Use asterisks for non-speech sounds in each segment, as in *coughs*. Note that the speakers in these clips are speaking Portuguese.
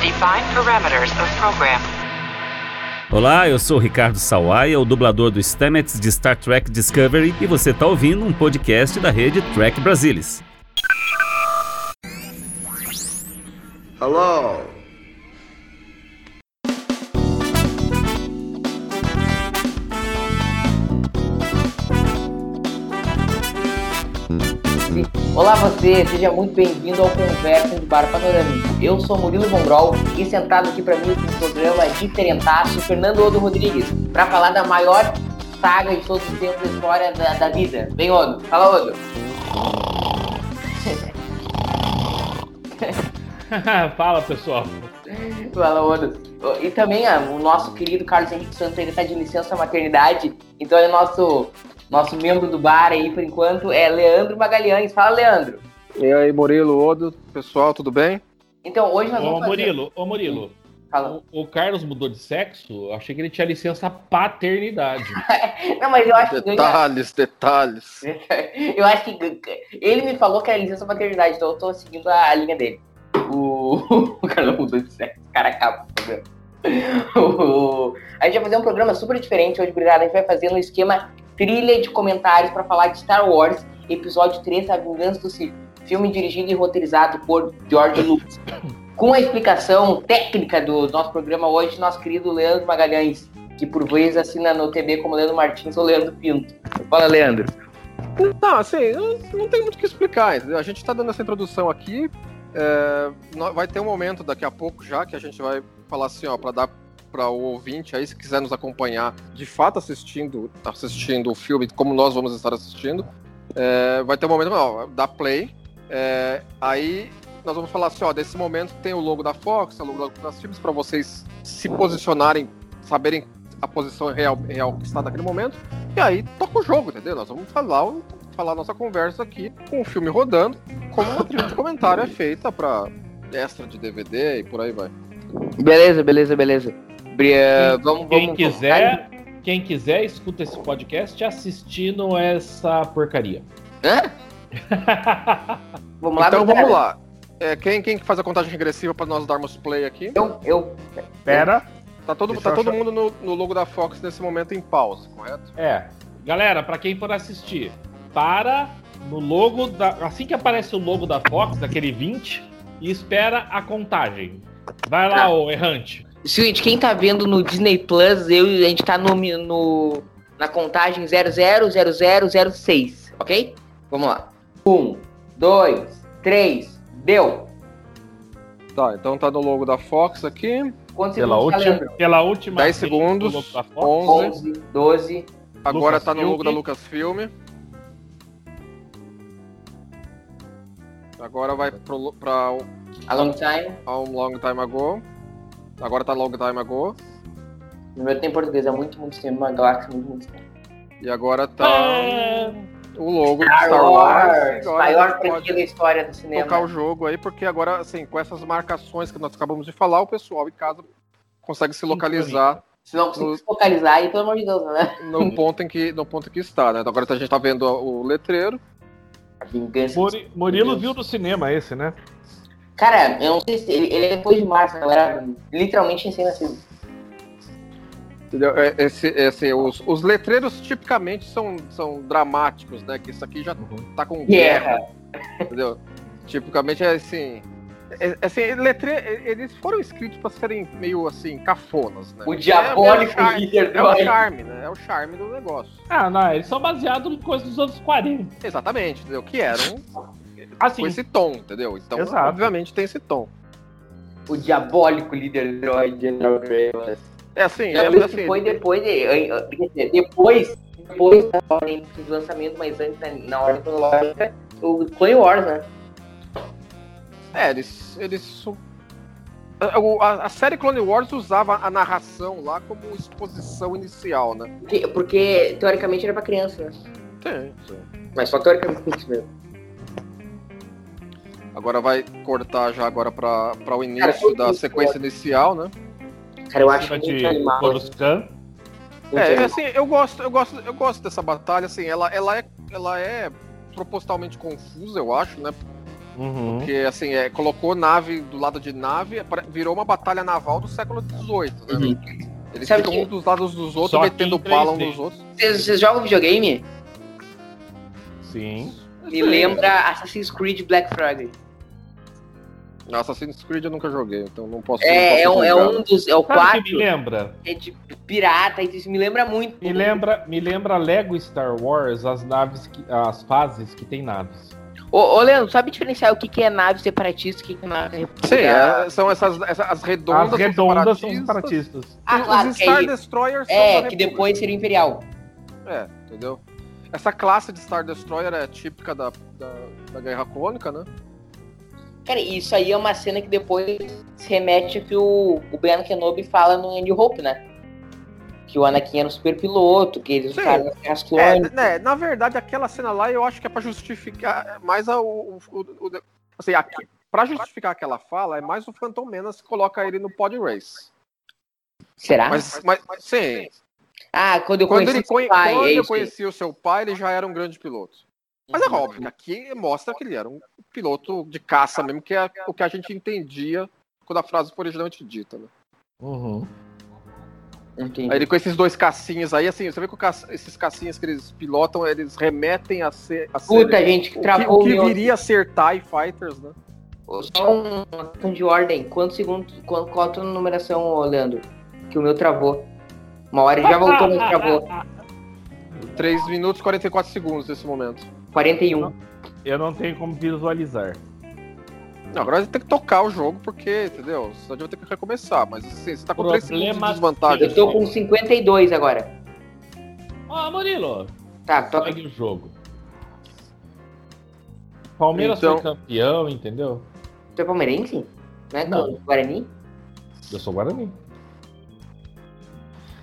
Define parameters of program. Olá, eu sou o Ricardo Sawaia, o dublador do Stamets de Star Trek Discovery, e você está ouvindo um podcast da rede Trek Brasilis. Hello. Olá você, seja muito bem-vindo ao Conversa de Bar Panorâmico. Eu sou Murilo Bombrol e sentado aqui para mim no programa diferentaço Fernando Odo Rodrigues para falar da maior saga de todos os tempos da história da, da vida. Vem Odo, fala Odo. *laughs* Fala pessoal. Fala Odo. E também ah, o nosso querido Carlos Henrique Santos ele está de licença maternidade, então é nosso nosso membro do bar aí por enquanto é Leandro Magalhães. Fala Leandro. E aí, Murilo, Odo, pessoal, tudo bem? Então hoje nós Ô vamos fazer... Murilo, ô Murilo. Fala. O Carlos mudou de sexo? Eu Achei que ele tinha licença paternidade. Não, mas eu acho que ganha- Detalhes, detalhes. *laughs* Eu acho que ele me falou que era licença maternidade, então eu tô seguindo a linha dele. O, *laughs* o cara não mudou de sexo, o cara acaba o programa. *laughs* O- A gente vai fazer um programa super diferente hoje, gurizada. A gente vai fazer no esquema trilha de comentários pra falar de Star Wars, episódio 3, A Vingança do Sith. Filme dirigido e roteirizado por George *coughs* Lucas. Com a explicação técnica do nosso programa hoje, nosso querido Leandro Magalhães, que por vezes assina no TV como Leandro Martins ou Leandro Pinto. Fala, Leandro. Não, assim, não, não tem muito o que explicar, entendeu? A gente tá dando essa introdução aqui. é, nó- vai ter um momento daqui a pouco já que a gente vai falar assim, ó, pra dar para o ouvinte aí, se quiser nos acompanhar de fato assistindo, assistindo o filme, como nós vamos estar assistindo, é, vai ter um momento ó, da play. é, aí nós vamos falar assim, ó, desse momento tem o logo da Fox, o logo das filmes, para vocês se posicionarem, saberem a posição real, real que está naquele momento. E aí toca o jogo, entendeu? Nós vamos falar, o- falar a nossa conversa aqui com o filme rodando, como uma trilha de comentário é feita pra extra de DVD e por aí vai. Beleza, beleza, beleza. Bri- eh, Quem- vamos, Quem vamos focar quiser, quem quiser, escuta esse podcast assistindo essa *laughs* porcaria. É? em- Vamos lá, então Bruno, vamos cara. lá. É, quem, quem que faz a contagem regressiva pra nós darmos play aqui? Eu, eu, Pera. Tá todo, Deixa tá eu todo achar. mundo no, no logo da Fox nesse momento em pausa, correto? É. Galera, pra quem for assistir, para no logo da. Assim que aparece o logo da Fox, daquele 20, e espera a contagem. Vai lá, ô errante. seguinte, quem tá vendo no Disney Plus, eu a gente tá no, mi- no na contagem 000006, ok? Vamos lá. Um, dois, três, deu. Tá, então tá no logo da Fox aqui. Quantos Pela segundos tá, última- Leandro? Pela última 10 vez que o segundos, logo da Fox- 11. né? 11, 12. Agora Lucas tá no logo da Filme. Lucasfilm. Agora vai pro, lo- pra A long time. Há um long time ago. Agora tá long time ago. No meu tempo em português é muito, muito tempo. Uma galáxia muito, muito tempo. E agora tá Ah, o logo de Star Wars, Agora a maior gente franquia da pode história do cinema. tocar o jogo aí, porque agora, assim, com essas marcações que nós acabamos de falar, o pessoal em casa consegue se localizar Se não conseguir no- se focalizar aí, pelo amor de Deus, né? no ponto em que, no ponto em que está, né? Agora a gente tá vendo o letreiro. A vingança Muri- Murilo viu no cinema esse, né? Cara, eu não sei se ele, ele é depois de março, eu era literalmente recém-nascido. entendeu? É, Esse, esse, os, os letreiros tipicamente são, são dramáticos, né? Que isso aqui já tá com é, guerra. entendeu? Tipicamente é assim. É, é assim, letre, é- eles foram escritos para serem meio assim, cafonas, né? O É o diabólico charme, líder É do o charme, né? É o charme do negócio. Ah, não, eles são baseados em coisas dos anos 40. Exatamente, entendeu? Que eram Assim, com esse tom, entendeu? Então, Exato. obviamente, tem esse tom. O diabólico líder droid. General Grey. É assim, é, Não, assim, isso Foi depois de. eh, eh, quer dizer, Depois, depois da ordem do lançamento, mas antes na, na ordem cronológica, o Clone Wars, né? É, eles. eles su- a- o- a, a série Clone Wars usava a narração lá como exposição inicial, né? Porque, porque, teoricamente era pra criança, né? Tem, sim. Mas só teoricamente mesmo. Agora vai cortar já agora para o Cara, início foi da muito sequência inicial, né? Cara, eu acho cima muito de animal. muito Coruscant. É, animal. assim, eu gosto, eu gosto, eu gosto dessa batalha, assim, ela, ela é, ela é propositalmente confusa, eu acho, né? Uhum. Porque, assim, é, colocou nave do lado de nave, apare- virou uma batalha naval do século XVIII. Né? Uhum. Eles Sabe ficam que- um dos lados dos outros, Só que metendo em pala um 3D. nos outros. Vocês vocês jogam videogame? Sim. Me lembra Assassin's Creed Black Flag. Assassin's Creed eu nunca joguei, então não posso. É, é não um, posso é julgar. um dos. É o Sabe o que 4. me lembra? É de pirata, isso me lembra muito. Me lembra, me lembra Lego Star Wars, as naves, que, as fases que tem naves. Ô, ô Leandro, sabe diferenciar o que, que é nave separatista e o que, que é nave Sim, republicana? é, são essas, essas as redondas. As redondas são separatistas. separatistas. Ah, claro, os que é, Star isso. Destroyers são é da que República. depois seria imperial. É, entendeu? Essa classe de Star Destroyer é típica da, da, da Guerra Crônica, né? Cara, isso aí é uma cena que depois se remete ao que o, o Ben Kenobi fala no End Hope, né? Que o Anakin era um super piloto, que eles Sim. usaram as É, clones. né, na verdade, aquela cena lá eu acho que é pra justificar mais a, o, o, o- Assim, aqui, pra justificar aquela fala, é mais o Phantom Menace que coloca ele no pod race. Será? É, Mas, mas, mas sim, ah, quando eu quando, Ah, conheci ele seu conhe- pai, quando é eu isso aí. conheci o seu pai, ele já era um grande piloto. Mas Uhum. é óbvio que aqui mostra que ele era um piloto de caça mesmo, que é o que a gente entendia quando a frase foi originalmente dita, né? Uhum. Entendi. Aí ele com esses dois cassinhos aí, assim, você vê que o caça- esses cassinhos que eles pilotam, eles remetem a ser. A ser- Puta, gente, que o que, o travou o que meu. viria a ser TIE Fighters, né? Só um- uma questão de ordem. Quantos segundos? Qual, qual a tua numeração, ô, Leandro? Que o meu travou. Uma hora ele já voltou, mas travou. 3 minutos e 44 segundos nesse momento. 41. Eu não tenho como visualizar. Não, agora você tem que tocar o jogo, porque, entendeu? Senão a gente vai ter que recomeçar. Mas assim, você tá com 3 segundos de Problema desvantagem. é Eu tô com 52 agora. Ó, Murilo, Tá, toca. segue o jogo. Palmeiras Então- foi campeão, entendeu? Tu é palmeirense? Não é Não. Guarani? Eu sou Guarani.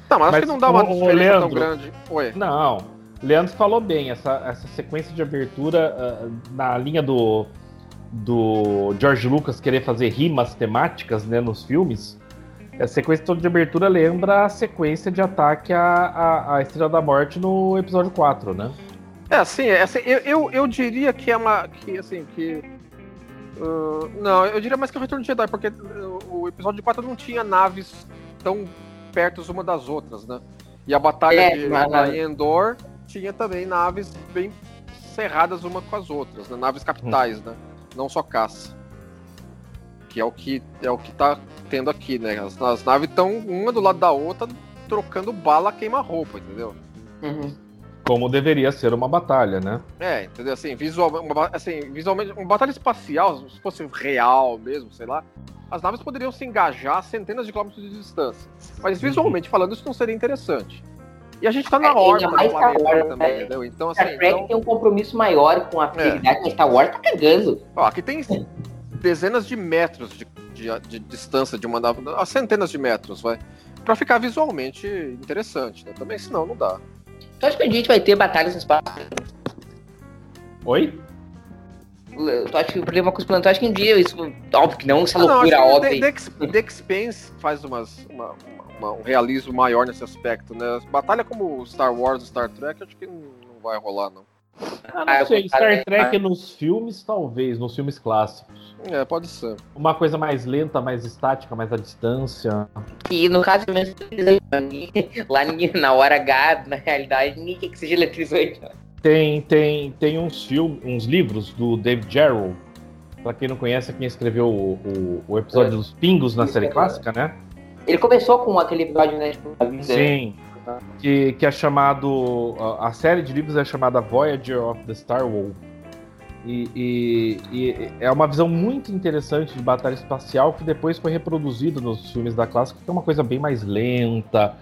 Tá, mas acho Mas que não dá uma o- o diferença tão Leandro- grande. Ué. Não. Leandro falou bem, essa, essa sequência de abertura ah, na linha do, do George Lucas querer fazer rimas temáticas né, nos filmes. A sequência toda de abertura lembra a sequência de ataque à, à, à Estrela da Morte no episódio 4, né? É, assim, é, assim, eu, eu, eu diria que é uma. Que, assim, que. ah, não, eu diria mais que o Retorno de Jedi, porque ah, o episódio 4 não tinha naves tão perto uma das outras, né? E a batalha É, de mas- na Endor tinha também naves bem cerradas uma com as outras, né? Naves capitais, né? Não só caça. Que é o que é o que tá tendo aqui, né? As, as naves estão uma do lado da outra trocando bala queima-roupa, entendeu? Uhum. Como deveria ser uma batalha, né? É, entendeu? Assim, visual, uma, ba- assim, visualmente, uma batalha espacial, se fosse real mesmo, sei lá, as naves poderiam se engajar a centenas de quilômetros de distância. Mas visualmente falando, isso não seria interessante. E a gente tá É, na ainda órbita do mais Star planeta Wars, também, né? entendeu? Então, assim, Star Trek então, tem um compromisso maior com a fidelidade, mas Star Wars tá cagando. ó, aqui tem dezenas de metros de, de- de distância de uma nave, a centenas de metros, vai. Pra ficar visualmente interessante, né? Também, senão, não dá. Tu acha que a gente vai ter batalhas no espaço? Oi? Tu acha que o problema com os planos? Tu acha que um dia isso. Óbvio que não, essa Ah, não, loucura acho que óbvia. aí. The, The Ex- The Expanse faz umas, uma- uma- uma- um realismo maior nesse aspecto, né? Batalha como Star Wars, Star Trek, acho que não não vai rolar, não. Ah, Ah, eu não sei, vou- Star Trek nos filmes, talvez, nos filmes clássicos. É, pode ser. Uma coisa mais lenta, mais estática, mais à distância. E no caso mesmo, *laughs* lá ninguém- na hora H, na realidade, ninguém que seja eletrizante. Tem, tem, tem uns filmes, uns livros do David Jarrell. Pra quem não conhece, é quem escreveu o, o, o episódio dos Pingos na série clássica, né? Ele começou com aquele episódio, né? Tipo, a vida. Sim. Que, que é chamado. A, a série de livros é chamada Voyager of the Star War. E, e- e é uma visão muito interessante de batalha espacial que depois foi reproduzido nos filmes da clássica, que é uma coisa bem mais lenta.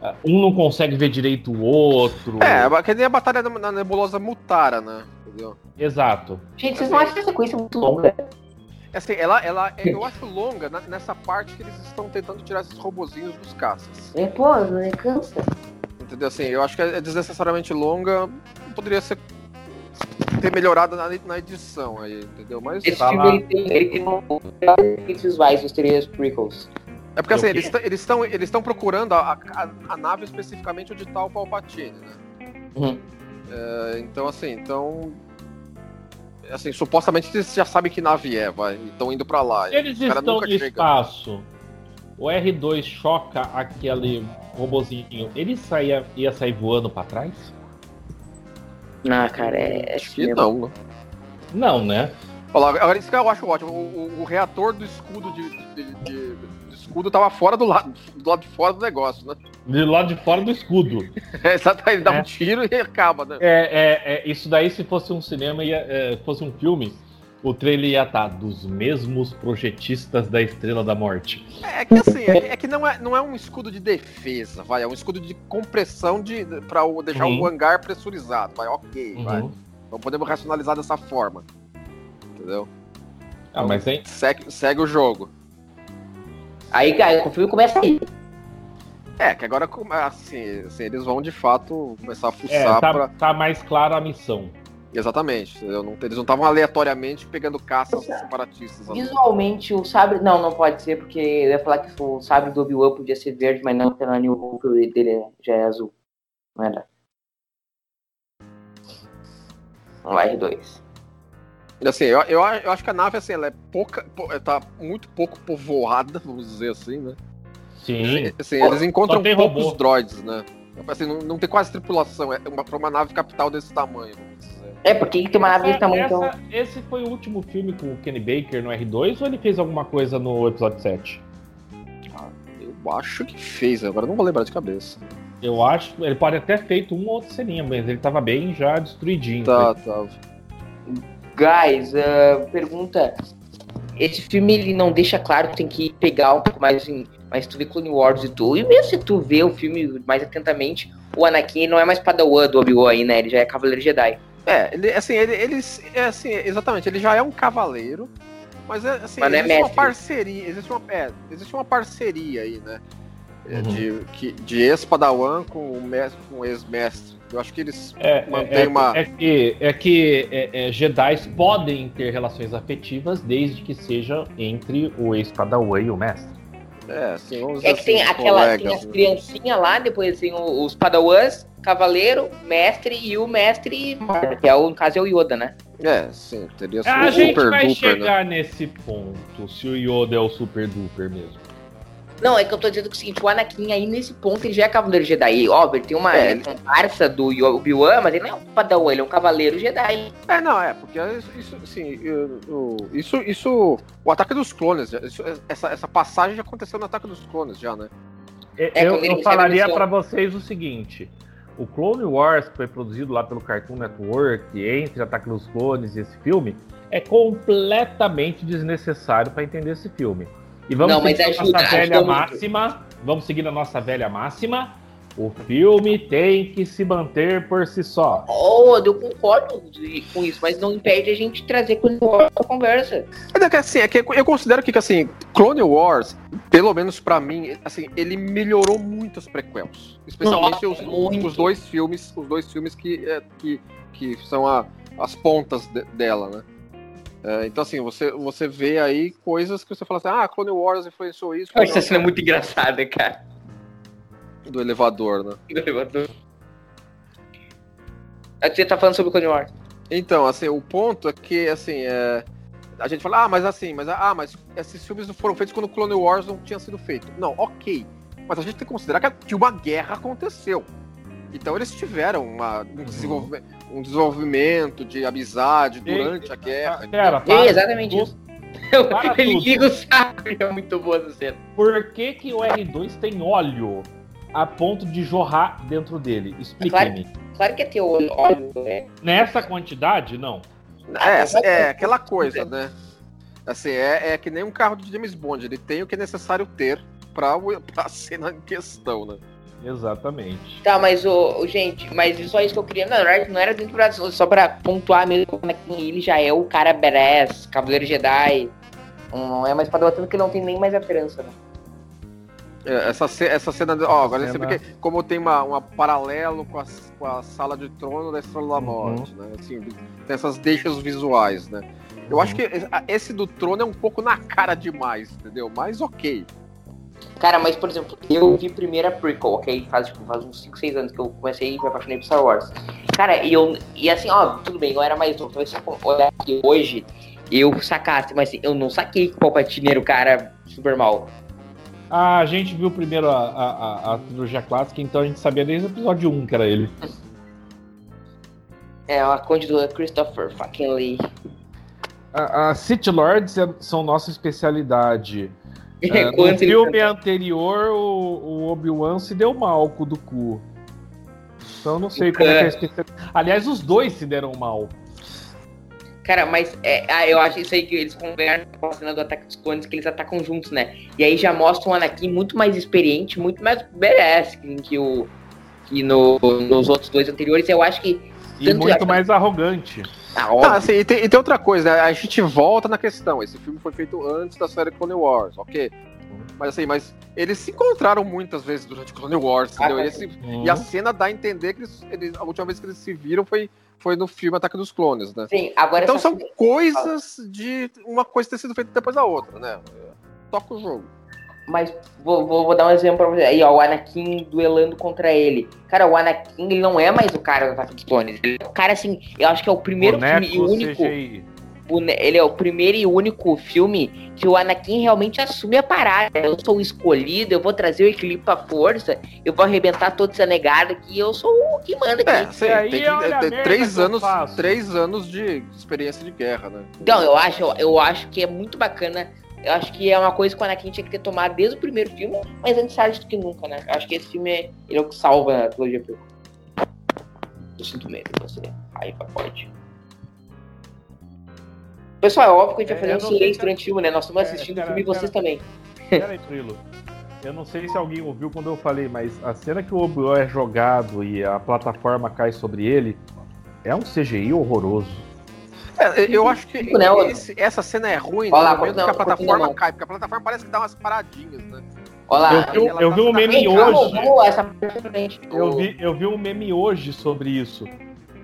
Ah, Um não consegue ver direito o outro. É, ba- que nem a batalha da- na nebulosa Mutara, né? Entendeu? Exato. Gente, vocês não acham essa sequência é muito longa? Assim, ela, ela, eu acho longa na- nessa parte que eles estão tentando tirar esses robozinhos dos caças. É, pô, né? Cansa. Entendeu? Assim, eu acho que é desnecessariamente longa, poderia ser ter melhorado na, na edição aí, entendeu? Mas Esse Tá filme lá. ele tem, ele tem um dos melhores efeitos visuais dos três prequels. É porque assim, Eu- eles estão eles tão- eles estão procurando a, a- a nave especificamente onde tá o Palpatine, né? Uhum. É, então, assim, então. assim, supostamente eles já sabem que nave é, vai, e estão indo pra lá. Eles O cara estão no nunca chega. espaço. O R2 choca aquele robozinho. Ele saía, ia sair voando pra trás? Não, cara, é. Acho que tá. não. né? Não, né? Olha lá, agora isso que eu acho ótimo. O, o- o reator do escudo de, de- de- do escudo tava fora do lado, do lado de fora do negócio, né? *laughs* De lado de fora do escudo. É, exatamente, ele dá É. um tiro e acaba, né? É, é, é, isso daí, se fosse um cinema, ia, é, fosse um filme, o trailer ia estar dos mesmos projetistas da Estrela da Morte. É que assim, é, que- é que não é, não é um escudo de defesa, vai, é um escudo de compressão de para deixar Uhum. o hangar pressurizado, vai, ok, vai. Uhum. Então podemos racionalizar dessa forma, entendeu? Ah, mas hein? Segue, segue o jogo. Aí, cara, o filme começa aí. É, que agora como- assim, assim, eles vão de fato começar a É, fuçar tá, pra... tá mais clara a missão. Exatamente, entendeu? Não- eles não estavam aleatoriamente pegando caças separatistas. né? Visualmente, o sabre. Não, não pode ser, porque eu ia falar que o sabre do Obi-Wan podia ser verde, mas não, porque lá no- o colorê dele já é azul. Não era. Vamos lá, R2. E, Assim, eu, eu, a- eu acho que a nave, assim, ela é pouca... pou- tá muito pouco povoada, *laughs* vamos dizer assim, né? Sim. Assim, eles encontram Só tem poucos robô. droids, né? Assim, não, não tem quase tripulação, é uma, pra uma nave capital desse tamanho, vamos dizer. É, porque tem uma nave desse tamanho Essa- então. Esse foi o último filme com o Kenny Baker no R2 ou ele fez alguma coisa no episódio 7? Eu acho que fez, agora não vou lembrar de cabeça. Eu acho que ele pode até ter feito um ou outro ceninha, mas ele tava bem já destruidinho. Tá, tá. Guys, ah, pergunta. Esse filme ele não deixa claro, tem que pegar um pouco mais em. Mas tu vê Clone Wars e tu. E mesmo se tu vê o filme mais atentamente, o Anakin não é mais Padawan do Obi-Wan aí, né? Ele já é Cavaleiro Jedi. É, ele, assim, ele, ele é, assim, exatamente, ele já é um cavaleiro, mas é, assim, Mas não é existe uma mestre. parceria, existe uma, é, existe uma parceria aí, né? É, Uhum. De, que- de ex-padawan com o mestre, com o ex-mestre. Eu acho que eles É, Mantém é, uma- é que, é que é, é, Jedis podem ter relações afetivas desde que seja entre o ex-padawan e o mestre. É, assim, vamos dizer É que tem assim, aquela. Tem colegas, as né? criancinhas lá, depois tem o- os Padawans, Cavaleiro, Mestre e o Mestre. Que é o, no caso é o Yoda, né? É, sim, teria sido A um gente super vai duper, né? chegar nesse ponto, se o Yoda é o super duper mesmo. Não, é que eu tô dizendo que é o seguinte, o Anakin aí nesse ponto ele já é Cavaleiro Jedi. Óbvio, ele tem uma É, é, comparsa do Yo- Obi-Wan, mas ele não é um Padawan, ele é um Cavaleiro Jedi. É, não, é, porque isso- isso, assim, eu- eu- isso, isso, o ataque dos clones, isso- essa, essa passagem já aconteceu no ataque dos clones, já, né? É, eu quando ele eu recebe a falaria missão. pra vocês o seguinte: o Clone Wars, que foi produzido lá pelo Cartoon Network, entre Ataque dos Clones e esse filme, é completamente desnecessário pra entender esse filme. E vamos Não, mas seguir a ajuda, nossa velha ajuda muito. máxima. Vamos seguir a nossa velha máxima. O filme tem que se manter por si só. Oh, eu concordo de- com isso, mas não impede a gente trazer Clone Wars pra conversa. Mas é que, assim, é que eu considero que, que, assim, Clone Wars, pelo menos pra mim, assim, ele melhorou muito as prequels. Especialmente Nossa, os, muito. os dois filmes, os dois filmes que, é, que, que são a- as pontas de- dela, né? É, então, assim, você, você vê aí coisas que você fala assim, ah, Clone Wars influenciou isso, Clone Wars cena é muito engraçada, cara. do elevador, né? É Aí Você tá falando sobre Clone Wars. Então, assim, o ponto é que, assim, é, a gente fala, ah, mas assim, mas, ah, mas esses filmes não foram feitos quando Clone Wars não tinha sido feito. Não, ok. Mas a gente tem que considerar que- que uma guerra aconteceu. Então eles tiveram uma- Uhum. um, desenvolve- um desenvolvimento de amizade durante a guerra. Ah, Pera, É, para. exatamente isso. Para *laughs* ele tudo. liga o saco, é muito boa essa cena. Por que, que o R2 tem óleo a ponto de jorrar dentro dele? Explique-me. Claro que é teu olho, óbvio, é. Nessa quantidade, não. É, é aquela coisa, né? Assim, é, é que nem um carro de James Bond, ele tem o que é necessário ter para a cena em questão, né? Exatamente. Tá, mas o gente, mas só isso que eu queria. Não, na verdade, não era dentro do Brasil, só pra pontuar mesmo como é que ele já é o cara badass, Cavaleiro Jedi. Não é mais padawan, tanto que não tem nem mais a trança, né? É, Essa, ce- essa cena. Ó, agora Cena. você vê que, como tem uma, uma paralelo com a, com a sala de trono da Estrela da Morte, né? Assim, tem essas deixas visuais, né? Eu acho que esse do trono é um pouco na cara demais, entendeu? Mas ok. Cara, mas por exemplo, eu vi primeiro a prequel, ok? Faz, tipo, faz uns 5, 6 anos que eu comecei e me apaixonei por Star Wars. Cara, e eu. E assim, ó, tudo bem, eu era mais novo, talvez se eu olhar aqui hoje, eu sacasse, mas assim, eu não saquei que o Palpatine era o cara super mal. Ah, A gente viu primeiro a, a, a, a trilogia clássica, então a gente sabia desde o episódio 1 que era ele. É, a Conde do Christopher fucking Lee. A, a City Lords é- são nossa especialidade. *laughs* É, Quanto no ele filme anterior, o, o Obi-Wan se deu mal com o do cu. Então eu não sei como é que é especial... Aliás, os dois se deram mal. Cara, mas é, ah, eu acho isso aí que eles conversam com a cena do ataque dos clones, que eles atacam juntos, né? E aí já mostra um Anakin muito mais experiente, muito mais badass que, que o que no, nos outros dois anteriores. Eu acho que E Tanto muito é- mais arrogante. tá Tá, óbvio. assim, e, tem, e tem outra coisa, né? A gente volta na questão. Esse filme foi feito antes da série Clone Wars, ok? Mas assim, mas eles se encontraram muitas vezes durante Clone Wars, Ah, entendeu? E, tá. esse- e a Hum. Uhum. cena dá a entender que eles, eles- a última vez que eles se viram foi, foi no filme Ataque dos Clones, né? Sim, agora Então essa- são coisas de uma coisa ter sido feita depois da outra, né? Toca o jogo. Mas vou, vou, vou dar um exemplo pra você. Aí, ó, o Anakin duelando contra ele. Cara, o Anakin ele não é mais o cara do ataque dos clones. Ele é o cara, assim, eu acho que é o primeiro Boneco filme e único. CGI. bone- ele é o primeiro e único filme que o Anakin realmente assume a parada. Eu sou o escolhido, eu vou trazer o equilíbrio pra força, eu vou arrebentar todo essa negada que eu sou o que manda aqui. É, assim, aí, tem que, olha a tem merda é três que eu anos, faço. três anos de experiência de guerra, né? Então, eu acho, eu acho que é muito bacana. Eu acho que é uma coisa que o Anakin tinha que ter tomado desde o primeiro filme, mas antes tarde do que nunca, né? Eu acho que esse filme é, ele é o que salva a trilogia prequel. Eu sinto medo de você. Raiva, pode. Pessoal, é óbvio que a gente É, vai eu fazer um não sei silêncio se- durante o filme, né? Nós estamos É, assistindo o cara, filme e vocês cara. também. Peraí, Prilo. Eu não sei se alguém ouviu quando eu falei, mas a cena que o Obi-Wan é jogado e a plataforma cai sobre ele é um CGI horroroso. É, eu acho que Cinco, né, Oda? esse- essa cena é ruim Olha lá, no momento corta- que a corta na plataforma mão. cai, porque a plataforma parece que dá umas paradinhas, né? Olá. Eu- Ela tá vi um se meme Ei, atrapalhando. vamos, hoje. vamos lá, essa parte pra frente. Eu vi, eu vi um meme hoje sobre isso.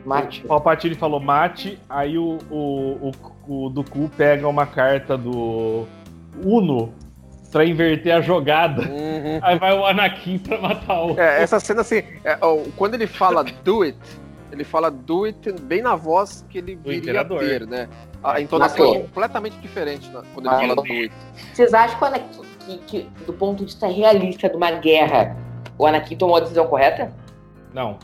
Mate. O Palpatine falou mate, aí o, o, o, o Dooku pega uma carta do Uno pra inverter a jogada. Uhum. Aí vai o Anakin pra matar o. É, essa cena assim, é, ó, quando ele fala do it, ele fala do it bem na voz que ele viria a imperador. ter, né? A entonação é Matou. completamente diferente né, quando Matou. ele fala do it. Vocês acham que, o Anakin, que- que, do ponto de vista realista de uma guerra, o Anakin tomou a decisão correta? Não.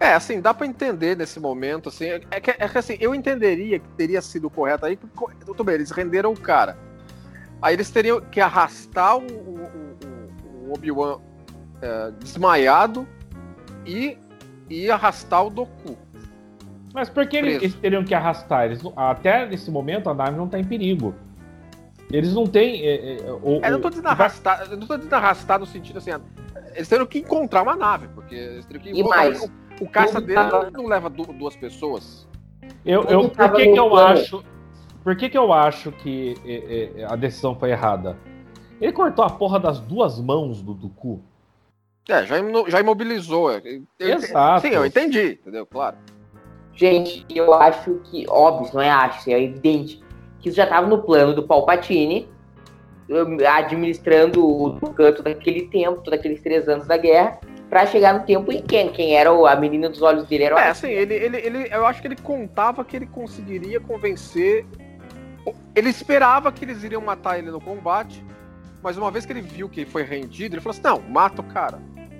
É, assim, dá pra entender nesse momento, assim, é que, é que, assim, eu entenderia que teria sido correto aí, porque, tudo bem, eles renderam o cara. Aí eles teriam que arrastar o, o- o- o Obi-Wan é, desmaiado e, e arrastar o Doku. Mas por que eles, Preso. eles teriam que arrastar? Eles não- até nesse momento a nave não tá em perigo. Eles não têm. É, é, o- É, eu não o- tô dizendo arrastar, eu não tô dizendo arrastar no sentido assim, eles teriam que encontrar uma nave, porque eles teriam que E mais, o, o caça tudo dele tá- não leva du- duas pessoas. Eu, Quando eu, por tava que, que eu lutando- acho. Por que, que eu acho que é, é, a decisão foi errada? Ele cortou a porra das duas mãos do Dooku. É, já, imo- já imobilizou. é. Eu ente- Exato. Sim, eu entendi, entendeu? Claro. Gente, eu acho que, óbvio, não é acho, é evidente, que isso já estava no plano do Palpatine, hum, administrando o canto daquele tempo, daqueles três anos da guerra, pra chegar no tempo em quem? Quem era o- a menina dos olhos dele era o É, Anakin. assim, ele, ele, ele, eu acho que ele contava que ele conseguiria convencer. Ele esperava que eles iriam matar ele no combate, mas uma vez que ele viu que foi rendido, ele falou assim: não, mata o cara.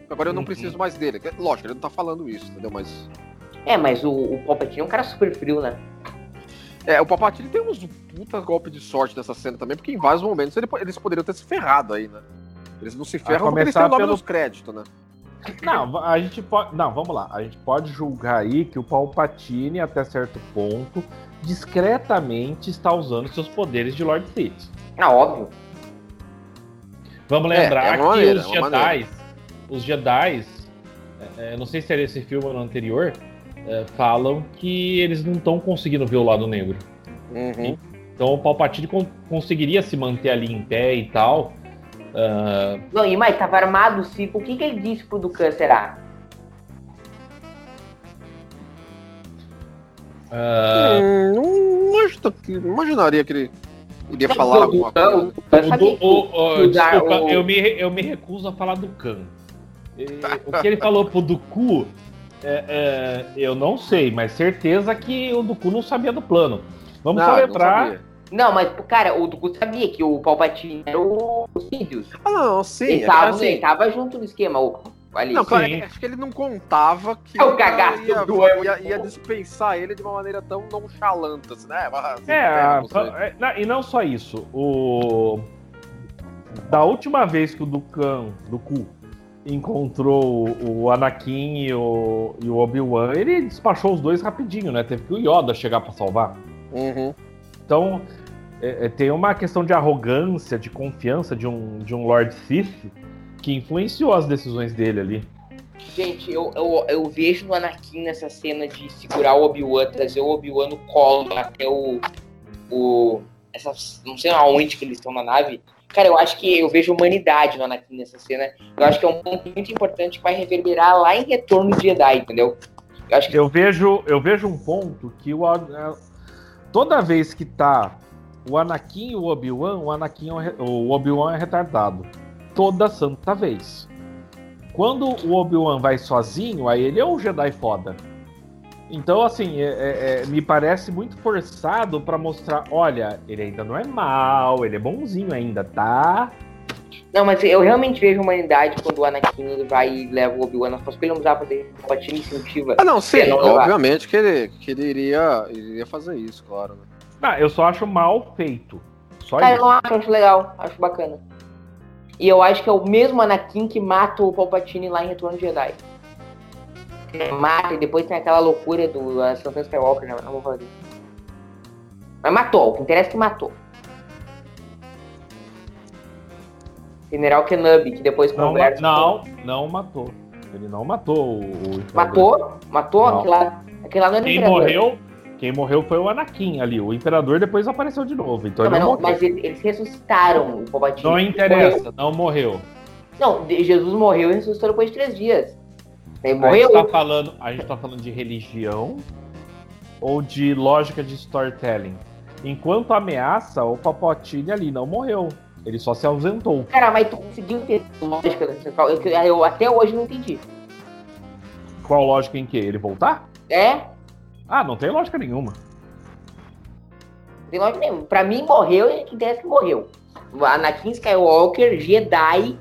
Agora eu não Uhum. preciso mais dele. Lógico, ele não tá falando isso, entendeu? Mas. É, mas o, o Palpatine é um cara super frio, né? É, o Papatini tem uns puta golpe de sorte nessa cena também, porque em vários momentos ele po- eles poderiam ter se ferrado aí, né? Eles não se ferram porque eles têm começar o nome pelo- nos créditos, né? Não, a gente pode. Não, vamos lá. A gente pode julgar aí que o Palpatine, até certo ponto, discretamente está usando seus poderes de Lord Sith. Ah, óbvio. Vamos É, lembrar é uma que maneira, os é uma maneira. Jedi, os Jedi, é, é, não sei se era esse filme ou no anterior, é, falam que eles não estão conseguindo ver o lado negro. Uhum. Então o Palpatine con- conseguiria se manter ali em pé e tal. Ah, Não, e mais, tava armado o Cipo, o que que ele disse pro Dukan, será? ah, Ah. Hum, não, imagina- não imaginaria que ele iria falar alguma coisa. então, Não, eu O sabia do- que o- o- mudar desculpa, o- eu, me, re- eu me recuso a falar do Khan. E, o que ele falou pro Duku, é, é, eu não sei, mas certeza que o Duku não sabia do plano. Vamos Não, só não lembrar. sabia. Não, mas, cara, o Dugu sabia que o Palpatine era o o Sidious. Ah, não, sim. ele, é tava, assim, ele tava junto no esquema, o, ali. Não, claro, Sim. é que ele não contava que É o ia- cagaço ia, do ano. ia- ia dispensar ele de uma maneira tão nonchalante, assim, né? Mas, assim, É, né, a- não sei. é, na- e não só isso. O, da última vez que o Dukan, Duku, encontrou o, o Anakin e o, e o Obi-Wan, ele despachou os dois rapidinho, né? Teve que o Yoda chegar pra salvar. Uhum. Então, é, é, tem uma questão de arrogância, de confiança de um, de um Lord Sith que influenciou as decisões dele ali. Gente, eu, eu, eu vejo no Anakin nessa cena de segurar o Obi-Wan, trazer o Obi-Wan no colo até o. o essa, não sei aonde que eles estão na nave. Cara, eu acho que eu vejo humanidade no Anakin nessa cena. Eu acho que é um ponto muito importante que vai reverberar lá em Retorno de Jedi, entendeu? Eu acho que. Eu vejo, eu vejo um ponto que o, a- toda vez que tá o Anakin e o Obi-Wan, o Anakin é um re- o Obi-Wan é retardado. Toda santa vez. Quando o Obi-Wan vai sozinho, aí ele é um Jedi foda. Então, assim, é- é- é- me parece muito forçado pra mostrar, olha, ele ainda não é mal, ele é bonzinho ainda, tá? Não, mas eu realmente vejo humanidade quando o Anakin ele vai e leva o Obi-Wan nas costas, porque ele não usava fazer Palpatine incentiva. Ah, não, sim, É, não, não obviamente que ele, que ele iria, iria fazer isso, claro. né. Não, Ah, eu só acho mal feito. Só Cara, eu isso. não acho, eu acho legal, acho bacana. E eu acho que é o mesmo Anakin que mata o Palpatine lá em Retorno de Jedi. Ele Mata e depois tem aquela loucura do Ascensão Skywalker, né? Não vou fazer. Mas matou, o que interessa é que matou. General Kenobi, que depois Não, conversa. não, não matou. Ele não matou o. o imperador. Matou? Matou? Não. Aquele lá, aquele lá não era Quem imperador. morreu, quem morreu foi o Anakin ali. O imperador depois apareceu de novo. Então Não, ele mas, não, não, morreu. mas ele- eles ressuscitaram o Palpatine. Não interessa, Morreu. não morreu. Não, de- Jesus morreu e ressuscitou depois de três dias. Ele A morreu? gente, tá falando, a gente tá falando de religião ou de lógica de storytelling. Enquanto ameaça, o Papotini ali não morreu. Ele só se ausentou. Cara, mas tu conseguiu entender a lógica dessa cal- eu, eu até hoje não entendi. Qual lógica em que? Ele voltar? É? Não Ah, não tem lógica nenhuma. Tem lógica nenhuma. Pra mim, morreu e que interessa que morreu. Anakin Skywalker, Jedi,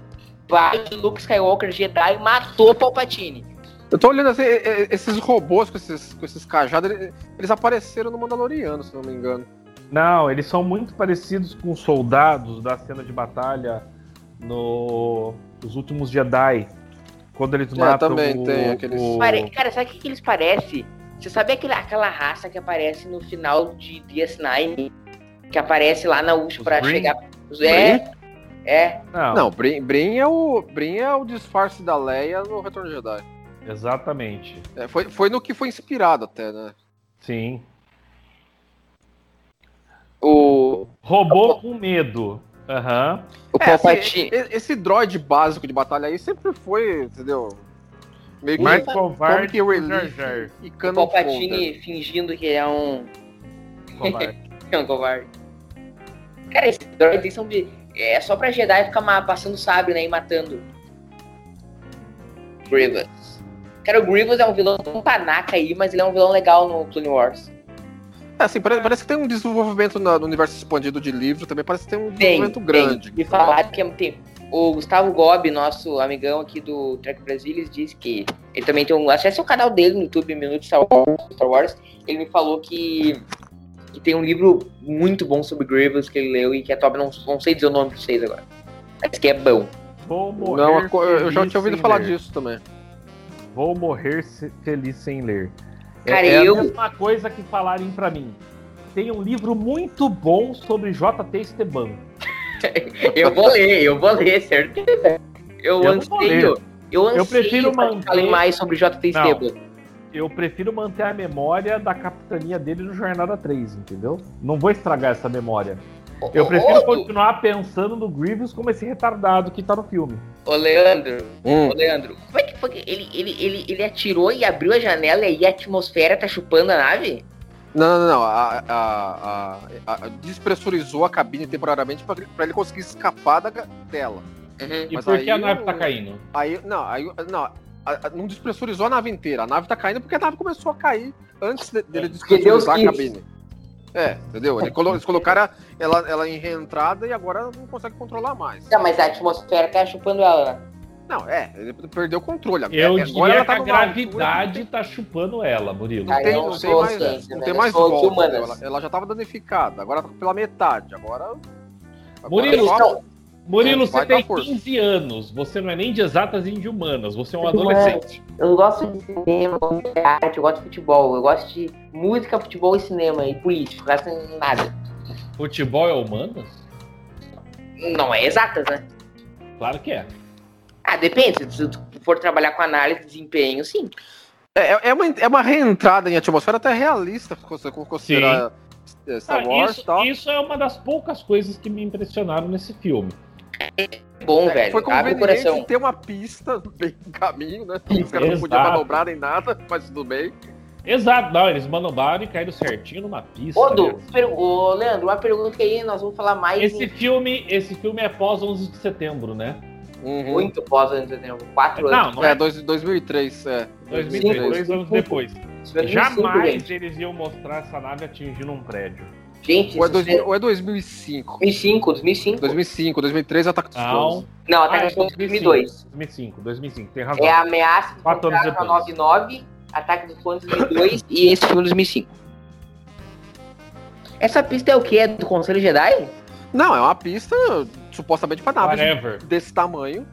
pai de Luke Skywalker, Jedi, matou Palpatine. Eu tô olhando assim, e- e- esses robôs com esses, com esses cajados, ele- eles apareceram no Mandaloriano, se não me engano. Não, eles são muito parecidos com os soldados da cena de batalha no Os Últimos Jedi. Quando eles É, matam também o, tem aqueles- o- Pare- Cara, sabe o que, que eles parecem? Você sabe aquele- aquela raça que aparece no final de DS9? Que aparece lá na USP Os pra Bree? chegar. É, é. Não, Não, Brin, Brin é o Brin é o disfarce da Leia no Retorno de Jedi. exatamente. É, foi, foi no que foi inspirado até, né? Sim. O, Robô com medo. Aham. o É, assim, Palpatine. e- e- esse droid básico de batalha aí sempre foi, entendeu? Meio que Mais comic Um covarde que o Jar relief Jar. e O canon folder. Palpatine fingindo que é um. *laughs* Covarde. É um covarde. Cara, esses droids aí são de. É só pra Jedi ficar ma- passando sabre, né? E matando. Grievous. Cara, o Grievous é um vilão tão panaca aí, mas ele é um vilão legal no Clone Wars. É, assim, parece, parece que tem um desenvolvimento na- no universo expandido de livro também, parece que tem um desenvolvimento grande. E então. falaram que é- tem. O Gustavo Gobi, nosso amigão aqui do Trek Brasilis, disse que ele também tem um. Acesse o canal dele no YouTube, Minuto Star Wars. Star Wars. Ele me falou que, que tem um livro muito bom sobre Grievous que ele leu e que é top. Não, não sei dizer o nome pra vocês agora. Mas que é bom. Vou morrer. Não, eu- eu já feliz tinha ouvido sem falar ler. disso também. Vou morrer se- feliz sem ler. É- Cara, é eu- a mesma coisa que falarem pra mim. Tem um livro muito bom sobre JT Esteban. Eu vou ler, eu vou ler, certeza. Eu, Eu não vou anseio. Eu anseio Eu prefiro pra que manter- falem mais sobre JT Não. Esteban. Eu prefiro manter a memória da capitania dele no Jornada 3, entendeu? Não vou estragar essa memória. Eu prefiro Ô, continuar pensando no Grievous como esse retardado que tá no filme. ô, ô, Leandro. Hum. Ô, Leandro, como é que foi que ele, ele, ele, ele atirou e abriu a janela e aí a atmosfera tá chupando a nave? Não, não, não. A, a- a- a- a- despressurizou a cabine temporariamente pra, pra ele conseguir escapar da ga- dela. Uhum. E Mas por que a aí nave tá o- caindo? Aí, não, aí, não. a- a- não despressurizou a nave inteira. A nave tá caindo porque a nave começou a cair antes de- É, dele Deus despressurizar a quis. cabine. É, entendeu? Ele colo- Eles colocaram ela, ela em reentrada e agora não consegue controlar mais. Não, mas a atmosfera tá chupando ela, né? Não, é, ele perdeu o controle. Eu agora diria ela que tá a numa altura gravidade tá chupando ela, Murilo. Não Aí tem, é não uma tem mais, consciência, não né? tem mais Sou de volta. humanas. entendeu? Ela, ela já estava danificada, agora ela tá pela metade. Agora. agora Murilo, só- Então, Murilo, Vai você dar tem força. 15 anos. Você não é nem de exatas nem de humanas. Você é um Não é. adolescente. eu gosto de cinema, eu gosto de arte, eu gosto de futebol, eu gosto de música, futebol e cinema e político, não gosto de nada. Futebol é humanas? Não é exatas, né? Claro que é. Ah, depende. Se tu for trabalhar com análise de desempenho, sim. É, é uma, é uma reentrada em atmosfera até realista, se você considerar eh, Star Ah, Wars e isso, tal. isso é uma das poucas coisas que me impressionaram nesse filme. É bom, velho. Foi Abre o coração. conveniente ter uma pista no meio do caminho, né? Os caras não podiam Exato. manobrar nem nada, mas tudo bem. Exato, não, eles manobraram e caíram certinho numa pista. Ô, Du, né? per... ô, Leandro, uma pergunta que aí nós vamos falar mais Esse filme, esse filme é pós 11 de setembro, né? em muito pós anos 80, quatro Não, anos. não É, é dois, 2003, é. 2003, dois Cinco. anos depois. Isso é 2005, Jamais gente. eles iam mostrar essa nave atingindo um prédio. Gente, Ou é, isso dois, é ou é 2005. 2005, 2005. 2005, 2003 Ataque dos Não, Clones. Não, Ah, ataque é dos clones 2002. 2005, 2005, Tá tem razão. É a ameaça do Quatro anos contrato na depois. 99, ataque dos clones 2002 e esse filme 2005. Essa pista é o quê? É do Conselho Jedi? Não, é uma pista supostamente pra nave Whatever. desse tamanho.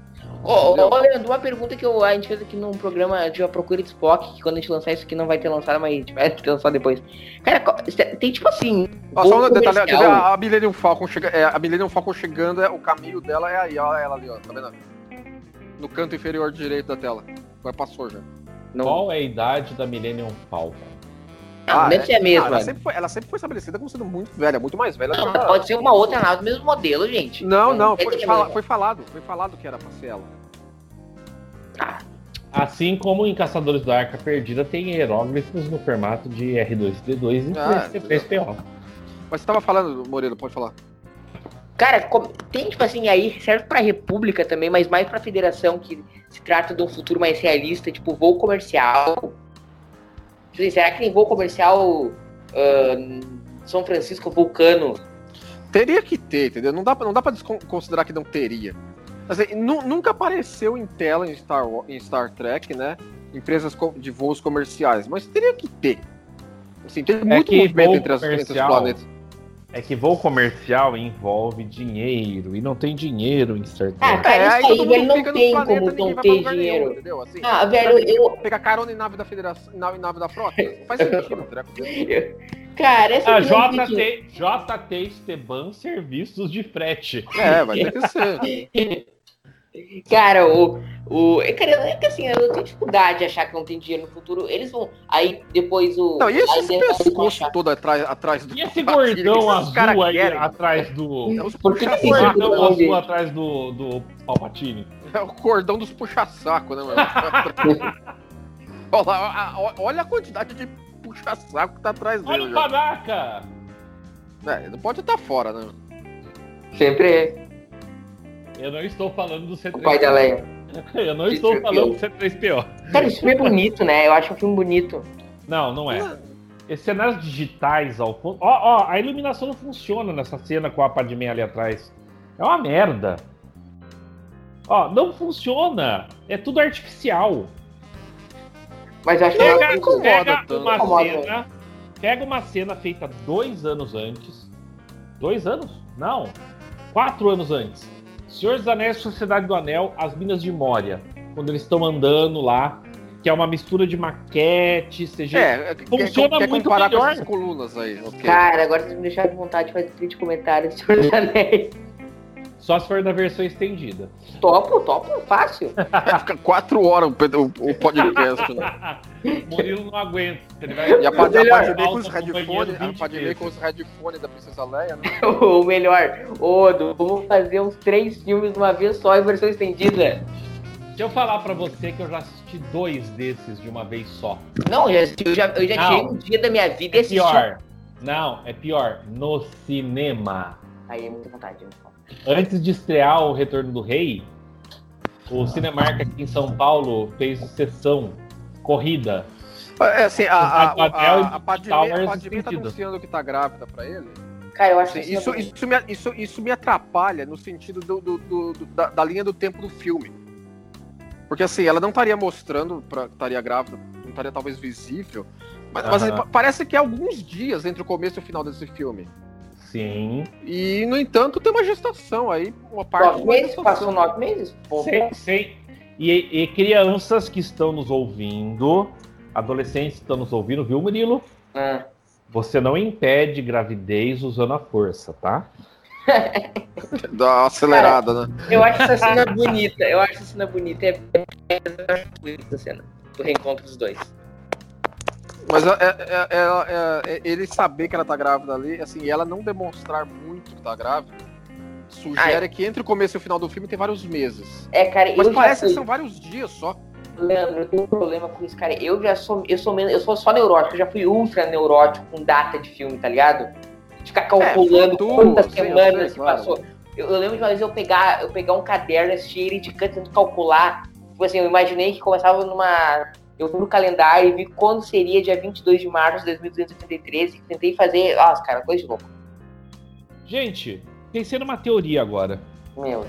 Ô, ô, Não. ô, Leandro, uma pergunta que eu- a gente fez aqui num programa de A Procura de Spock, que quando a gente lançar isso aqui não vai ter lançado, mas a gente vai ter lançado depois. Cara, co- cê- tem tipo assim. Ó, só um gol detalhe, quer ver, comercial. a Millennium Falcon chega, é, a Millennium Falcon chegando, é, o caminho dela é aí, ó, ela ali, ó, tá vendo? No canto inferior direito da tela. Agora passou já. Não, Qual é a idade da Millennium Falcon? não deve ser a Não, mesma. ela, sempre foi, ela sempre foi estabelecida como sendo muito velha, muito mais velha. Não, que mas a- pode ser uma outra nave do mesmo modelo, gente. Não, não, deve foi, ser a fala- mesma. foi falado, foi falado que era pra ser ela. Assim como em Caçadores da Arca Perdida tem hieróglifos no formato de R2D2 e Ah, 3C3PO. Mas você tava falando, Moreira, pode falar. Cara, como- tem tipo assim, aí serve pra República também, mas mais pra Federação, que se trata de um futuro mais realista, tipo voo comercial. Tipo assim, será que tem voo comercial ah, São Francisco Vulcano? Teria que ter, entendeu? Não dá, pra- não dá pra descon- considerar que não teria. Assim, nu- nunca apareceu em tela em Star, Wa- em Star Trek, né? Empresas co- de voos comerciais, mas teria que ter. Assim, tem muito É que movimento voo entre, as, entre os comercial- planetas. É que voo comercial envolve dinheiro e não tem dinheiro em Star Ah, Trek. cara, aí isso É, todo aí, mundo velho, não fica nos tem planetas, como ninguém vai não pra ter lugar nenhum, dinheiro. entendeu? Assim, Ah, velho, eu. Pegar carona em nave da federação, nave, nave da frota, não *laughs* faz sentido, não teria acontecido. Cara, essa A aqui não existe. JT, JT Esteban Serviços de Frete. É, vai ter que ser. Cara, o. o é, cara, é que assim, eu tenho dificuldade de achar que não tem dinheiro no futuro. Eles vão. Aí depois o. Não, Então, e aí esse dentro vai pescoço achar. todo atrás, atrás do. é um E é *laughs* esse gordão Esses caras azul aí querem. atrás do. É os Por que que Esse Sim, puxa-saco, não, gordão azul gente. atrás do, do Palpatine. É o cordão dos puxa-saco, né, mano? *laughs* olha, lá, ó- ó- olha a quantidade de puxa-saco que tá atrás Olha dele. o já. panaca! É, não pode estar fora, né? Sempre é. Eu não estou falando do O pai da C3PO. Leia. *laughs* Eu não estou Gente, falando eu- do C3PO. Cara, esse filme é bonito, né? Eu acho um filme bonito. Não, não é. Esses cenários digitais ao fundo. Ó, ó, a iluminação não funciona nessa cena com a Padmé ali atrás. É uma merda. Ó, não funciona. É tudo artificial. Mas eu acho que é um Pega, filme incomoda pega tanto. uma Incomoda. cena. Pega uma cena feita dois anos antes. Dois anos? Não. Quatro anos antes. Senhor dos Anéis, Sociedade do Anel, As Minas de Moria. Quando eles estão andando lá, que é uma mistura de maquete, CGI. É, Funciona quer, quer muito comparar com melhor. essas colunas aí, ok? Cara, agora vocês me deixaram com vontade de fazer 30 comentários sobre os anéis. Só se for na versão estendida. *laughs* Topo, topo, *laughs* fácil. Fica quatro horas o, ped- o- o podcast, né? Murilo não aguenta. Ele vai E a Padme Melhor. com os Volta pro headphones, banheiro a 20 Padme vezes. com os headphones da Princesa Leia, né? Ou melhor, ô, Du, vamos fazer uns três filmes de uma vez só em versão estendida. Se eu falar pra você que eu já assisti dois desses de uma vez só. Não, eu já, assisti- eu já, eu já Não. tirei um dia da minha vida e É assisti. pior. Não, é pior. No cinema. Aí é muita vontade. muito bom. Antes de estrear o Retorno do Rei, o Cinemark aqui em São Paulo fez sessão corrida. É assim, a, a, a, a, Papel a Padme, Towers a Padme tá tá sentido. anunciando que tá grávida pra ele. Cara, eu acho Assim, que isso, isso, me, isso, isso me atrapalha no sentido do, do- do- do- da, da linha do tempo do filme. Porque assim, ela não estaria mostrando, pra, estaria grávida, não estaria talvez visível. Mas, mas, Aham. pa- parece que é alguns dias entre o começo e o final desse filme. Sim. E, no entanto, tem uma gestação aí, uma parte. Nove de uma meses? gestação. Passou nove meses? Pô, Sei, sei. E, e crianças que estão nos ouvindo, adolescentes que estão nos ouvindo, viu, Murilo? Ah. Você não impede gravidez usando a força, tá? Dá uma acelerada, né? Eu acho essa cena bonita. Eu acho essa cena bonita. É eu acho bonita essa cena. Do reencontro dos dois. Mas é, é- é- é- é- ele saber que ela tá grávida ali, assim, e ela não demonstrar muito que tá grávida, sugere que entre o começo e o final do filme tem vários meses. É, cara, Mas eu já parece que fui. são vários dias só. Leandro, eu tenho um problema com isso, cara. Eu já sou. Eu sou menos. Eu sou só neurótico, eu já fui ultra neurótico com data de filme, tá ligado? De ficar calculando futuro, quantas sei, eu semanas sei, que claro. passou. Eu, eu lembro de uma vez eu pegar, eu pegar um caderno, assistir ele de canto tentando calcular. Tipo assim, eu imaginei que começava numa. Eu fui no calendário e vi quando seria dia 22 de março de 2283 e tentei fazer. Nossa, cara, coisa de louco. Gente, pensei numa teoria agora. Meu Deus.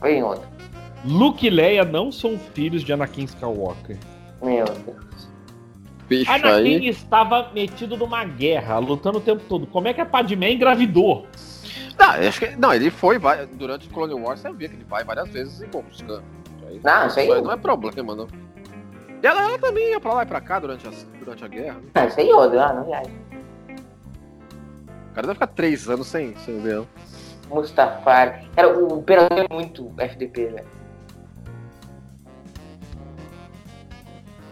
Vem outra. Luke e Leia não são filhos de Anakin Skywalker. Meu Deus. Bicho, Anakin estava metido numa guerra, lutando o tempo todo. Como é que a Padmé engravidou? Não, acho que- não, ele foi, vai- durante o Clone Wars você vê que ele vai várias vezes e busca. Não, isso aí- não é problema, não. E ela, ela também ia pra lá e pra cá durante, as- durante a guerra. né? Não, isso aí é outra, ah, não viaja. O cara deve ficar três anos sem, sem ver ela. Mustafar. Cara, o Imperador é muito FDP, velho.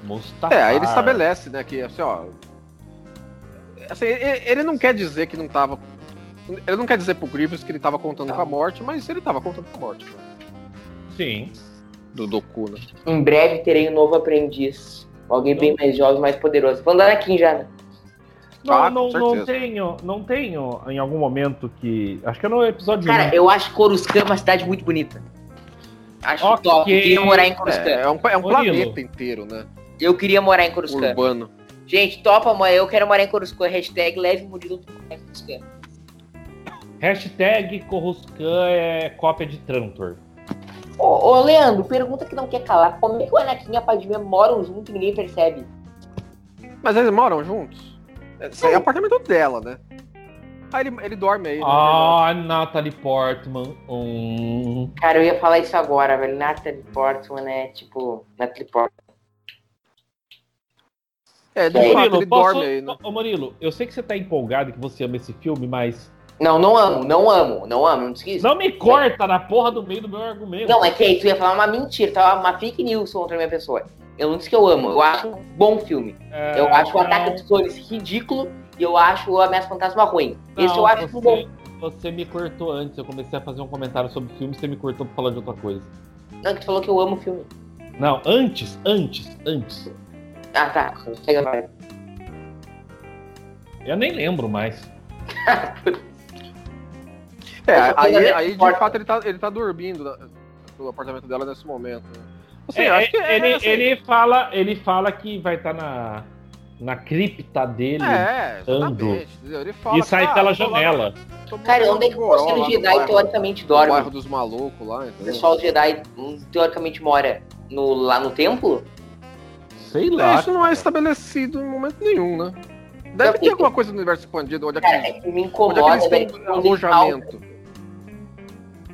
Mustafar. É, aí ele estabelece, né, que assim, ó. assim, ele, ele não quer dizer que não tava. Ele não quer dizer pro Grievous que ele tava contando com a morte, mas ele tava contando com a morte, né? Sim. Do Doku, né? Em breve terei um novo aprendiz. Alguém bem mais jovem, mais poderoso. Vou andar aqui já, né? Não, Ah, com não, não certeza. tenho, não tenho em algum momento que. Acho que é no episódio Cara, um. eu acho Coruscant uma cidade muito bonita. Acho Ok. top. Eu queria morar em Coruscant. É, é um, é um Murilo. planeta inteiro, né? Eu queria morar em Coruscant. Urbano. Gente, topa, mãe. Eu quero morar em Coruscant. Hashtag leve o mudilo pra morar em Coruscant. Hashtag Coruscant é cópia de Trantor. Ô, ô, Leandro, pergunta que não quer calar. Como é que o Anakin e a Padmé moram junto e ninguém percebe? Mas eles moram juntos? É, Isso aí é apartamento dela, né? Aí ele, ele dorme aí. né? Ah, Natalie Portman. Hum. Cara, eu ia falar isso agora, velho. Natalie Portman é tipo... Natalie Portman. É, de Ô, fato, Murilo, ele posso... dorme aí, né? Ô, Murilo, eu sei que você tá empolgado e que você ama esse filme, mas. Não, não amo, não amo, não amo, não esqueça. Não me corta na porra do meio do meu argumento. Não, é que aí tu ia falar uma mentira, tava uma fake news contra a minha pessoa. Eu não disse que eu amo, eu acho um bom filme. É, Eu acho o não, Ataque dos Clones ridículo e eu acho o Ameaça Fantasma ruim. não, Esse eu acho um você, bom. Você me cortou antes, eu comecei a fazer um comentário sobre o filme, você me cortou pra falar de outra coisa. Não, que tu falou que eu amo o filme. Não, antes, antes, antes. Ah, tá. Segue *laughs* agora. Eu nem lembro mais. É, Essa aí, coisa aí, dele de importa. fato ele tá, ele tá dormindo na- no apartamento dela nesse momento. né? Assim, É, acho que é, ele, assim, ele fala, ele fala que vai estar na, na cripta dele É, ando. exatamente. entendeu? Ele fala, e sai "Ah, pela eu tô lá- janela. tô morando Cara, onde é no que o Goró, lá Conselho no Jedi um bairro- teoricamente no dorme? bairro dos malucos lá, O entendeu? pessoal Jedi hum, teoricamente mora no, lá no templo? Sei É, isso não é estabelecido em momento nenhum, né? Deve ter alguma coisa no universo expandido onde Cara, aqueles, é que me onde incomoda. aqueles velho, têm quando eles falam. alojamento.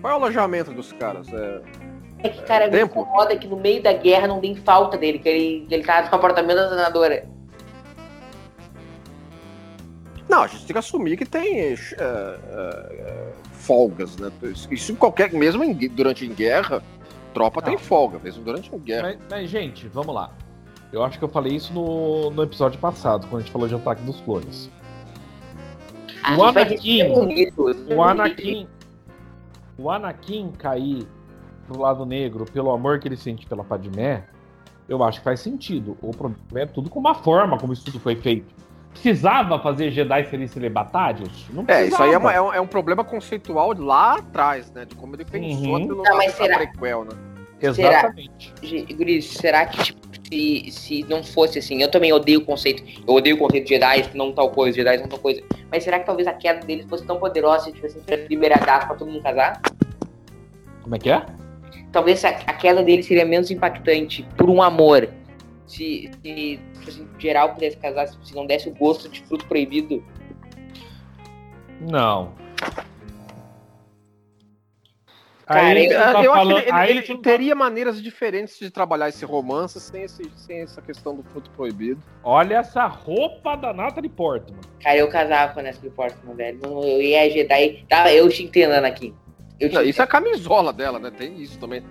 Qual é o alojamento dos caras? É, É que, cara, me Tempo? incomoda que no meio da guerra não tem falta dele, que ele, que ele tá no apartamento da senadora. Não, a gente tem que assumir que tem eh, ch- eh, eh, folgas, né? Isso em qualquer, mesmo em gue- durante em guerra, tropa tem folga, mesmo durante em guerra. Mas, mas, gente, vamos lá. Eu acho que eu falei isso no, no episódio passado, quando a gente falou de ataque dos clones. Ah, O isso vai Anakin. Uhum. ser bonito, isso é O bonito. Anakin. O Anakin cair pro lado negro, pelo amor que ele sente pela Padmé, eu acho que faz sentido. O problema é tudo com uma forma como isso tudo foi feito. Precisava fazer Jedi serem celibatários? Não É, isso aí é, precisava. uma- é um, é um problema conceitual lá atrás, né? De como ele pensou Uhum. pelo Não, mas será? prequel, né? Exatamente. Ge- Guris, será que tipo, se, se não fosse assim, eu também odeio o conceito, eu odeio o conceito de Jedi não tal coisa, Jedi não tal coisa, mas será que talvez a queda deles fosse tão poderosa, tipo assim, pra liberar data pra todo mundo casar? Como é que é? Talvez a, a queda deles seria menos impactante por um amor. Se, se tipo assim, geral pudesse casar, se se não desse o gosto de fruto proibido. Não. Cara, aí eu- você Ah, tá eu acho falando, que ele, aí ele- tu ele tá- teria maneiras diferentes de trabalhar esse romance sem, esse- sem essa questão do fruto proibido. Olha essa roupa da Natalie Portman. Cara, eu casava com a Natalie Portman, velho. Não, Eu ia Jedi. Tá, eu te entendendo aqui. Eu te, Não, isso é a camisola dela, né? Tem isso também.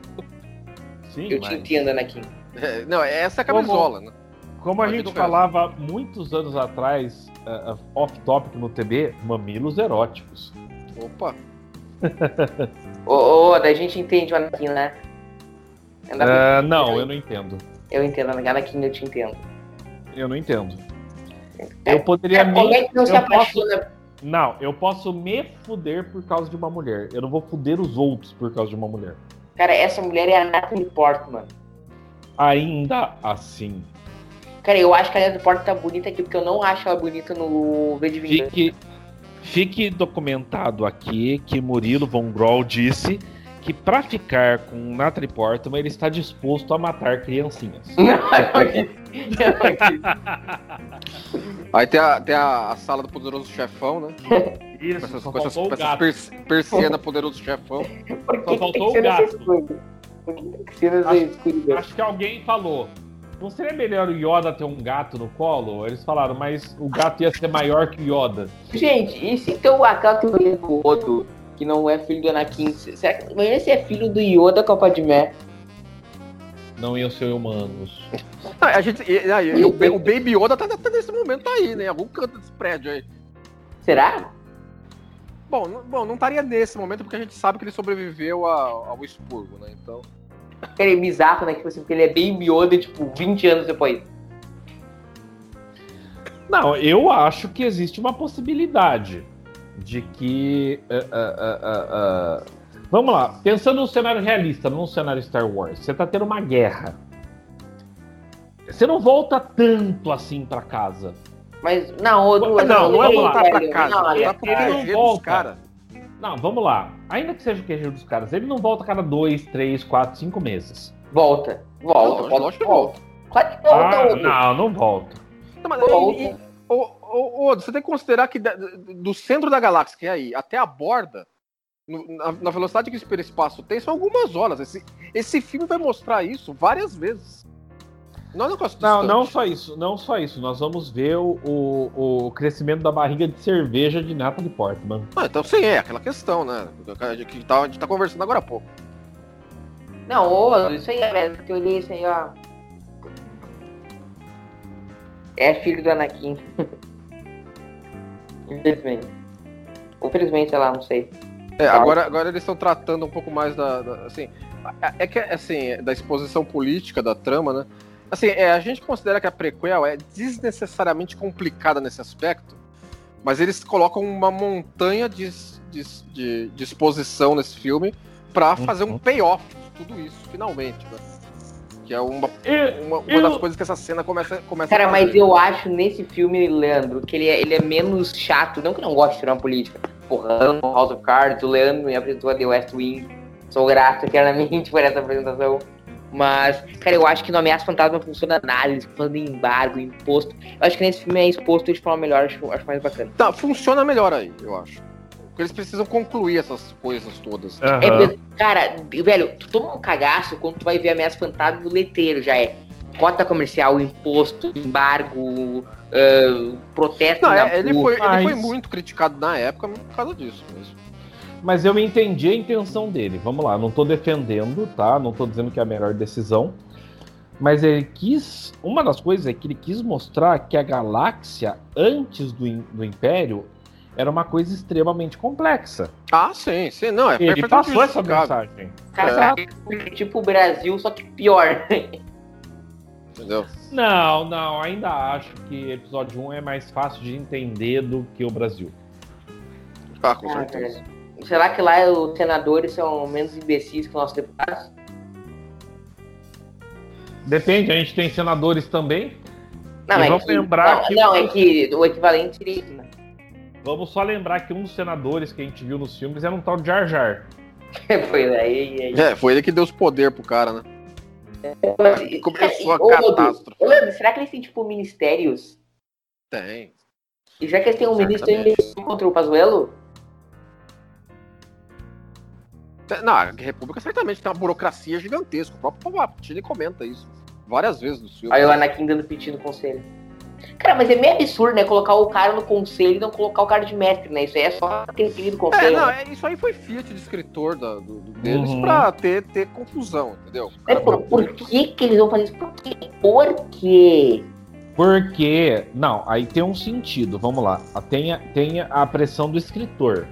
Sim, eu te entendo, Anakin. É, não, essa é a camisola, né? Como a Pode gente tocar. falava muitos anos atrás, eh, eh, off-topic no TB, mamilos eróticos. Opa. Ô, ô, Oda, a gente entende o Anakin, né? Anda- Ah, não, eu não entendo. Eu entendo, Anakin, Anakin, eu te entendo. Eu não entendo. É, Eu poderia Cara, como me... é que não se eu posso- apaixona? Não, eu posso me fuder por causa de uma mulher. Eu não vou fuder os outros por causa de uma mulher. Cara, essa mulher é a Natalie Portman. Ainda assim. Cara, eu acho que a Natalie Portman tá bonita aqui, porque eu não acho ela bonita no V de Vingança. Fique, fique documentado aqui que Murilo Von Groll disse que pra ficar com Natalie Portman ele está disposto a matar criancinhas. Não, eu *laughs* disse- eu disse. Aí tem a, tem a, a sala do Poderoso Chefão, né? Com Isso, essas, só com essas, faltou com o essas gato. per- persiana Poderoso Chefão. Por que, que tem faltou que ser o nessa gato. escura? Por que tem que ser nessa Acho- escuridão? Acho que alguém falou. Não seria melhor o Yoda ter um gato no colo? Eles falaram, mas o gato ia ser maior que o Yoda. Gente, e se então aquela teoria do outro, que não é filho do Anakin, será que... Imagina se é filho do Yoda com a Padmé. Não iam ser humanos. Não, a gente, e- e aí, e o, Ba- o Baby Yoda tá, tá nesse momento aí, né? Em algum canto desse prédio aí. Será? Bom, não- bom, não estaria nesse momento porque a gente sabe que ele sobreviveu a- ao expurgo, né? Então. Cara, é bizarro, né? Tipo assim, porque ele é bem Yoda, tipo, 20 anos depois. Não, eu acho que existe uma possibilidade de que. ah, ah, ah, ah, ah. Vamos lá, pensando num cenário realista, num cenário Star Wars, você tá tendo uma guerra. Você não volta tanto assim pra casa. Mas, não, o do... Não, não é voltar velho. pra casa, Não, não, olha, tá ele pra não proteger dos volta. caras. Não, vamos lá. Ainda que seja o queijo dos caras, ele não volta a cada dois, três, quatro, cinco meses. Volta, volta, Não, volta, lógico que volta. Claro que volta, Ah, Odo. não, não volta. Não, mas, Volta. e- e- ô, ô, ô, você tem que considerar que da- do centro da galáxia, que é aí, até a borda, no- na, na velocidade que o hiperespaço tem, são algumas horas. Esse, esse filme vai mostrar isso várias vezes. Não é um negócio Não, distante. não só isso, não só isso. Nós vamos ver o, o, o crescimento da barriga de cerveja de Natalie Portman. Ah, então sim, é aquela questão, né? Que tá- a gente tá conversando agora há pouco. Não, Odo, isso aí, é velho, que eu li isso aí, ó. É filho do Anakin. *laughs* Infelizmente. Ou felizmente, sei lá, não sei. É, agora, agora eles estão tratando um pouco mais da, da- assim, a- é que assim, da exposição política da trama, né? Assim, é, a gente considera que a prequel é desnecessariamente complicada nesse aspecto, mas eles colocam uma montanha de, s- de, s- de, de exposição nesse filme pra fazer um payoff de tudo isso, finalmente, né? Que é uma, E- uma, uma eu- das coisas que essa cena começa, começa Cara, a mas fazer. eu acho nesse filme, Leandro, que ele é, ele é menos chato. Não que eu não goste de drama política. Porra, amo House of Cards, o Leandro me apresentou a The West Wing. Sou grato *laughs* eternamente por essa apresentação. Mas, cara, eu acho que no Ameaça Fantasma funciona análise, funciona embargo, imposto. Eu acho que nesse filme é exposto de forma melhor, acho, acho mais bacana. Tá, funciona melhor aí, eu acho. Porque eles precisam concluir essas coisas todas. É mesmo. Cara, velho, tu toma um cagaço quando tu vai ver Ameaça Fantasma do leteiro, já é. Cota comercial, imposto, embargo, ah, protesto Não, na é, ele, rua. foi, ele mas- foi muito criticado na época por causa disso mesmo. Mas eu entendi a intenção dele. Vamos lá, não tô defendendo, tá? Não tô dizendo que é a melhor decisão. Mas ele quis. Uma das coisas é que ele quis mostrar que a galáxia, antes do, im- do Império, era uma coisa extremamente complexa. Ah, sim, sim, não, é ele perfeitamente É, passou essa justificável. mensagem. Cara, é tipo o Brasil, só que pior. Entendeu? Não, não, ainda acho que episódio 1 é mais fácil de entender do que o Brasil. Ah, com certeza. Será que lá os senadores são menos imbecis que os nossos deputados? Depende, a gente tem senadores também. Não, E é vamos que, lembrar não, que- não, é que o equivalente seria isso, né? *laughs* Vamos só lembrar que um dos senadores que a gente viu nos filmes era um tal de Jar Jar. Foi aí, Então, aí. É, foi ele que deu os poder pro cara, né? Mas- *laughs* Começou assim, é, Ô, a Rodrigo, catástrofe. ô, Leandro, será que eles têm, tipo, ministérios? Tem. E já que eles têm um ministro, Certamente. eles contra o Pazuello? Tem- Na República certamente tem uma burocracia gigantesca. O próprio Palpatine comenta isso várias vezes É, no filme. Aí o Anakin dando piti no conselho. Cara, mas é meio absurdo, né? Colocar o cara no conselho e não colocar o cara de mestre, né? Isso aí é só aquele querido É, conselho. não, né? é- isso aí foi Fiat de escritor da- do, do- deles Uhum. pra ter, ter confusão, entendeu? O Mas, cara pô, É, por que que eles vão fazer isso? Por quê? Por quê? Porque, não, aí tem um sentido, vamos lá. Tem a, tem a pressão do escritor.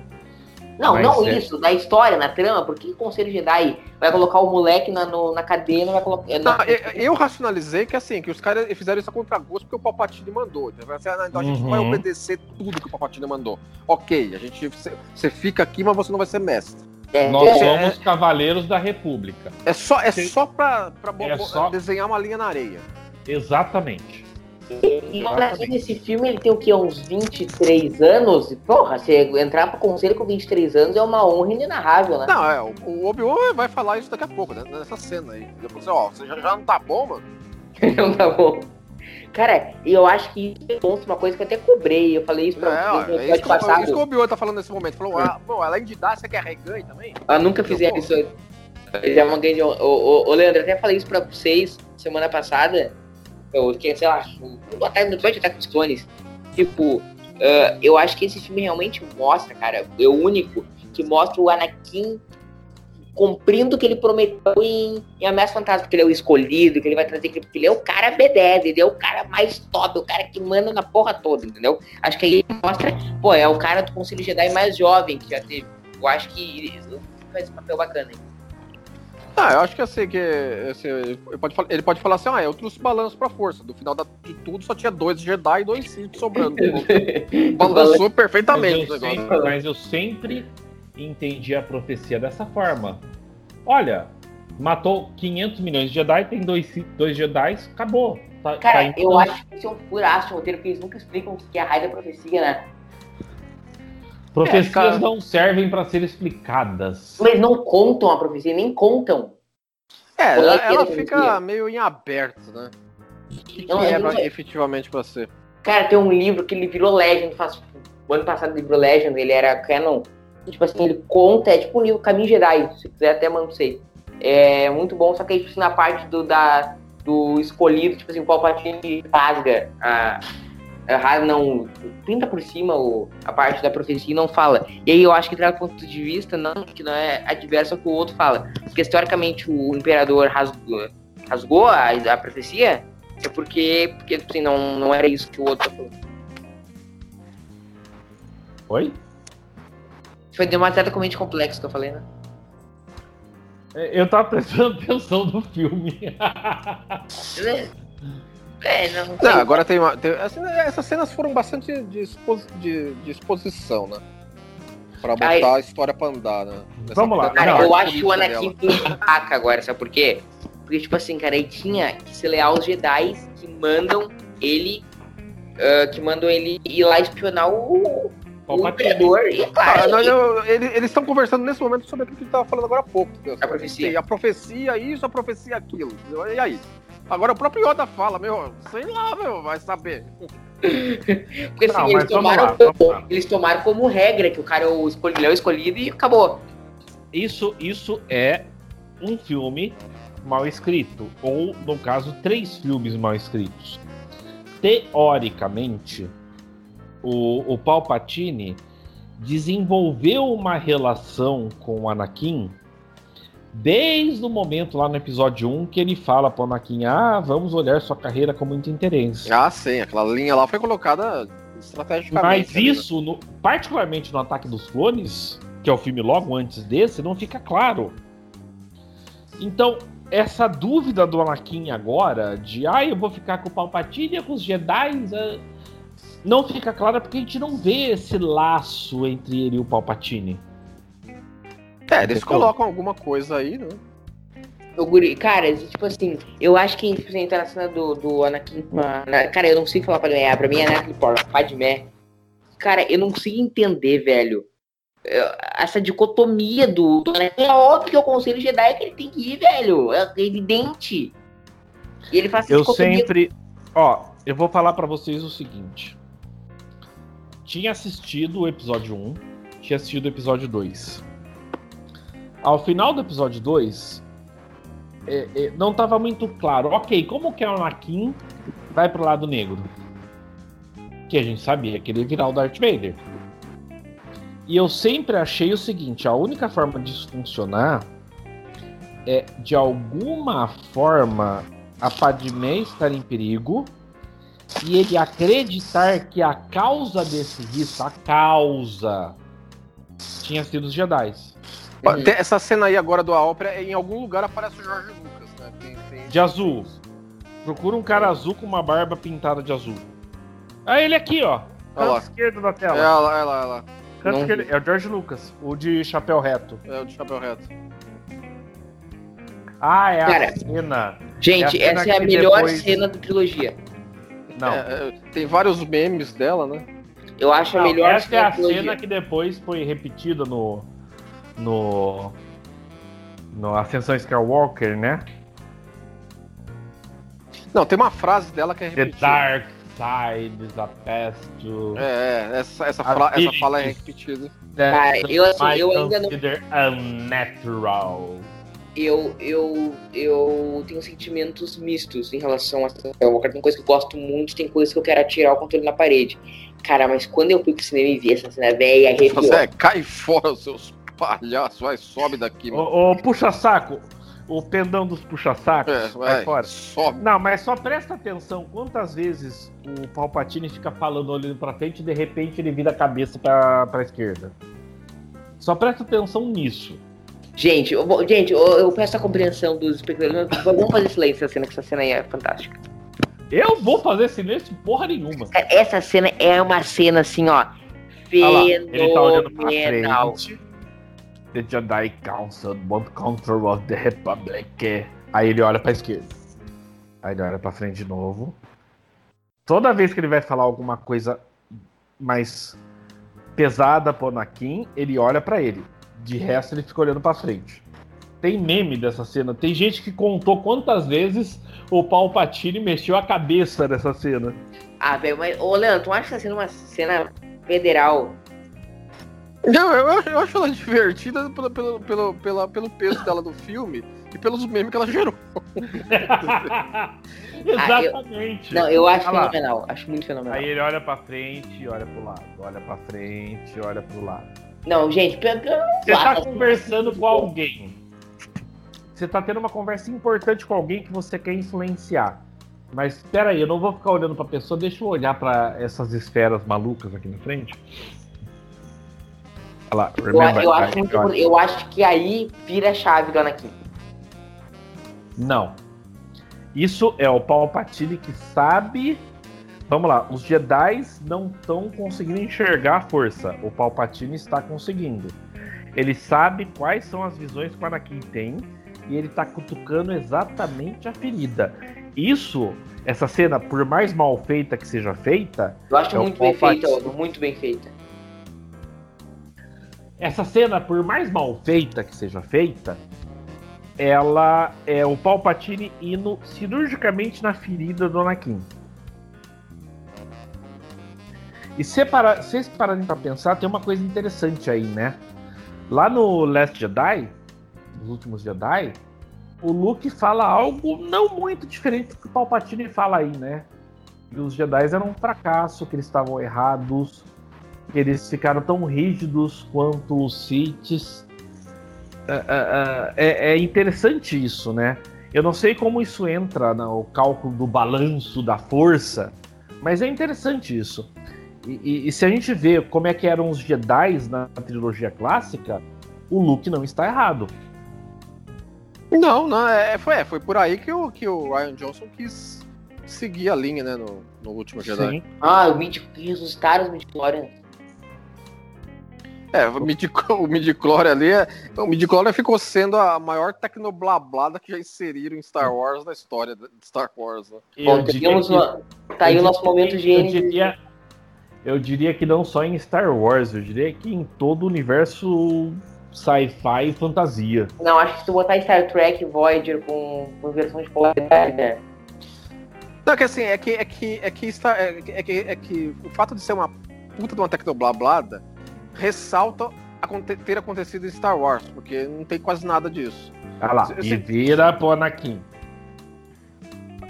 Não, Mas não é. isso, da história, na trama, por que o Conselho Jedi vai colocar o moleque na, no- na cadeia, não vai colocar... é, Não, na- eu, eu racionalizei que assim, que os caras fizeram isso a contragosto porque o Palpatine mandou. Então, vai ser, ah, então a gente Uhum. vai obedecer tudo que o Palpatine mandou. Ok, a gente você- você fica aqui, mas você não vai ser mestre. é, Nós é, somos cavaleiros da República. É só, é Sim. só pra, pra bo- É bo- só- desenhar uma linha na areia. Exatamente. é, E o Brasil nesse filme, ele tem o quê? Uns 23 anos? E, porra, você entrar pro conselho com 23 anos é uma honra inenarrável, *laughs* né? Não, é, o, o Obi-Wan vai falar isso daqui a pouco, né, nessa cena aí. Ele falou assim, ó, você já, já não tá bom, mano? Não tá bom. Cara, e eu acho que isso demonstra uma coisa que eu até cobrei. Eu falei isso pra É, ó, vocês no é isso episódio que, o- passado. É. isso que o Obi-Wan tá falando nesse momento. Falou, ah, bom, além de dar, você quer reganho também? Ah, nunca fizeram isso. Eles é uma grande. Ô, ô, ô, Leandro, eu até falei isso pra vocês semana passada. Eu fiquei, sei lá, um boa tarde no episódio de Ataque dos Clones. Tipo, ah, eu acho que esse filme realmente mostra, cara. É o único que mostra o Anakin cumprindo o que ele prometeu em, em Ameaça Fantasma, que ele é o escolhido, que ele vai trazer aquele. Porque ele é o cara B10, ele é o cara mais top, o cara que manda na porra toda, entendeu? Acho que aí mostra, pô, é o cara do Conselho Jedi mais jovem que já teve. Eu acho que ele faz esse papel bacana, hein? Ah, eu acho que assim, que assim, ele, pode, fal- ele pode falar assim, ah, eu trouxe balanço pra força. Do final da- de tudo só tinha dois Jedi e dois Sith *laughs* sobrando. Balançou perfeitamente Mas o eu, negócio. sempre, mas eu sempre entendi a profecia dessa forma. Olha, matou 500 milhões de Jedi, tem dois, dois Jedi, acabou. Tá- tá Cara, indo- eu acho que isso é um furaço de roteiro, porque eles nunca explicam o que é a raio da profecia, né? Profecias É, cara. não servem para ser explicadas. Mas não contam a profecia, nem contam. É, Qual é ela, que ela ele fica fazia? meio em aberto, né? O que, que Não, é eu não pra- sei. efetivamente pra ser? Cara, tem um livro que ele virou Legend, faz... tipo, o ano passado ele virou Legend, ele era canon. E, Tipo assim, ele conta, é tipo um livro Caminho Jedi, se quiser até mando pra você. É muito bom, só que aí, tipo, assim, na parte do, da, do escolhido, tipo assim, o Palpatine rasga a... a ra- Não, pinta por cima o, a parte da profecia e não fala. E aí eu acho que traz um ponto de vista não, que não é adverso ao que o outro fala. Porque historicamente o imperador rasgou, rasgou a, a profecia, é porque, porque tipo assim, não, não era isso que o outro falou. Oi? Foi demasiadamente complexo que eu falei, né? É, Eu tava prestando *laughs* atenção no filme. *laughs* É, não. Não, sei. agora tem uma. tem- assim, essas cenas foram bastante de, exposi- de- de exposição, né? Pra botar Ai. a história pra andar, né? Nessa- Vamos lá, Cara, não, eu política acho que o dela. Anakin tem um babaca agora, sabe por quê? Porque, tipo assim, cara, ele tinha que se leal aos Jedi que mandam ele. ah, que mandam ele ir lá espionar o, o Palpatine. imperador. E é claro, Ah, não, não, ele- eles estão conversando nesse momento sobre aquilo que ele tava falando agora há pouco. entendeu? A profecia. Tem A profecia isso, a profecia aquilo. entendeu? E aí? Agora o próprio Yoda fala, meu, sei lá, meu, vai saber. porque assim, Não, eles, mas vamos tomaram lá, como, vamos lá. eles tomaram como regra que o cara é o escolhido, ele é o escolhido e acabou. Isso, isso é um filme mal escrito, ou no caso, três filmes mal escritos. Teoricamente, o, o Palpatine desenvolveu uma relação com o Anakin desde o momento lá no episódio 1 que ele fala pro Anakin: "Ah, vamos olhar sua carreira com muito interesse". Ah, sim, aquela linha lá foi colocada estrategicamente. Mas ali, né? isso, no- particularmente no Ataque dos Clones, que é o filme logo antes desse, não fica claro. Então, essa dúvida do Anakin agora, de ah, eu vou ficar com o Palpatine, com os Jedi, ah", não fica clara porque a gente não vê esse laço entre ele e o Palpatine. É, eles Então- colocam alguma coisa aí, né? O guri, cara, tipo assim, eu acho que tipo, assim, tá na cena do, do Anakin. com a- na- Cara, eu não consigo falar Padmé. Ah, Pra mim é Anakin Porra, Padmé. Cara, eu não consigo entender, velho. Eu- Essa dicotomia do, do Anakin. É óbvio que o Conselho Jedi é que ele tem que ir, velho. É evidente. E ele faz essa Eu dicotomia. sempre. Ó, eu vou falar pra vocês o seguinte. Tinha assistido o episódio 1, tinha assistido o episódio 2. Ao final do episódio 2, é, é, não tava muito claro. Ok, como que é o Anakin vai pro lado negro? Que a gente sabia que ele ia virar o Darth Vader. E eu sempre achei o seguinte: a única forma disso funcionar é de alguma forma a Padmé estar em perigo e ele acreditar que a causa desse risco, a causa, tinha sido os Jedi. Ó, tem Essa cena aí agora do A Ópera, em algum lugar aparece o Jorge Lucas, né? Tem- tem- De azul. Procura um cara azul com uma barba pintada de azul. Ah, ele aqui, ó. Olha Canto lá. esquerdo da É tela. lá, é lá, é lá. Canto Não. esquerdo- é o George Lucas, o de chapéu reto. É o de chapéu reto. Ah, é a Cara. cena. Gente, É a cena essa é a que melhor depois- cena da trilogia. Não. É, é, tem vários memes dela, né? Eu acho Não, a melhor essa é a da trilogia. cena que depois foi repetida no. No. No Ascensão Skywalker, né? Não, tem uma frase dela que é The repetida. Dark Side is a path to. É, é, essa, essa, A fala, essa Virgem. fala é repetida. Cara, eu, assim, I eu ainda não. é, consider unnatural. eu, eu, eu tenho sentimentos mistos em relação a Skywalker. Tem coisa que eu gosto muito, tem coisa que eu quero atirar o controle na parede. Cara, mas quando eu fui pro cinema e vi essa cena velha, arrepiou. Você é, cai fora, seus palhaços. Vai, sobe daqui, mano. Ô, ô, puxa-saco. O pendão dos puxa-sacos. É, vai vai, fora. sobe. Não, mas só presta atenção quantas vezes o Palpatine fica falando olhando pra frente e de repente ele vira a cabeça pra, pra esquerda. Só presta atenção nisso. Gente, eu, vou- gente, eu, eu peço a compreensão dos espectadores. Vamos fazer um silêncio essa cena, que essa cena aí é fantástica. Eu vou fazer silêncio porra nenhuma. Cara, Essa cena é uma cena assim, ó. Olha lá, ele tá olhando pra Fenomenal. frente. The Jedi Council want control of the Republic. Aí ele olha pra esquerda. Aí ele olha pra frente de novo. Toda vez que ele vai falar alguma coisa mais pesada pro Anakin, ele olha pra ele. De resto, ele fica olhando pra frente. Tem meme dessa cena. Tem gente que contou quantas vezes o Palpatine mexeu a cabeça nessa cena. *laughs* Ah, velho, mas, ô Leandro, tu acha essa cena uma cena federal? Não, eu, eu acho ela divertida pelo, pelo, pelo, pela, pelo peso dela no filme e pelos memes que ela gerou. Exatamente. Não, eu acho Olha lá. fenomenal. Acho muito fenomenal. Aí ele olha pra frente, olha pro lado, olha pra frente, olha pro lado. Não, gente, pe- pe- Você tá conversando com alguém. Você tá tendo uma conversa importante com alguém que você quer influenciar. Mas espera aí, eu não vou ficar olhando pra pessoa, deixa eu olhar pra essas esferas malucas aqui na frente. Olha lá, Eu, remember eu I acho muito- got- eu acho que aí vira a chave do Anakin. Não. Isso é o Palpatine que sabe. Vamos lá, os Jedi não estão conseguindo enxergar a força. O Palpatine está conseguindo. Ele sabe quais são as visões que o Anakin tem e ele está cutucando exatamente a ferida. Isso, essa cena, por mais mal feita que seja feita, Eu acho É o muito bem feita, Palpatine. Aldo, muito bem feita. essa cena, por mais mal feita que seja feita, ela é o Palpatine indo cirurgicamente na ferida do Anakin. E se para- se vocês pararem pra pensar, tem uma coisa interessante aí, né? Lá no Last Jedi, nos últimos Jedi, o Luke fala algo não muito diferente do que o Palpatine fala aí, né? Que os Jedi eram um fracasso, que eles estavam errados, que eles ficaram tão rígidos quanto os Siths. Ah, ah, ah, É, é interessante isso, né? Eu não sei como isso entra no cálculo do balanço da força, mas é interessante isso. E, e- e se a gente vê como é que eram os Jedi na trilogia clássica, o Luke não está errado. Não, não, é, foi, é, foi por aí que o, que o Ryan Johnson quis seguir a linha, né, no, no último Jedi. Sim. Ah, o Mid ressuscitaram os Midichlorians. É, o midi o midichlorian ali, é, o midichlorian ficou sendo a maior tecnoblablada que já inseriram em Star Wars na história de Star Wars, né? Bom, Eu diria teríamos que- uma- Tá aí eu o nosso momento diria- eu gênio. diria, eu diria que não só em Star Wars, eu diria que em todo o universo sci-fi e fantasia. Não, acho que se tu botar Star Trek Voyager com, com versão de polaridade, né? Não, que assim, é que, é que, é que, está, é, que- é que, é que o fato de ser uma puta de uma tecnoblablada ressalta aconte- ter acontecido em Star Wars, porque não tem quase nada disso. Ah lá, Eu e sei- vira pro Anakin.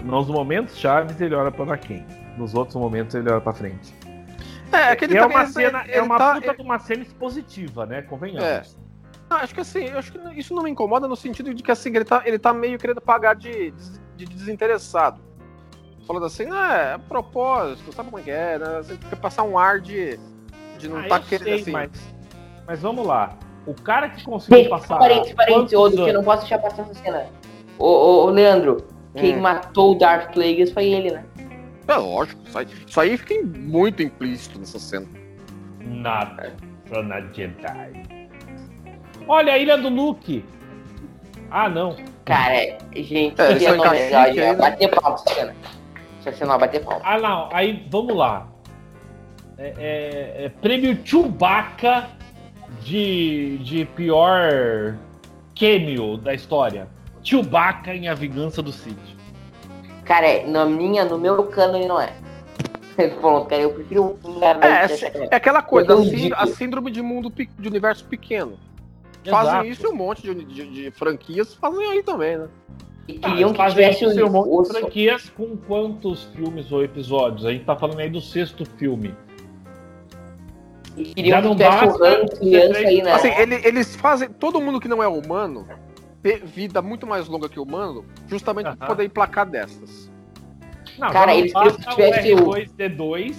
Nos momentos chaves ele olha pro Anakin. Nos outros momentos ele olha pra frente. É, é que ele é tá- uma ele- cena, ele é uma tá- puta de uma cena expositiva, né? Convenhamos. Não, acho que assim, eu acho que isso não me incomoda no sentido de que assim, ele tá, ele tá meio querendo pagar de, de desinteressado. Falando assim, não, é a propósito, sabe como é que é, né? Você quer passar um ar de, de não Ah, tá eu querendo sei, assim. mas, mas vamos lá. O cara que conseguiu Gente, passar. parênteses, parênteses, ô, quantos que eu não anos- posso deixar passar essa cena. Ô, ô, ô, Leandro, quem Hum. matou o Darth Plagueis foi ele, né? É lógico, isso aí, isso aí fica muito implícito nessa cena. Nada. Pra na Jedi. Olha a ilha do Luke. Ah, não. Cara, gente, É, que eles cena são legal, cacique aí, né? bater palma essa cena. Essa cena vai bater palma. Ah, não. Aí, vamos lá. É, é- é prêmio Chewbacca de, de pior cameo da história. Chewbacca em A Vingança do Sith. Cara, é, na minha, no meu cânone não é. *laughs* Pronto, cara, eu prefiro um lugar É, mais assim, é aquela coisa, Eu a, não sínd- digo. a síndrome de mundo pe- de universo pequeno. Exato. Fazem isso e um monte de, de- de franquias fazem aí também, né? E Ah, queriam que fazem tivesse isso em um monte de os, os, franquias com quantos filmes ou episódios? A gente tá falando aí do sexto filme. e Já queriam que não tivesse o basta Han criança aí, né? Assim, ele- eles fazem. Todo mundo que não é humano ter vida muito mais longa que humano, justamente Aham. pra poder emplacar dessas. Não, Cara, já não eles basta queriam que tivesse o R2D2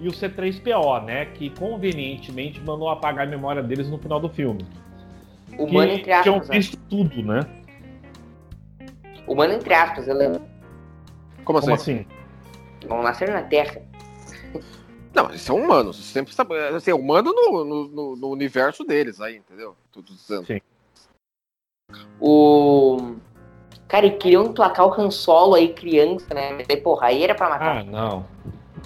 e o C3PO, né? Que convenientemente mandou apagar a memória deles no final do filme. humano que entre tinham aspas. né? visto tudo, né? Humano entre aspas, eu lembro. Como assim? Como assim? Vão nascer na Terra. Não, eles são humanos. Sempre sabe- assim, é humano no, no- no- no universo deles aí, entendeu? Tudo dizendo. O. Cara, e queriam emplacar o Han Solo aí, criança, né? Mas Aí, porra, aí era pra matar. Ah, não.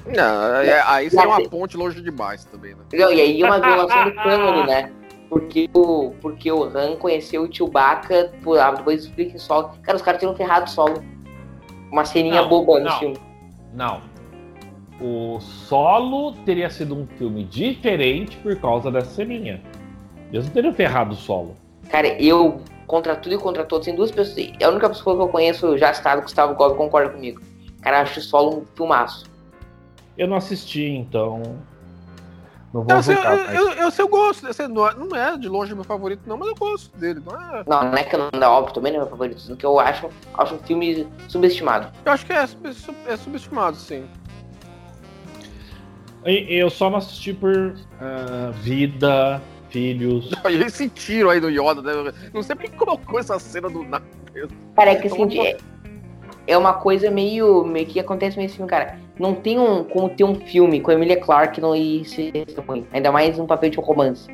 Não, é- aí seria uma ponte longe demais também, né? Entendeu? E aí é uma violação *laughs* do cânone, né? Porque o, porque o Han conheceu o Chewbacca, por, ah, depois explica em solo. Cara, os caras tinham ferrado solo. Uma ceninha Não, boba assim. no não. filme. Não. O Solo teria sido um filme diferente por causa dessa ceninha. Eles não teriam ferrado o Solo. Cara, eu, contra tudo e contra todos, tem duas pessoas. A única pessoa que eu conheço já citado, Gustavo Gobi, concorda comigo. Cara, acho o solo um filmaço. Eu não assisti, então... Não vou Eu, sei, Então, assim, eu, julgar, mas- eu, eu sei, eu gosto. assim, não, é, não é de longe meu favorito, não, mas eu gosto dele. Não é- Não, não é que eu não da óbvio também, não é meu favorito. sendo que eu acho, acho um filme subestimado. eu acho que é, sub- sub- é subestimado, sim. E- Eu só não assisti por ah, vida, filhos. Olha Esse tiro aí do Yoda, né? Não sei porque colocou essa cena do nada. Cara, é que Então, assim, é, é uma coisa meio, meio que acontece meio assim, cara. Não tem um, como ter um filme com a Emilia Clarke não e ser ruim. Ainda mais um papel de romance.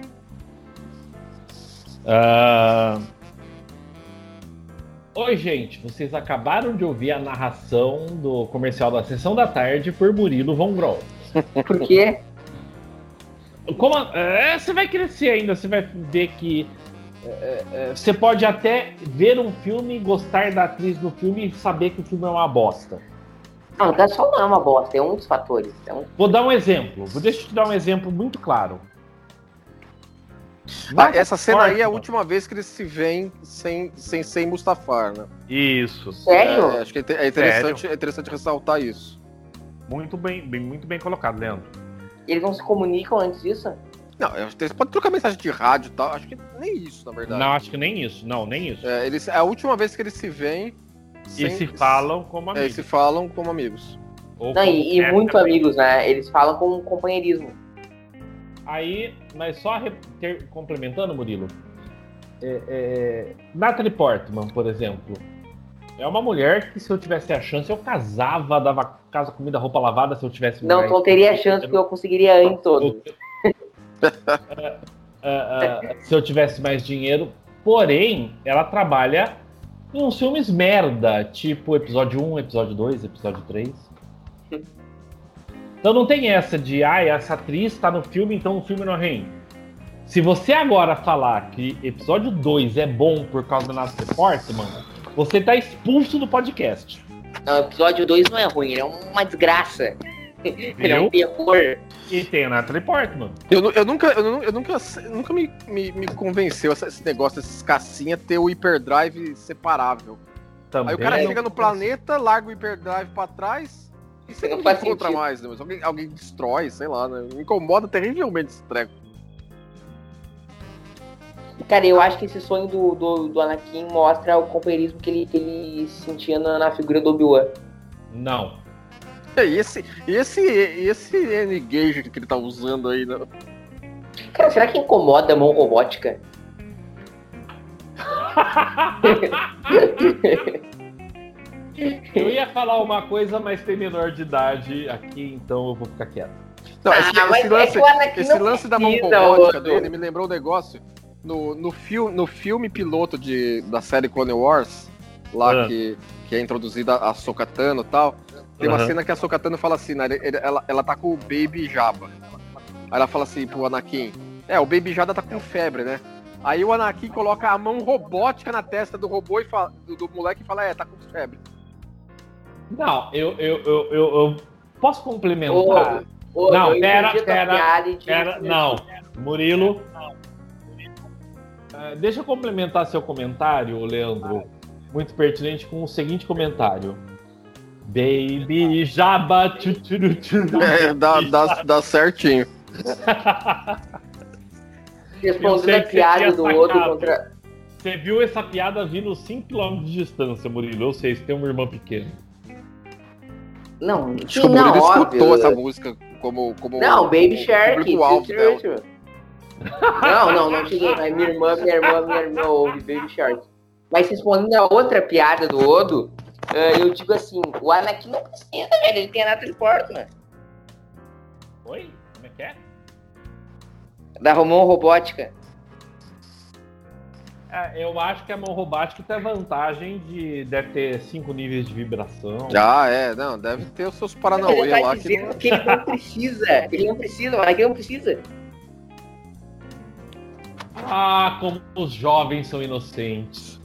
Ah, Oi, gente, vocês acabaram de ouvir a narração do comercial da Sessão da Tarde por Murilo Von Grohl. Porque Como a- é, você vai crescer ainda, você vai ver que. é, é, você pode até ver um filme, gostar da atriz do filme e saber que o filme é uma bosta. não, o só não é uma bosta, é um dos fatores. É um- Vou dar um exemplo. Vou, deixa eu te dar um exemplo muito claro. Ah, essa cena aí é a Forte, última vez que eles se veem sem, sem, sem Mustafar, né? Isso. Sério? É, acho que é inte- é interessante, é interessante ressaltar isso. Muito bem, bem- muito bem colocado, Leandro. Eles não se comunicam antes disso? Não, eu acho que eles podem trocar mensagem de rádio e tal. Acho que nem isso, na verdade. Não, acho que nem isso. Não, nem isso. É, eles, é a última vez que eles se veem. sem- e se falam como É, e amigos. se falam como amigos. Ou Não, como e, e é, muito também. amigos, né? Eles falam com companheirismo. Aí, mas só re- ter- complementando, Murilo. é, é, Natalie Portman, por exemplo, é uma mulher que se eu tivesse a chance, eu casava, dava casa, comida, roupa lavada se eu tivesse Não, é né? mulher. tu não teria a chance que eu conseguiria em todo. Ah, ah, se eu tivesse mais dinheiro. Porém, ela trabalha em uns filmes merda, tipo episódio 1, episódio 2, episódio 3. Então não tem essa de, ai, essa atriz tá no filme, então o filme não é ruim. Se você agora falar que episódio 2 é bom por causa da Natalie Portman, você tá expulso do podcast. Não, episódio 2 não é ruim, ele é uma desgraça. Ele é um Viu? terror. E tem a Natalie Portman. Eu, nu- eu nunca, eu, nu- eu nunca, eu nunca me, me, me convenceu essa- esse negócio desses cassinha ter o hiperdrive separável. Também. Aí o cara é- não- chega no planeta, larga o hiperdrive pra trás e você Não não, faz encontra sentido. mais. Né? Mas alguém, alguém destrói, sei lá, né? Me incomoda terrivelmente esse treco. Cara, eu acho que esse sonho do, do, do Anakin mostra o companheirismo que ele, que ele sentia na, na figura do Obi-Wan. Não. E esse, e esse, e esse N-Gage que ele tá usando aí, né? Cara, será que incomoda a mão robótica? *laughs* Eu ia falar uma coisa, mas tem menor de idade aqui, então eu vou ficar quieto. Não, Ah, Ah, esse, Tipo, é esse é lance, Anakin esse lance da mão precisa, robótica ô, dele me lembrou um negócio. No, no, fil, no filme piloto de, da série Clone Wars, lá Ah. que, que é introduzida a Sokatano e tal, tem uma Aham. cena que a Sokatano fala assim, né, ele- ele- ela, ela tá com o Baby Jabba. Aí ela fala assim pro Anakin, é, o Baby Jabba tá com febre, né? Aí o Anakin coloca a mão robótica na testa do robô e fala, do, do moleque e fala, é, tá com *laughs* febre. Não, eu, eu, eu, eu, eu posso complementar? Ô, ô, Não, eu pera, entendi a tua pera, piada e te- Pera, não, Murilo. Ah, deixa eu complementar seu comentário, Leandro. Muito pertinente com o seguinte comentário. Baby Jabba. tchu, tchu, tchu, tchu. É, dá, dá, dá certinho. Respondendo Eu sei a que você piada tinha do outro sacado. contra. *laughs* Você viu essa piada vindo 5km de distância, Murilo? Eu sei, você tem uma irmã pequena. Não, Acho que o não, Murilo óbvio. escutou essa música como. como Não, Baby como Shark. público-alvo né, Sister dela. Rachel. Não, não, não cheguei. Mas minha irmã, minha irmã, minha irmã ouve Baby Shark. Mas respondendo a outra piada do Odo, eh, eu digo assim, o Anakin não precisa, velho. Ele tem a Natalie Portman. Oi? Como é que é? Da Romão Robótica. É, eu acho que a mão robótica tem a vantagem de deve ter cinco níveis de vibração. Ah, é, não, deve ter os seus ele Paranauê tá lá que. dizendo não- que ele não precisa. Ele não precisa, o Anakin não precisa. Ah, como os jovens são inocentes.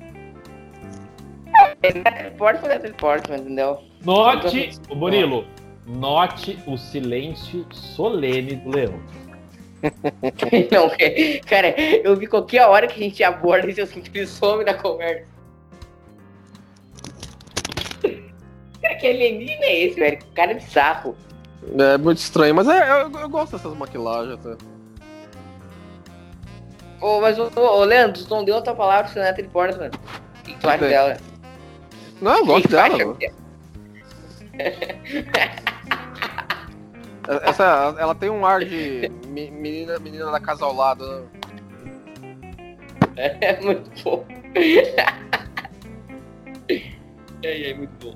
É Natalie Portman, Natalie Portman, entendeu? Note, ô, Murilo, note o silêncio solene do leão. Não, Então, *laughs* cara, eu vi qualquer hora que a gente aborda isso, eu sinto que ele some da conversa. Cara, que alienígena é esse, velho? Que Cara de sarro. É muito estranho, mas é, eu, eu gosto dessas maquilagens. Tá? Ô, mas, ô, ô, Leandro, tu não é deu a tua palavra pro Natalie Portman. O que que tu acha Bem, dela? Não, eu O que gosto que tu dela. acha mano. dela? É, Essa, ela tem um ar de me- menina, menina da casa ao lado. né? *laughs* É muito bom. *laughs* é, é muito bom.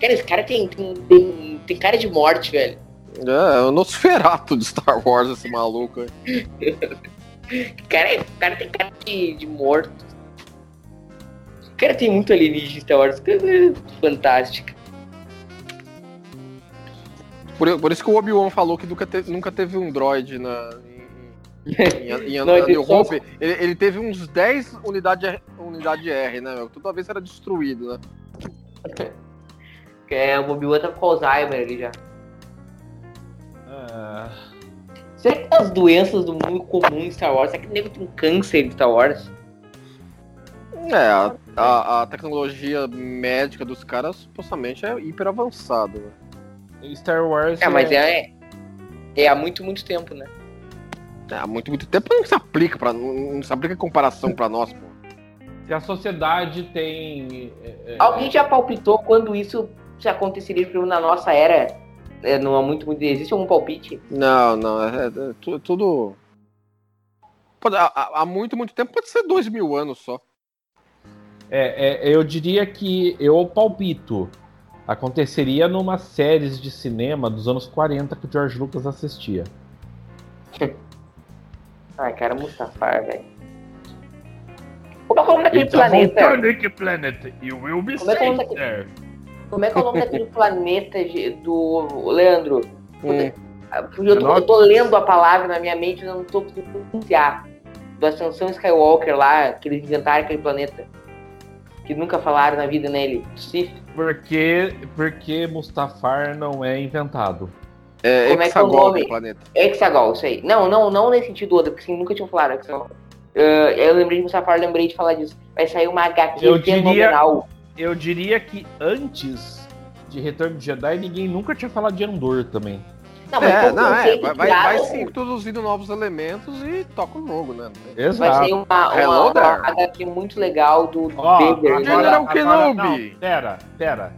Cara, esse cara tem, tem, tem, tem cara de morte, velho. É, é o Nosferato de Star Wars, esse maluco. aí. O cara, é, o cara tem cara de, de morto. O cara tem muito alienígena em Star Wars. Coisa fantástica. Por, por isso que o Obi-Wan falou que nunca teve, nunca teve um droid na. em- Em, *laughs* em, em, Não, A ele New é só- Hope, ele, ele teve uns 10 unidade, R- unidade R, né? Meu? Toda vez era destruído, né? É, o Obi-Wan tá com Alzheimer ali já. Ah, Será que as doenças do mundo comum em Star Wars? Será que o nego tem câncer em Star Wars? É, a, a- a tecnologia médica dos caras supostamente é hiper avançada. né? Star Wars. É, mas é, é há muito, muito tempo, né? É, há muito, muito tempo não se aplica para não, não se aplica em comparação pra nós, pô. se a sociedade tem. é, é, Alguém já palpitou quando isso se aconteceria por exemplo, na nossa era? É, é não há muito, muito. Existe algum palpite? Não, não, é, é tu- tudo pode- há- há, há muito, muito tempo, pode ser dois mil anos só. É, é, eu diria que eu palpito. Aconteceria numa séries de cinema dos anos 40 que o George Lucas assistia. Ai, cara, Mustafar, velho. Como é que é o nome daquele Ele tá planeta? voltando aqui, planet. You will be Como é que é o nome safe there. Como é que é o nome *laughs* daquele planeta de- do Leandro? Hum. Porque Eu tô, eu tô lendo a palavra na minha mente e eu não tô conseguindo pronunciar. Do Ascensão Skywalker lá, que eles inventaram aquele planeta. Que nunca falaram na vida nele. Sif. Porque, porque Mustafar não é inventado. É, Como é que é o hexagol nome? do planeta. Hexagol, isso aí. Não, não, não nesse sentido outro, porque assim, nunca tinham falado Hexagol. Eh, eu lembrei de Mustafar, lembrei de falar disso. Vai sair uma HQ Eu diria- fenomenal. Eu diria que antes de Retorno de Jedi, ninguém nunca tinha falado de Andor também. Não, mas É, foi um não, é, conceito vai, vai, vai criado- se introduzindo novos elementos e toca o jogo, né? Vai Exato. sair uma, uma, Hello uma there. HQ muito legal do Ó, Vader. agora- General agora- Kenobi. não, pera, pera.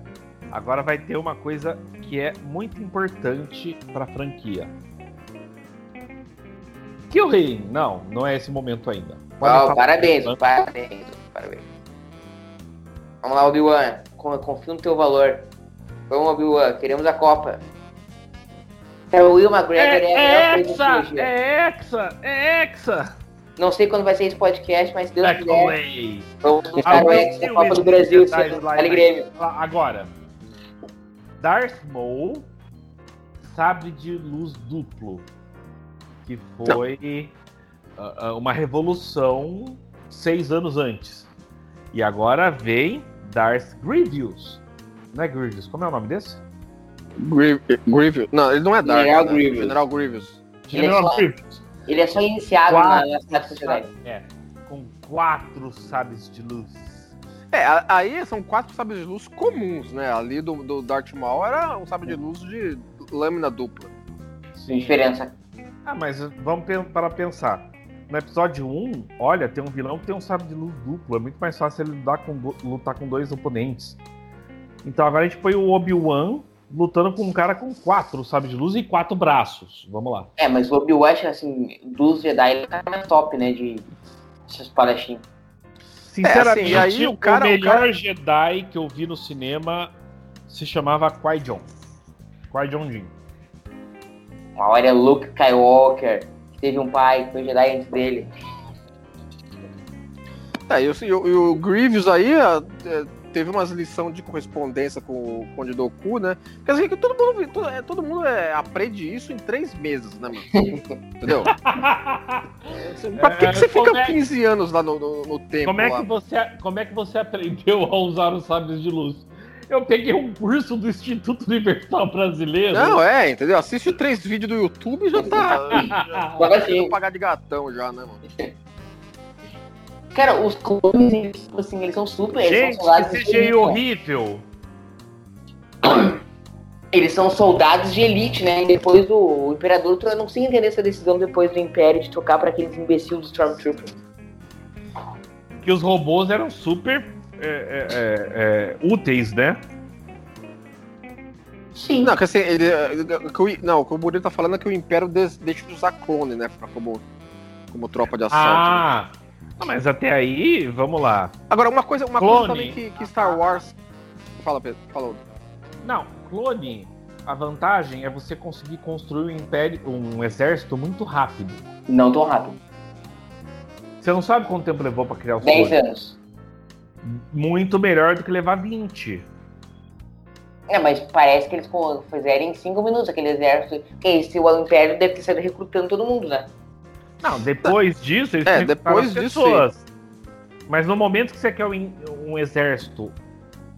Agora vai ter uma coisa que é muito importante pra franquia. Kyurin, não, não é esse momento ainda. Pode Ó, falar. parabéns, parabéns, parabéns. Vamos lá, Obi-Wan. Con- Confio no teu valor. Vamos, Obi-Wan. Queremos a Copa. Cara, o Will McGregor é, a melhor É coisa que Hexa! surgiu. É Hexa! É Hexa! Não sei quando vai ser esse podcast, mas se Deus quiser, Takeaway! vamos buscar o Alguém ex da viu é Copa esse do Brasil, detalhe sendo lá, Vale né? Grêmio. Ah, Agora, Darth Maul, sabre de luz duplo, que foi ah, ah, uma revolução seis anos antes. E agora vem Darth Grievous. Não é Grievous, como é o nome desse? Grievous. Não, ele não é Dark. General né? Grievous. General Grievous. Ele é só- Grievous. Ele é só iniciado na, na cidade sociedade. É, com quatro sabres de luz. É, a- aí são quatro sabres de luz comuns, né? Ali do, do Darth Maul era um sabre de luz de lâmina dupla. Tem diferença. Ah, mas vamos pen- para pensar. No episódio 1, olha, tem um vilão que tem um sabre de luz duplo. É muito mais fácil ele lutar com, do- lutar com dois oponentes. Então agora a gente põe o Obi-Wan lutando com um cara com quatro sabres de luz e quatro braços. Vamos lá. É, mas o Obi-Wan, assim, dos Jedi, ele é o cara mais top, né, de... Esse espadachim. Sinceramente, É, assim, e aí o cara- o melhor cara- Jedi que eu vi no cinema se chamava Qui-Gon. Qui-Gon Jinn. Uma hora é Luke Skywalker, que teve um pai, que foi Jedi antes dele. É, e, o- e o- e o Grievous aí a- é, teve umas lição de correspondência com o Conde Doku, né? Quer dizer que todo mundo, vi- todo, é, todo mundo é, aprende isso em três meses, né, mano? *laughs* Entendeu? Pra que, que você como fica é- 15 anos lá no, no, no tempo? Como é, lá? que você, como é que você aprendeu a usar os sabres de luz? Eu peguei um curso do Instituto Universal Brasileiro. Não, é, entendeu? Assiste três vídeos do YouTube e já tá. *laughs* Agora assim, sim. querendo pagar de gatão já, né, mano? Cara, os clones, eles, tipo assim, eles são super. eles Gente, são soldados que de elite, CGI né? horrível. Eles são soldados de elite, né? E depois o, o imperador, eu não consigo entender essa decisão depois do império de trocar pra aqueles imbecil dos Stormtroopers. Que os robôs eram super é, é, é, é, úteis, né? Sim. Não, que assim, ele, ele- que o, não, o que o Murilo tá falando é que o Império des- deixa de usar clone, né? pra- como, como tropa de assalto. né? Ah, não, mas até aí, vamos lá. Agora, uma coisa, uma Clone. coisa também que, que Star Wars. Fala, Pedro. Fala. Hugo. Não, clone, a vantagem é você conseguir construir um império, um exército muito rápido. Não tão rápido. Você não sabe quanto tempo levou pra criar os 10 clones. anos. Muito melhor do que levar 20. É, mas parece que eles co- fizeram em 5 minutos aquele exército. Que esse, o império deve ter saído recrutando todo mundo, né? Não, depois disso eles É, recrutaram depois as disso, Mas no momento que você quer um, um exército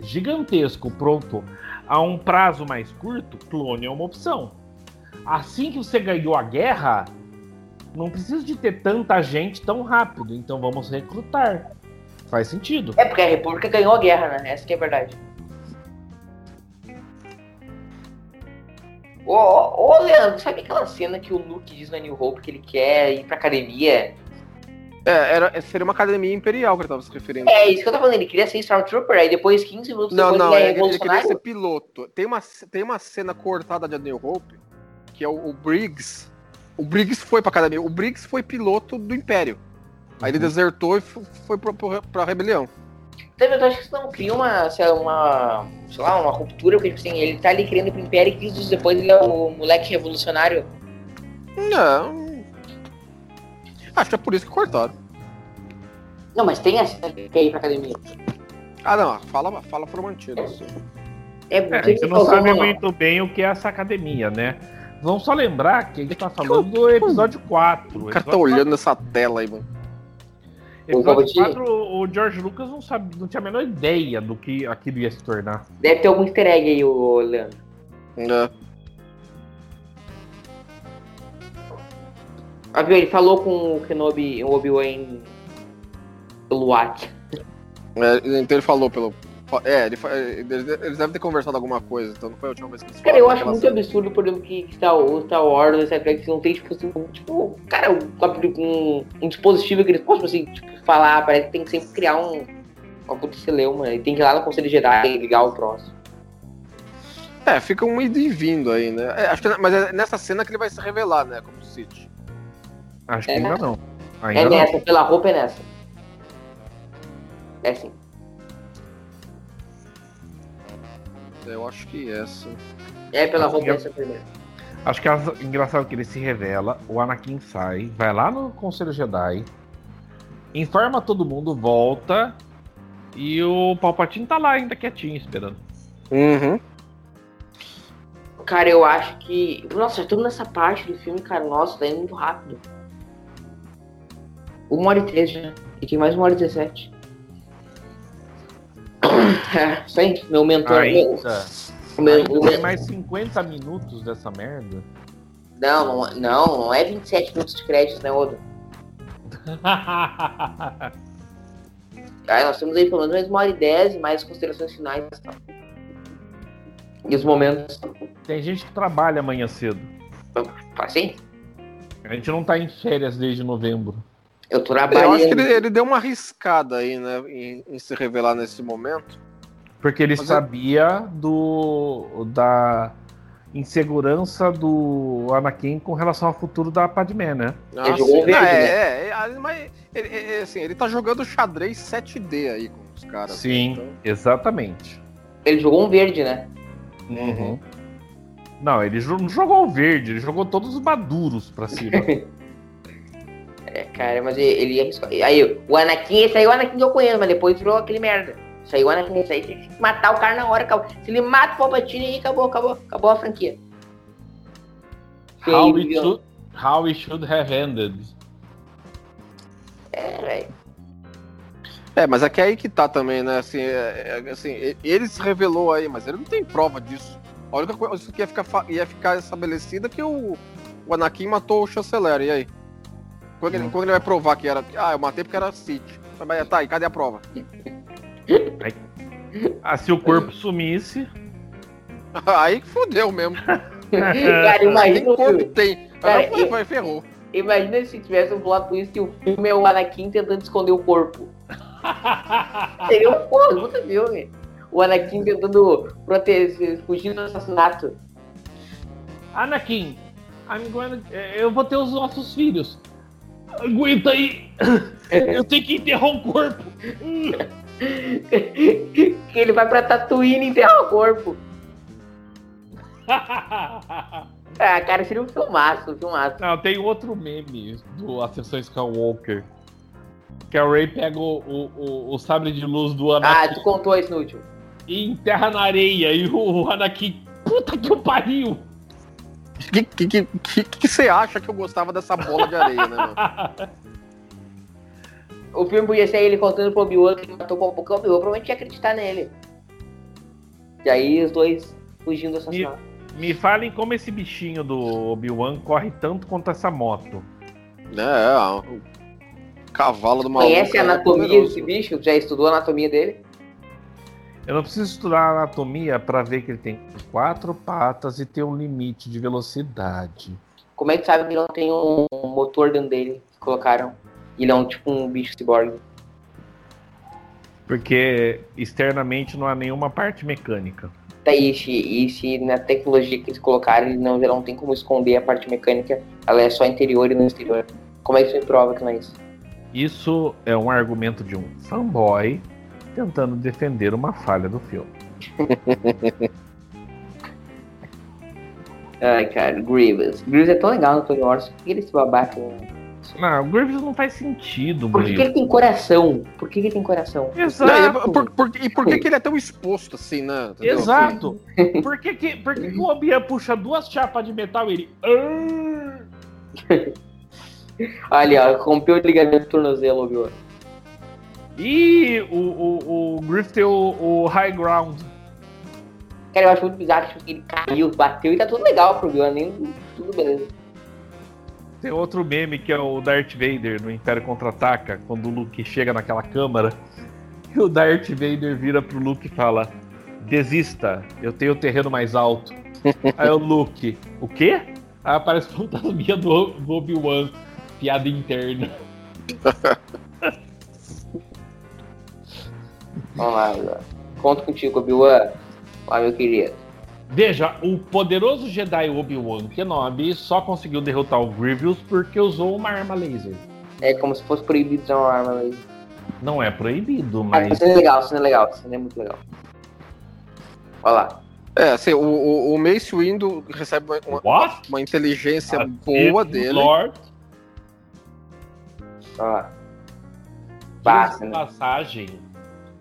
gigantesco pronto a um prazo mais curto, clone é uma opção. Assim que você ganhou a guerra, não precisa de ter tanta gente tão rápido, então vamos recrutar. Faz sentido. É porque a República ganhou a guerra, né? Essa que é a verdade. Ô, ô, ô Leandro, sabe aquela cena que o Luke diz na New Hope que ele quer ir pra academia? É, era, seria uma academia imperial que ele tava se referindo. É isso que eu tava falando, ele queria ser Stormtrooper, aí depois, 15 minutos não, depois não, ele é ele, ele queria revolucionário. ser piloto. Tem uma, tem uma cena cortada de A New Hope, que é o, o Briggs O Briggs foi pra academia. O Briggs foi piloto do Império. Aí Uhum. ele desertou e fo- foi pro- pro- pra rebelião. Teve, Então, eu acho que isso não cria uma, sei lá, uma, sei lá, uma ruptura, porque tipo assim, ele tá ali querendo ir pro Império e 15 anos depois ele é o moleque revolucionário. Não. Acho que é por isso que cortaram. Não, mas tem essa que quer ir pra academia. Ah, não. Fala, fala foram mantidos. É, É, a porque né? gente não sabe muito bem o que é essa academia, né? Vamos só lembrar É que a gente tá falando do episódio 4. O cara tá Episódio olhando essa tela aí, mano. Ô, Episódio Gabotinho. 4, o o George Lucas não, sabe, não tinha a menor ideia do que aquilo ia se tornar. Deve ter algum easter egg aí, o Leandro. É. Ah, viu? Ele falou com o Kenobi, o Obi-Wan Luat. É, então ele falou pelo. fa- É, ele fa- ele- eles devem ter conversado alguma coisa, então não foi a última vez que eles Cara, eu acho daquela muito cena. absurdo, por exemplo, que que Star, o Star Wars, o Star Trek, que não tem, tipo, assim, um- tipo, cara, um, apli- um, um dispositivo que eles possam, assim, tipo, falar, parece que tem que sempre criar um, uma puta celeuma, né? e tem que ir lá no Conselho Jedi e ligar o próximo. É, fica um indo e vindo aí, né? É, acho que, mas é nessa cena que ele vai se revelar, né? Como City. Acho que É. ainda não. é Ainda não. nessa, pela roupa é nessa. É assim. Eu acho que essa. É pela Acho roupa que é- essa primeiro. Acho que é as- engraçado que ele se revela, o Anakin sai, vai lá no Conselho Jedi, informa todo mundo, volta, e o Palpatine tá lá ainda quietinho, esperando. Uhum. Cara, eu acho que. Nossa, estamos nessa parte do filme, cara. Nossa, tá indo muito rápido. Uma hora e três já. E tem mais uma hora e dezessete. *coughs* É, isso aí, meu mentor. Meu, Ainda. o meu, o Tem meu- mais 50 minutos dessa merda. *laughs* não, não, não, não é 27 minutos de crédito, né, Odo? Aí nós temos aí pelo menos mais uma hora e dez e mais considerações finais e tal. E os momentos. Tem gente que trabalha amanhã cedo. Assim? A gente não tá em férias desde novembro. Eu tô Eu acho que trabalhando. ele, ele deu uma arriscada aí, né? Em, em se revelar nesse momento. Porque ele Mas eu- sabia do da insegurança do Anakin com relação ao futuro da Padmé, né? Nossa, jogou não, verde, é, né? é, é, ali- mas ele, é, é, assim, ele tá jogando xadrez 7D aí com os caras. Sim. né? Exatamente. Ele jogou um verde, né? Uhum. Não, ele jo- não jogou o verde, ele jogou todos os maduros pra cima. É, cara, mas ele- ele arriscou. Aí, o Anakin, esse aí é o Anakin que eu conheço, mas depois virou aquele merda. Isso aí, o Anakin, esse aí tem que matar o cara na hora, acabou. Se ele mata o Palpatine, aí acabou, acabou, acabou a franquia. E aí, how, it viu? should, how it should have ended. É, velho. É, mas é que é aí que tá também, né? Assim, é- é- assim, e- ele se revelou aí, mas ele não tem prova disso. A única coisa que ia ficar, fa- ia ficar estabelecida é que o, o Anakin matou o chanceler, e aí? Quando ele, quando ele vai provar que era. Ah, eu matei porque era Sith. Mas tá, e cadê a prova? *laughs* Ah, se o corpo sumisse. aí que fodeu mesmo. *laughs* cara, Nem imagina o corpo filme. tem. Cara, Aí e- vai, ferrou. Imagina se tivesse um plot twist que o filme é o Anakin tentando esconder o corpo. Ah. Seria um porra, puta filme. O Anakin tentando proteger, fugir do assassinato. *laughs* *laughs* Anakin, I'm gonna- eh, eu vou ter os nossos filhos. Aguenta aí. Eu tenho que enterrar um corpo. que ele vai pra Tatooine e enterrar o corpo. Ah, cara, seria um filmaço, um filmaço. Não, tem outro meme do Ascensão Skywalker. Que a Ray pega o, o, o- o sabre de luz do Ah, Anakin tu contou isso no último. e enterra na areia. E o Anakin, puta que o pariu! *laughs* O que, que, que, que, que você acha que eu gostava dessa bola de areia, né, mano? O filme podia ser ele contando pro Obi-Wan que ele matou o Pompom, que o Obi-Wan provavelmente ia acreditar nele. E aí os dois fugindo do assassinato. Me falem como esse bichinho do Obi-Wan corre tanto quanto essa moto. É, é, o cavalo do maluco. Conhece a é anatomia poderoso. desse bicho? Já estudou a anatomia dele? Eu não preciso estudar anatomia pra ver que ele tem quatro patas e tem um limite de velocidade. Como é que sabe que não tem um motor dentro dele que colocaram? E não tipo um bicho ciborgue. Porque externamente não há nenhuma parte mecânica. Tá, e, se, e se na tecnologia que eles colocaram, eles não, não tem como esconder a parte mecânica, ela é só interior e não exterior. Como é que você prova que não é isso? Isso é um argumento de um fanboy tentando defender uma falha do filme. Ai, cara, Grievous. Grievous é tão legal no Clone Wars. Por que ele é esse babaca? Não, o Grievous não faz sentido, Por que, que Murilo. ele tem coração? Por que, que ele tem coração? Não, Exato. É, e, por, por- e por que, que ele é tão exposto assim, né? Entendeu? Exato. *laughs* Por que, que, por que, que o Obi-Wan puxa duas chapas de metal e ele. "Ah!" Ali, ó, rompeu o ligamento do tornozelo, viu? E o, o, o Griff tem o, o high ground. Cara, eu acho muito bizarro tipo, que ele caiu, bateu e tá tudo legal pro Bill, nem tudo beleza. Tem outro meme que é o Darth Vader no Império Contra-Ataca, quando o Luke chega naquela câmara. E o Darth Vader vira pro Luke e fala: Desista, eu tenho o terreno mais alto. Aí o Luke, o quê? Aí aparece a fantasminha do, do Obi-Wan. Piada interna. Vamos lá, Bill. Conto contigo, Obi-Wan. Lá, meu querido. Veja, o poderoso Jedi Obi-Wan Kenobi só conseguiu derrotar o Grievous porque usou uma arma laser. É como se fosse proibido usar uma arma laser. Não é proibido, Ah, mas. isso é legal, isso é legal, isso é muito legal. Olha lá. É, assim, o, o, o Mace Windu recebe uma, What? uma Ah, inteligência é boa dele. Lord, Olha lá. Basta, Passa, né? passagem.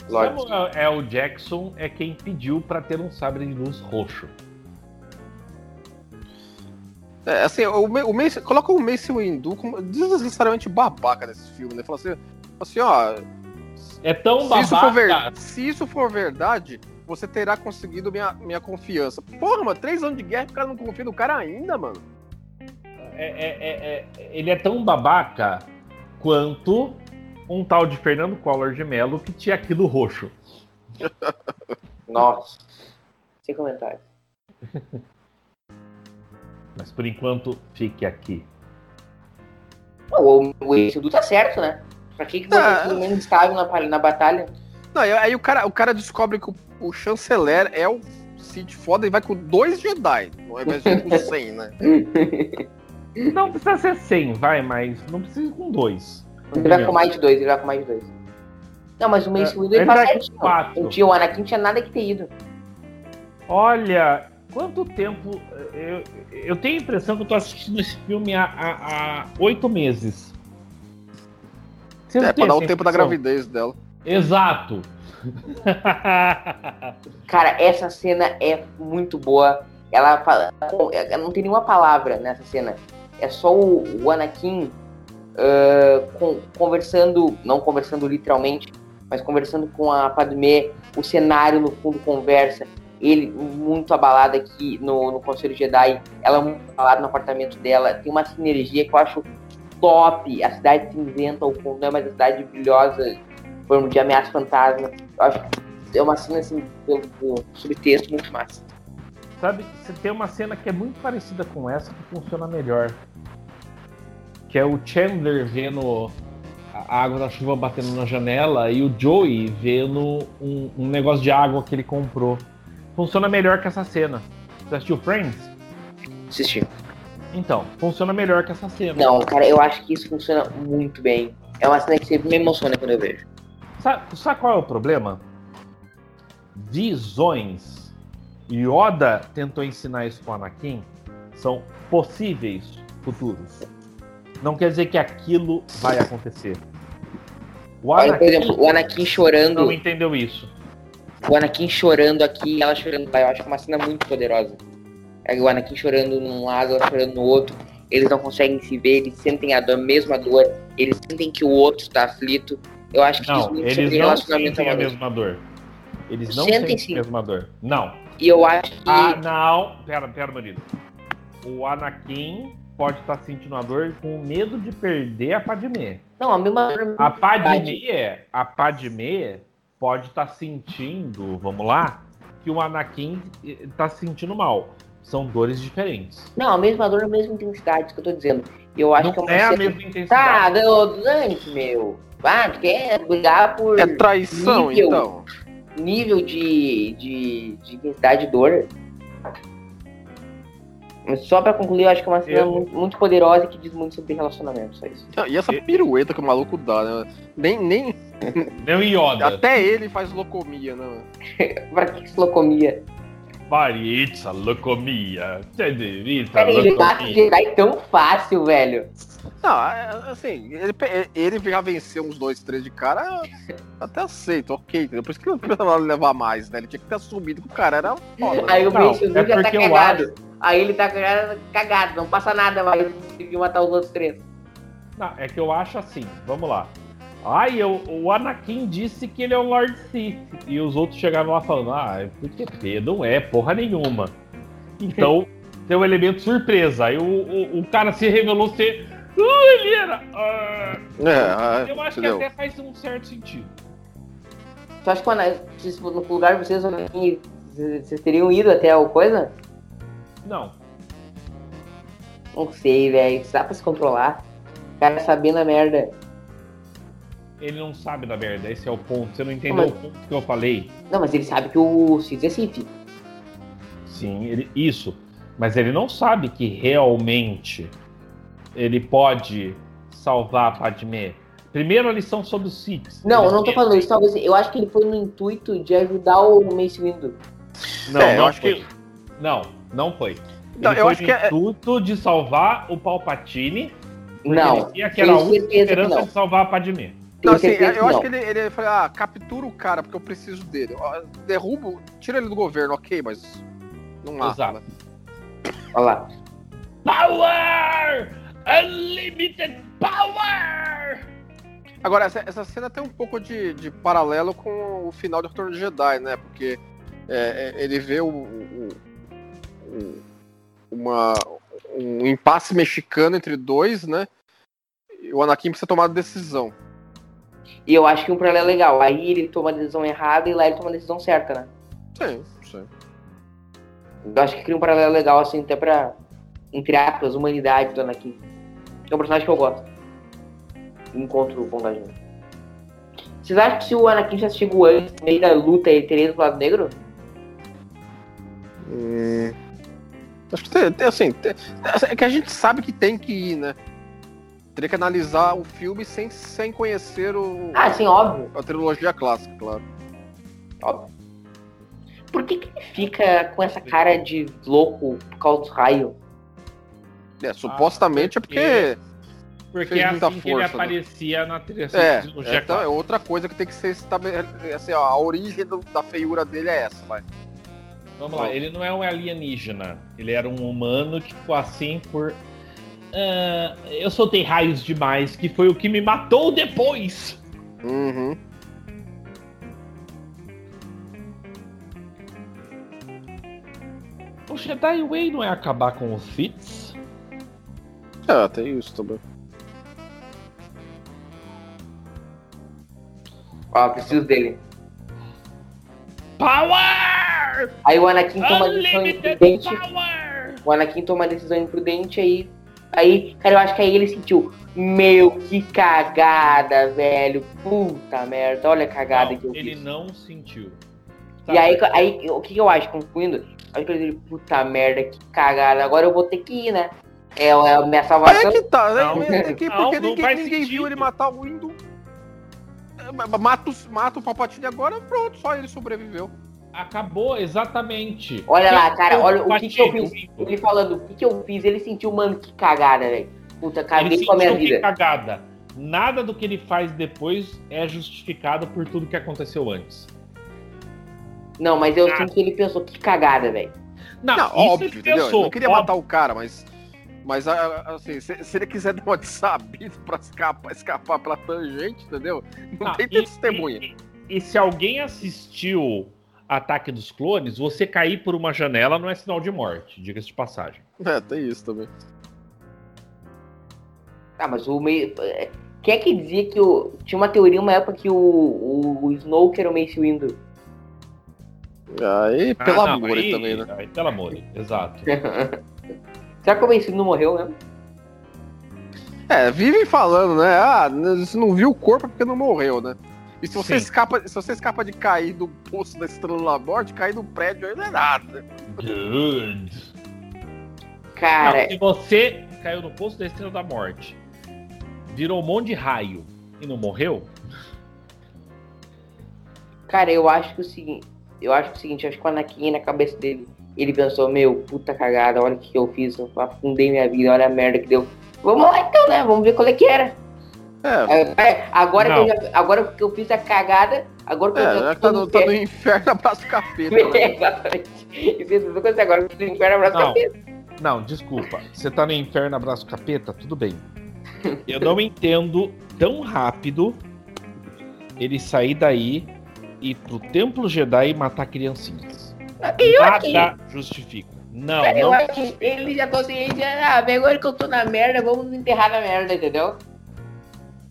Lorde. Samuel L. Jackson é quem pediu pra ter um sabre de luz roxo. É, assim, o, Ma- o Mace, coloca o Mace Windu como desnecessariamente babaca nesse filme, né? Fala assim, assim ó, É tão se isso, for ver- babaca. se isso for verdade, você terá conseguido minha, minha confiança. Porra, mano, três anos de guerra e o cara não confia no cara ainda, mano. É- é- é- é- ele é tão babaca quanto um tal de Fernando Collor de Mello que tinha aquilo roxo. Nossa. Sem comentário. Mas por enquanto, fique aqui. Não, o Estudo tá certo, né? Pra que que Ah. botar tudo menos estável na, pa- na batalha? Não, aí- aí o cara, o cara descobre que o, o chanceler é o Cid foda e vai com dois Jedi, ao invés de ir com 100, né? Não precisa ser 100, vai, mas não precisa ir com dois. Ele vai com mais de dois, ele vai com mais de dois. Não, mas o Mace Windu ele É, ele tá vai com certinho. quatro. Não tinha, o Anakin tinha nada que ter ido. Olha, quanto tempo. Eu, eu tenho a impressão que eu tô assistindo esse filme há- há há oito meses. Você não É, tem pra dar o essa tempo da impressão? gravidez dela. Exato. *laughs* Cara, essa cena é muito boa. Ela fala. ela Não tem nenhuma palavra nessa cena. É só o, o Anakin ah, con- conversando, não conversando literalmente, mas conversando com a Padmé. O cenário no fundo conversa. Ele muito abalado aqui no, no Conselho Jedi. Ela muito abalada no apartamento dela. Tem uma sinergia que eu acho top. A cidade cinzenta ao fundo não é mais a cidade brilhosa em forma de ameaça fantasma. Eu acho que é uma cena assim, pelo, pelo subtexto, muito massa. Sabe, você tem uma cena que é muito parecida com essa que funciona melhor. Que é o Chandler vendo a água da chuva batendo na janela e o Joey vendo um, um negócio de água que ele comprou. Funciona melhor que essa cena. Você assistiu Friends? Assistir. Então, funciona melhor que essa cena. Não, cara, eu acho que isso funciona muito bem. É uma cena que sempre me emociona quando eu vejo. Sabe, sabe qual é o problema? Visões. Yoda tentou ensinar isso com Anakin. São possíveis futuros. Não quer dizer que aquilo vai acontecer. O Olha, por exemplo, Anakin o Anakin não chorando, entendeu isso. o Anakin chorando aqui e ela chorando lá. Eu acho é uma cena muito poderosa. É o Anakin chorando num lado, ela chorando no outro. Eles não conseguem se ver, eles sentem a dor, a mesma dor. Eles sentem que o outro está aflito. Eu acho que Não, muito eles sobre não sentem a amoroso. mesma dor. Eles não Sentem sentem sim. a mesma dor. Não. E eu acho que. Ah, não. Pera, pera, Murilo. O Anakin pode estar sentindo a dor com medo de perder a Padmé. Não, a mesma dor. A Padmé, a Padmé pode estar sentindo, vamos lá, que o Anakin está sentindo mal. São dores diferentes. Não, a mesma dor, a mesma intensidade, isso que eu tô dizendo. Eu acho que é não uma é a cena- mesma intensidade. Tá, deu dane meu. Ah, tu quer brigar por É traição, Nível. então. nível de, de, de intensidade e dor. Mas Só pra concluir, eu acho que é uma cena Eu- mu- muito, poderosa e que diz muito sobre relacionamento, só isso. Ah, E essa pirueta que o maluco dá, né? Nem, nem. tá. Meu Yoda. Até ele faz locomia, né? Pra que que se locomia? Paritza, locomia. Tedevita, Cara, ele bate de locomia. Jedi tão fácil, velho. Não, é- assim, ele, pe- ele já venceu uns dois, três de cara, eu até aceito, ok. entendeu? Por isso que ele não precisava levar mais, né? Ele tinha que ter assumido que o cara era foda. Aí o Não, Bruce Lee é já tá porque eu cagado. Aí ele tá cagado, cagado, não passa nada mais. Ele conseguiu matar os outros três. Não, é que eu acho assim, vamos lá. Ai, eu, o Anakin disse que ele é o Lord Sith. E os outros chegaram lá falando, ah, é porque P não é porra nenhuma. Então, tem um elemento surpresa. Aí o, o, o cara se revelou ser. Ah, ele era. ah." É, eu acho que entendeu? até faz um certo sentido. Tu acha que quando se no lugar de vocês, assim, vocês teriam ido até o coisa? Não. Não sei, velho. Dá pra se controlar. O cara sabendo a merda. Ele não sabe da merda, esse é o ponto. Você não entendeu Mas- o ponto que eu falei? Não, mas ele sabe que o Sith é Sith. Sim, ele- isso. Mas ele não sabe que realmente ele pode salvar a Padmé. Primeiro a lição sobre os Six. Não, eu não tô falando isso, talvez. Eu acho que ele foi no intuito de ajudar o Mace Windu. Não, É, eu não acho foi. Não, não foi. Não, ele eu foi acho no que é- intuito de salvar o Palpatine. porque Não. Ele tinha aquela tenho última certeza que esperança não. de salvar a Padmé. Não, Tenho assim, certeza que eu acho não. que ele, ele foi, ah, captura o cara, porque eu preciso dele. Ó, Derrubo, tira ele do governo, ok, mas não mata. Exato. né? Olha lá. Power! Unlimited power! Agora, essa, essa cena tem um pouco de, de paralelo com o final de Retorno de Jedi, né? Porque é, é, ele vê o, o- o- uma, um impasse mexicano entre dois, né? E o Anakin precisa tomar decisão. E eu acho que um paralelo é legal. Aí ele toma a decisão errada e lá ele toma a decisão certa, né? Sim, sim. Eu acho que cria um paralelo legal, assim, até pra, entre aspas, humanidade do Anakin. É um personagem que eu gosto. Encontro o ponto da gente. Vocês acham que se o Anakin já chegou antes, no meio da luta, ele teria ido pro lado negro? Hum. Acho que tem, tem, assim, tem- é que a gente sabe que tem que ir, né? Teria que analisar o filme sem, sem conhecer o, Ah, sim, óbvio. a trilogia clássica, claro. Por que, que ele fica com essa cara de louco por causa dos raios? É, supostamente é porque. Porque Fez é assim muita que ele força, né? aparecia na trilha É, tá. trilogia então é outra coisa que tem que ser estabelecido. Assim, ó, a origem do- da feiura dele é essa, vai. Vamos lá, ele não é um alienígena. Ele era um humano que ficou assim por. "Ah, eu soltei raios demais, que foi o que me matou depois. Uhum. O Jedi Way não é acabar com os Siths? É, tem isso também. Ó, Ah, preciso dele. Power! Aí o Anakin toma a decisão Unlimited imprudente. Power! O Anakin toma a decisão imprudente aí. Aí, cara, eu acho que aí ele sentiu. Meu, que cagada, velho. Puta merda, olha a cagada que eu Não, tá ele fiz. não sentiu. E aí, aí, o que que eu acho, concluindo? Acho que ele disse, puta merda, que cagada. Agora eu vou ter que ir, né? É, é a minha Aí é salvação. que tá, né? Não, É que- não, porque não ninguém, faz ninguém viu sentido. ele matar o Windu. É, ma- ma- Mata, os- mata o Palpatine agora, pronto, só ele sobreviveu. Acabou, exatamente. Olha lá, cara, olha o que que eu Patinho, Ele falando, o que que eu fiz? Ele sentiu, mano, que cagada, velho. Puta, Ele caguei com a minha sentiu que vida. cagada. Nada do que ele faz depois é justificado por tudo que aconteceu antes. Não, mas eu Ah. sinto que ele pensou, que cagada, velho. Não, Não, isso óbvio, ele entendeu? Ele pensou. não queria óbvio. matar o cara, mas. Mas a- a- assim, se, se ele quiser *laughs* dar uma de sabido pra escapar, escapar pela tangente, entendeu? Não Ah, tem e- um testemunha. E, e se alguém assistiu Ataque dos Clones, você cair por uma janela não é sinal de morte, diga-se de passagem. É, tem isso também. Ah, mas o meio. é, Quem é que dizia que o. Tinha uma teoria uma época que o, o, o Snoke era o Mace Windu. Aí, pelo Ah, não, amor aí- também, né? aí, pelo amor, exato. *laughs* né? Será que o Mace Windu morreu mesmo? É, vivem falando, né? Ah, você não viu o corpo porque não morreu, né? E se você, Sim. escapa, se você escapa de cair do poço da Estrela da Morte, cair do prédio aí não é nada. Good. Cara, Não, se você caiu no poço da Estrela da Morte, virou um monte de raio e não morreu, cara, eu acho que o seguinte. Eu acho que o seguinte, eu acho que o Anakin na cabeça dele, ele pensou, meu, puta cagada, olha o que eu fiz, eu afundei minha vida, olha a merda que deu. Vamos lá então, né? Vamos ver qual é que era. É, É, agora, que eu Não. já- agora que eu fiz a cagada, agora que eu é, já já que tá no, tá no inferno, *laughs* abraça o capeta. *laughs* Né? É, Exatamente. Isso é tudo que agora que o inferno abraça a Não. cabeça. Não, desculpa. Você tá no inferno, abraço capeta, tudo *laughs* bem. eu não entendo tão rápido ele sair daí e ir pro Templo Jedi e matar criancinhas. Eu aqui. Nada justifica. Não, Cara, eu não. acho que ele já tô ciente, ah, agora que eu tô na merda, vamos enterrar na merda, entendeu?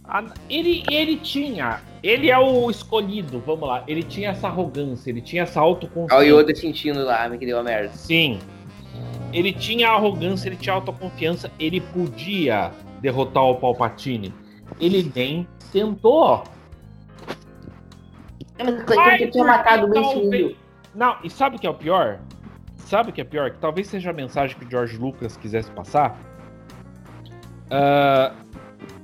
Ah, Ele, ele tinha. Ele é o escolhido, vamos lá. Ele tinha essa arrogância, ele tinha essa autoconfiança. Olha o Yoda sentindo lá, que deu a merda. Sim. Ele tinha arrogância, ele tinha autoconfiança, ele podia derrotar o Palpatine. Ele nem tentou. É, Mas eu Então, tinha matado o Ben talvez- Sulu. Não, e sabe o que é o pior? Sabe o que é pior? Que talvez seja a mensagem que o George Lucas quisesse passar. Ah,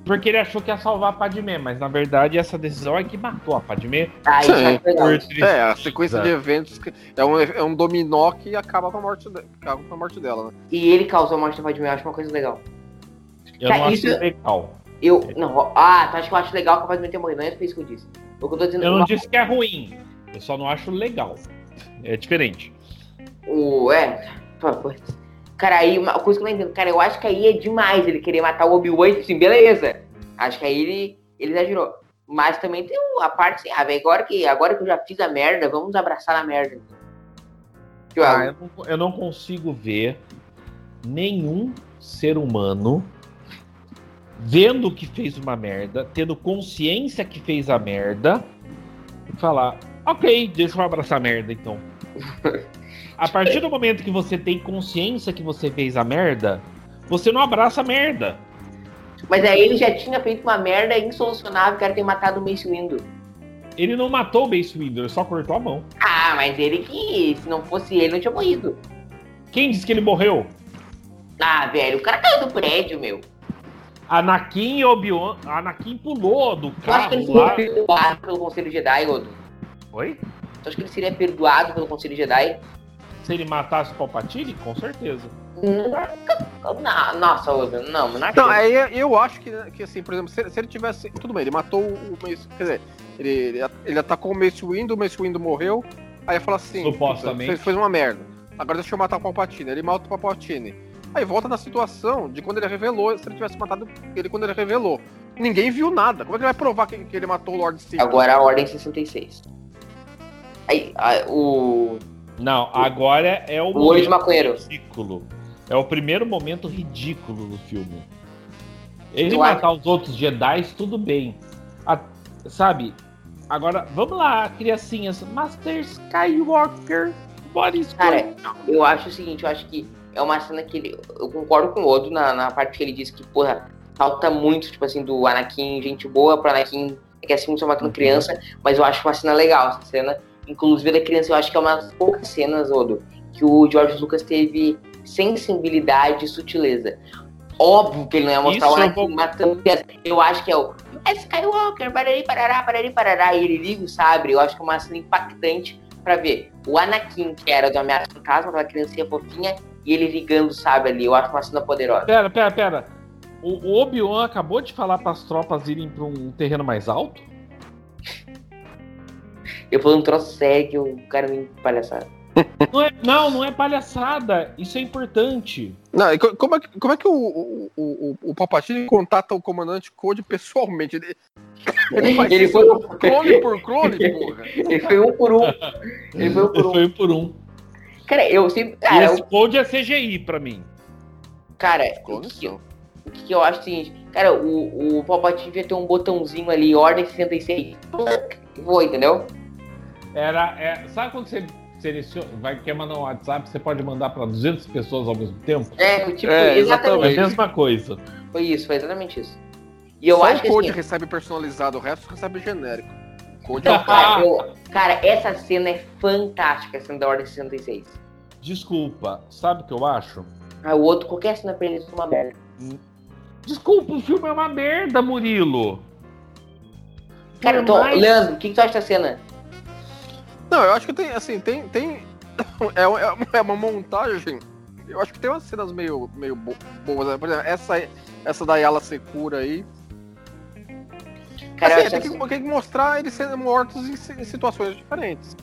porque ele achou que ia salvar a Padmé, mas na verdade essa decisão é que matou a Padmé. Ah, isso Sim, é legal. por tristeza. É, a sequência de eventos que- é um, é um dominó que acaba com a morte, de- acaba com a morte dela, né? E ele causou a morte do Padme, eu acho uma coisa legal. Eu Tá, não acho isso- é legal. Eu, não, ah, tu acha que eu acho legal que a Padme tenha morrido, não é isso que eu disse. O que eu tô dizendo, Eu não uma- disse que é ruim. Eu só não acho legal. É diferente. O, é, pô, pô. cara, aí uma coisa que eu não entendo, cara, eu acho que aí é demais ele querer matar o Obi-Wan, tipo assim, beleza. Acho que aí ele, ele exagerou. Mas também tem o- a parte assim, ah, velho, agora que, agora que eu já fiz a merda, vamos abraçar a merda. Tipo, Ah, eu, não, eu não consigo ver nenhum ser humano vendo que fez uma merda, tendo consciência que fez a merda, e falar, ok, deixa eu abraçar a merda então. a partir do momento que você tem consciência que você fez a merda, você não abraça a merda. Mas aí ele já tinha feito uma merda insolucionável, cara, ter matado o Mace Windu. Ele não matou o Mace Windu, ele só cortou a mão. Ah, mas ele que, se não fosse ele, não tinha morrido. Quem disse que ele morreu? Ah, velho, o cara caiu do prédio, meu. Anakin e Obi-Wan. Anakin pulou do Tu acha que ele carro seria lá. perdoado pelo Conselho Jedi, Odo? Oi? Tu acha que ele seria perdoado pelo Conselho Jedi? Se ele matasse o Palpatine, com certeza. Não, nossa, Odo, não, não Não, é- acredito. aí então, eu acho que, que assim, por exemplo, se, se ele tivesse. Tudo bem, ele matou o Mace. Quer dizer, ele, ele, ele atacou o Mace Windu, o Mace Windu morreu. Aí ele fala assim: Supostamente. Fez, fez uma merda. Agora deixa eu matar o Palpatine. Ele mata o Palpatine. Aí volta na situação de quando ele revelou, se ele tivesse matado ele quando ele revelou. Ninguém viu nada. Como é que ele vai provar que, que ele matou o Lord Sidious? Agora a Ordem 66. Aí, a- o. Não, agora é o, O olho de momento maconheiro. ridículo. É o primeiro momento ridículo do filme. Ele Eu matar os outros Jedi, tudo bem. A- sabe? Agora, vamos lá, criancinhas. Master Skywalker, bora escolher. Cara, é- eu acho o seguinte, eu acho que é uma cena que ele. Eu concordo com o Odo na, na parte que ele diz que, porra, falta muito, tipo assim, do Anakin, gente boa pra Anakin, que assim muito matando criança, mas eu acho uma cena legal, essa cena. Inclusive da criança, eu acho que é uma das poucas cenas, Odo, que o George Lucas teve sensibilidade e sutileza. Óbvio que ele não ia mostrar Isso o eu Anakin vou- matando criança. Eu acho que é o "É Skywalker, parari, parará, parari, parará, e ele liga o sabre. Eu acho que é uma cena impactante pra ver o Anakin, que era do Ameaça Fantasma, aquela criancinha fofinha, e ele ligando o sabre ali. Eu acho uma cena poderosa. Pera, pera, pera. O, o Obi-Wan acabou de falar para as tropas irem para um terreno mais alto? Eu falei um troço sério que o cara me palhaçada. Não, é, não, não é palhaçada. Isso é importante. Não, e co- como é que, como é que o, o, o, o Palpatine contata o comandante Code pessoalmente? *laughs* Ele, ele faz Ele isso foi, um- clone por clone, porra. ele foi um por um. Ele foi um *laughs* por um. Foi por um. Cara, eu sempre. E Cara, esse code é CGI para mim. eu- cara Os o, clones que, são. o que eu acho é o seguinte: Cara, o, o Palpatine devia ter um botãozinho ali, ordem 66. Foi, entendeu? Era. é- sabe quando você seleciona, vai, quer mandar um WhatsApp, você pode mandar para 200 pessoas ao mesmo tempo. É, tipo, É, É a exatamente. exatamente. mesma coisa. Foi isso, foi exatamente isso. E *laughs* eu Só um acho que o Code assim, recebe personalizado, o resto recebe genérico. O Code é o então, *laughs* *laughs* cara, eu- cara, essa cena é fantástica, a cena da Ordem 66. Desculpa, sabe o que eu acho? Ah, o outro, qualquer cena pra eles é uma merda. Desculpa, o filme é uma merda, Murilo. é Cara, Tom, Leandro, o que, que tu acha da cena? Não, eu acho que tem, assim, tem. tem *laughs* é, um- é uma- é uma montagem. Eu acho que tem umas cenas meio, meio bo- boas. né? Por exemplo, essa, aí- essa da Yala Secura aí. Cara, Assim, eu tem, acho que, tem que mostrar eles sendo mortos em, si- em situações diferentes.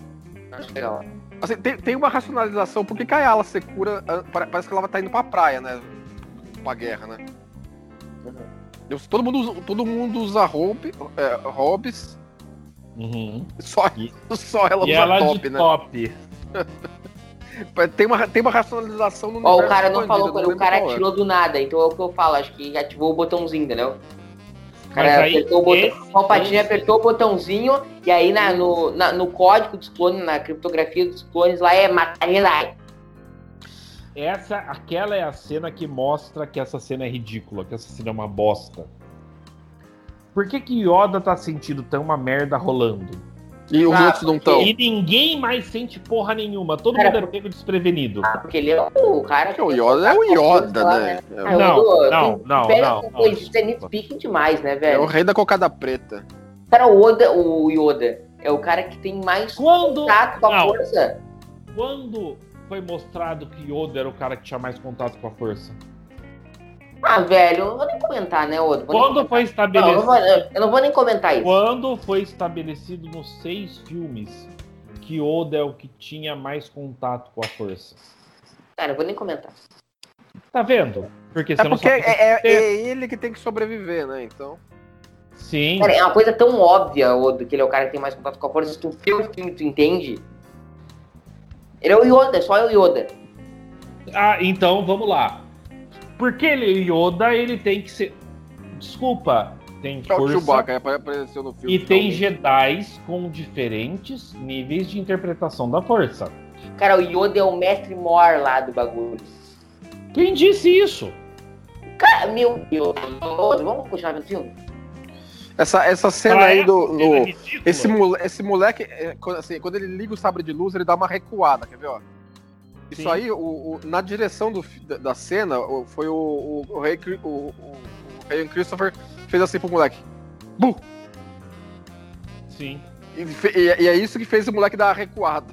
acho legal. Assim, tem, tem uma racionalização, porque que a Yala Secura. ah, pare- Parece que ela tá indo pra praia, né? Pra guerra, né? Uhum. Eu- todo, mundo usa, todo mundo usa roupe, é, hobbies, Uhum. só, só ela E usa ela é top, de né? Tipo, é, top. Tem uma, tem uma racionalização no Ó, o universo cara não expandido, falou, eu o lembro cara qual é. tirou do nada, então é o que eu falo, acho que ativou o botãozinho, entendeu? O cara Mas aí, apertou o botão. esse- é O Palpatine apertou o botãozinho e aí na- no, na- no código dos clones, na criptografia dos clones lá é matar Jedi. Essa, aquela é a cena que mostra que essa cena é ridícula, que essa cena é uma bosta. Por que que Yoda tá sentindo tão uma merda rolando? E os Ah, outros não estão. E ninguém mais sente porra nenhuma, todo Cara, mundo é pego desprevenido. Porque ele é o cara Porque o Yoda *laughs* é o Tá Yoda, né? Ah, eu Não, dou- não, tem- não, pega não, essa não, coisa, desculpa. isso é nitpicking demais, né, É velho? o rei da cocada preta. Cara, é o Oda, o Yoda, é o cara que tem mais Quando, contato com a Não. força. quando foi mostrado que Yoda era o cara que tinha mais contato com a força? Ah, velho, eu não vou nem comentar, né, Oda? Vou nem Quando foi Não, eu, não vou, estabelecido, eu não vou nem comentar isso. quando foi estabelecido nos seis filmes que Yoda é o que tinha mais contato com a força? Cara, eu vou nem comentar. Tá vendo? Porque você É não porque sabe. é, é- é ele que tem que sobreviver, né? Então. Sim. Cara, é uma coisa tão óbvia, Odo, que ele é o cara que tem mais contato com a força. Se tu vê o filme, tu entende? Ele é o Yoda, só é o Yoda. Ah, então vamos lá. Porque ele Yoda, ele tem que ser. Desculpa, tem É o força Chewbacca, apare- apareceu no filme. então. e tem finalmente. Jedi's com diferentes níveis de interpretação da força. Cara, o Yoda é o mestre mor lá do bagulho. Quem disse isso? Cara, meu Deus, Odo, vamos continuar vendo o filme? Essa, essa cena Ah, aí é? do. Cena do- ridícula. Esse, mole- esse moleque, é, quando- assim, quando ele liga o sabre de luz, ele dá uma recuada, quer ver, ó? Isso Sim. aí, o, o- na direção do fi- da, da cena, o- foi o, o, o, Ray, Cri- o, o, o Ray Christopher fez assim pro moleque. Bu! Sim. E, fe- e- e é isso que fez o moleque dar a recuada.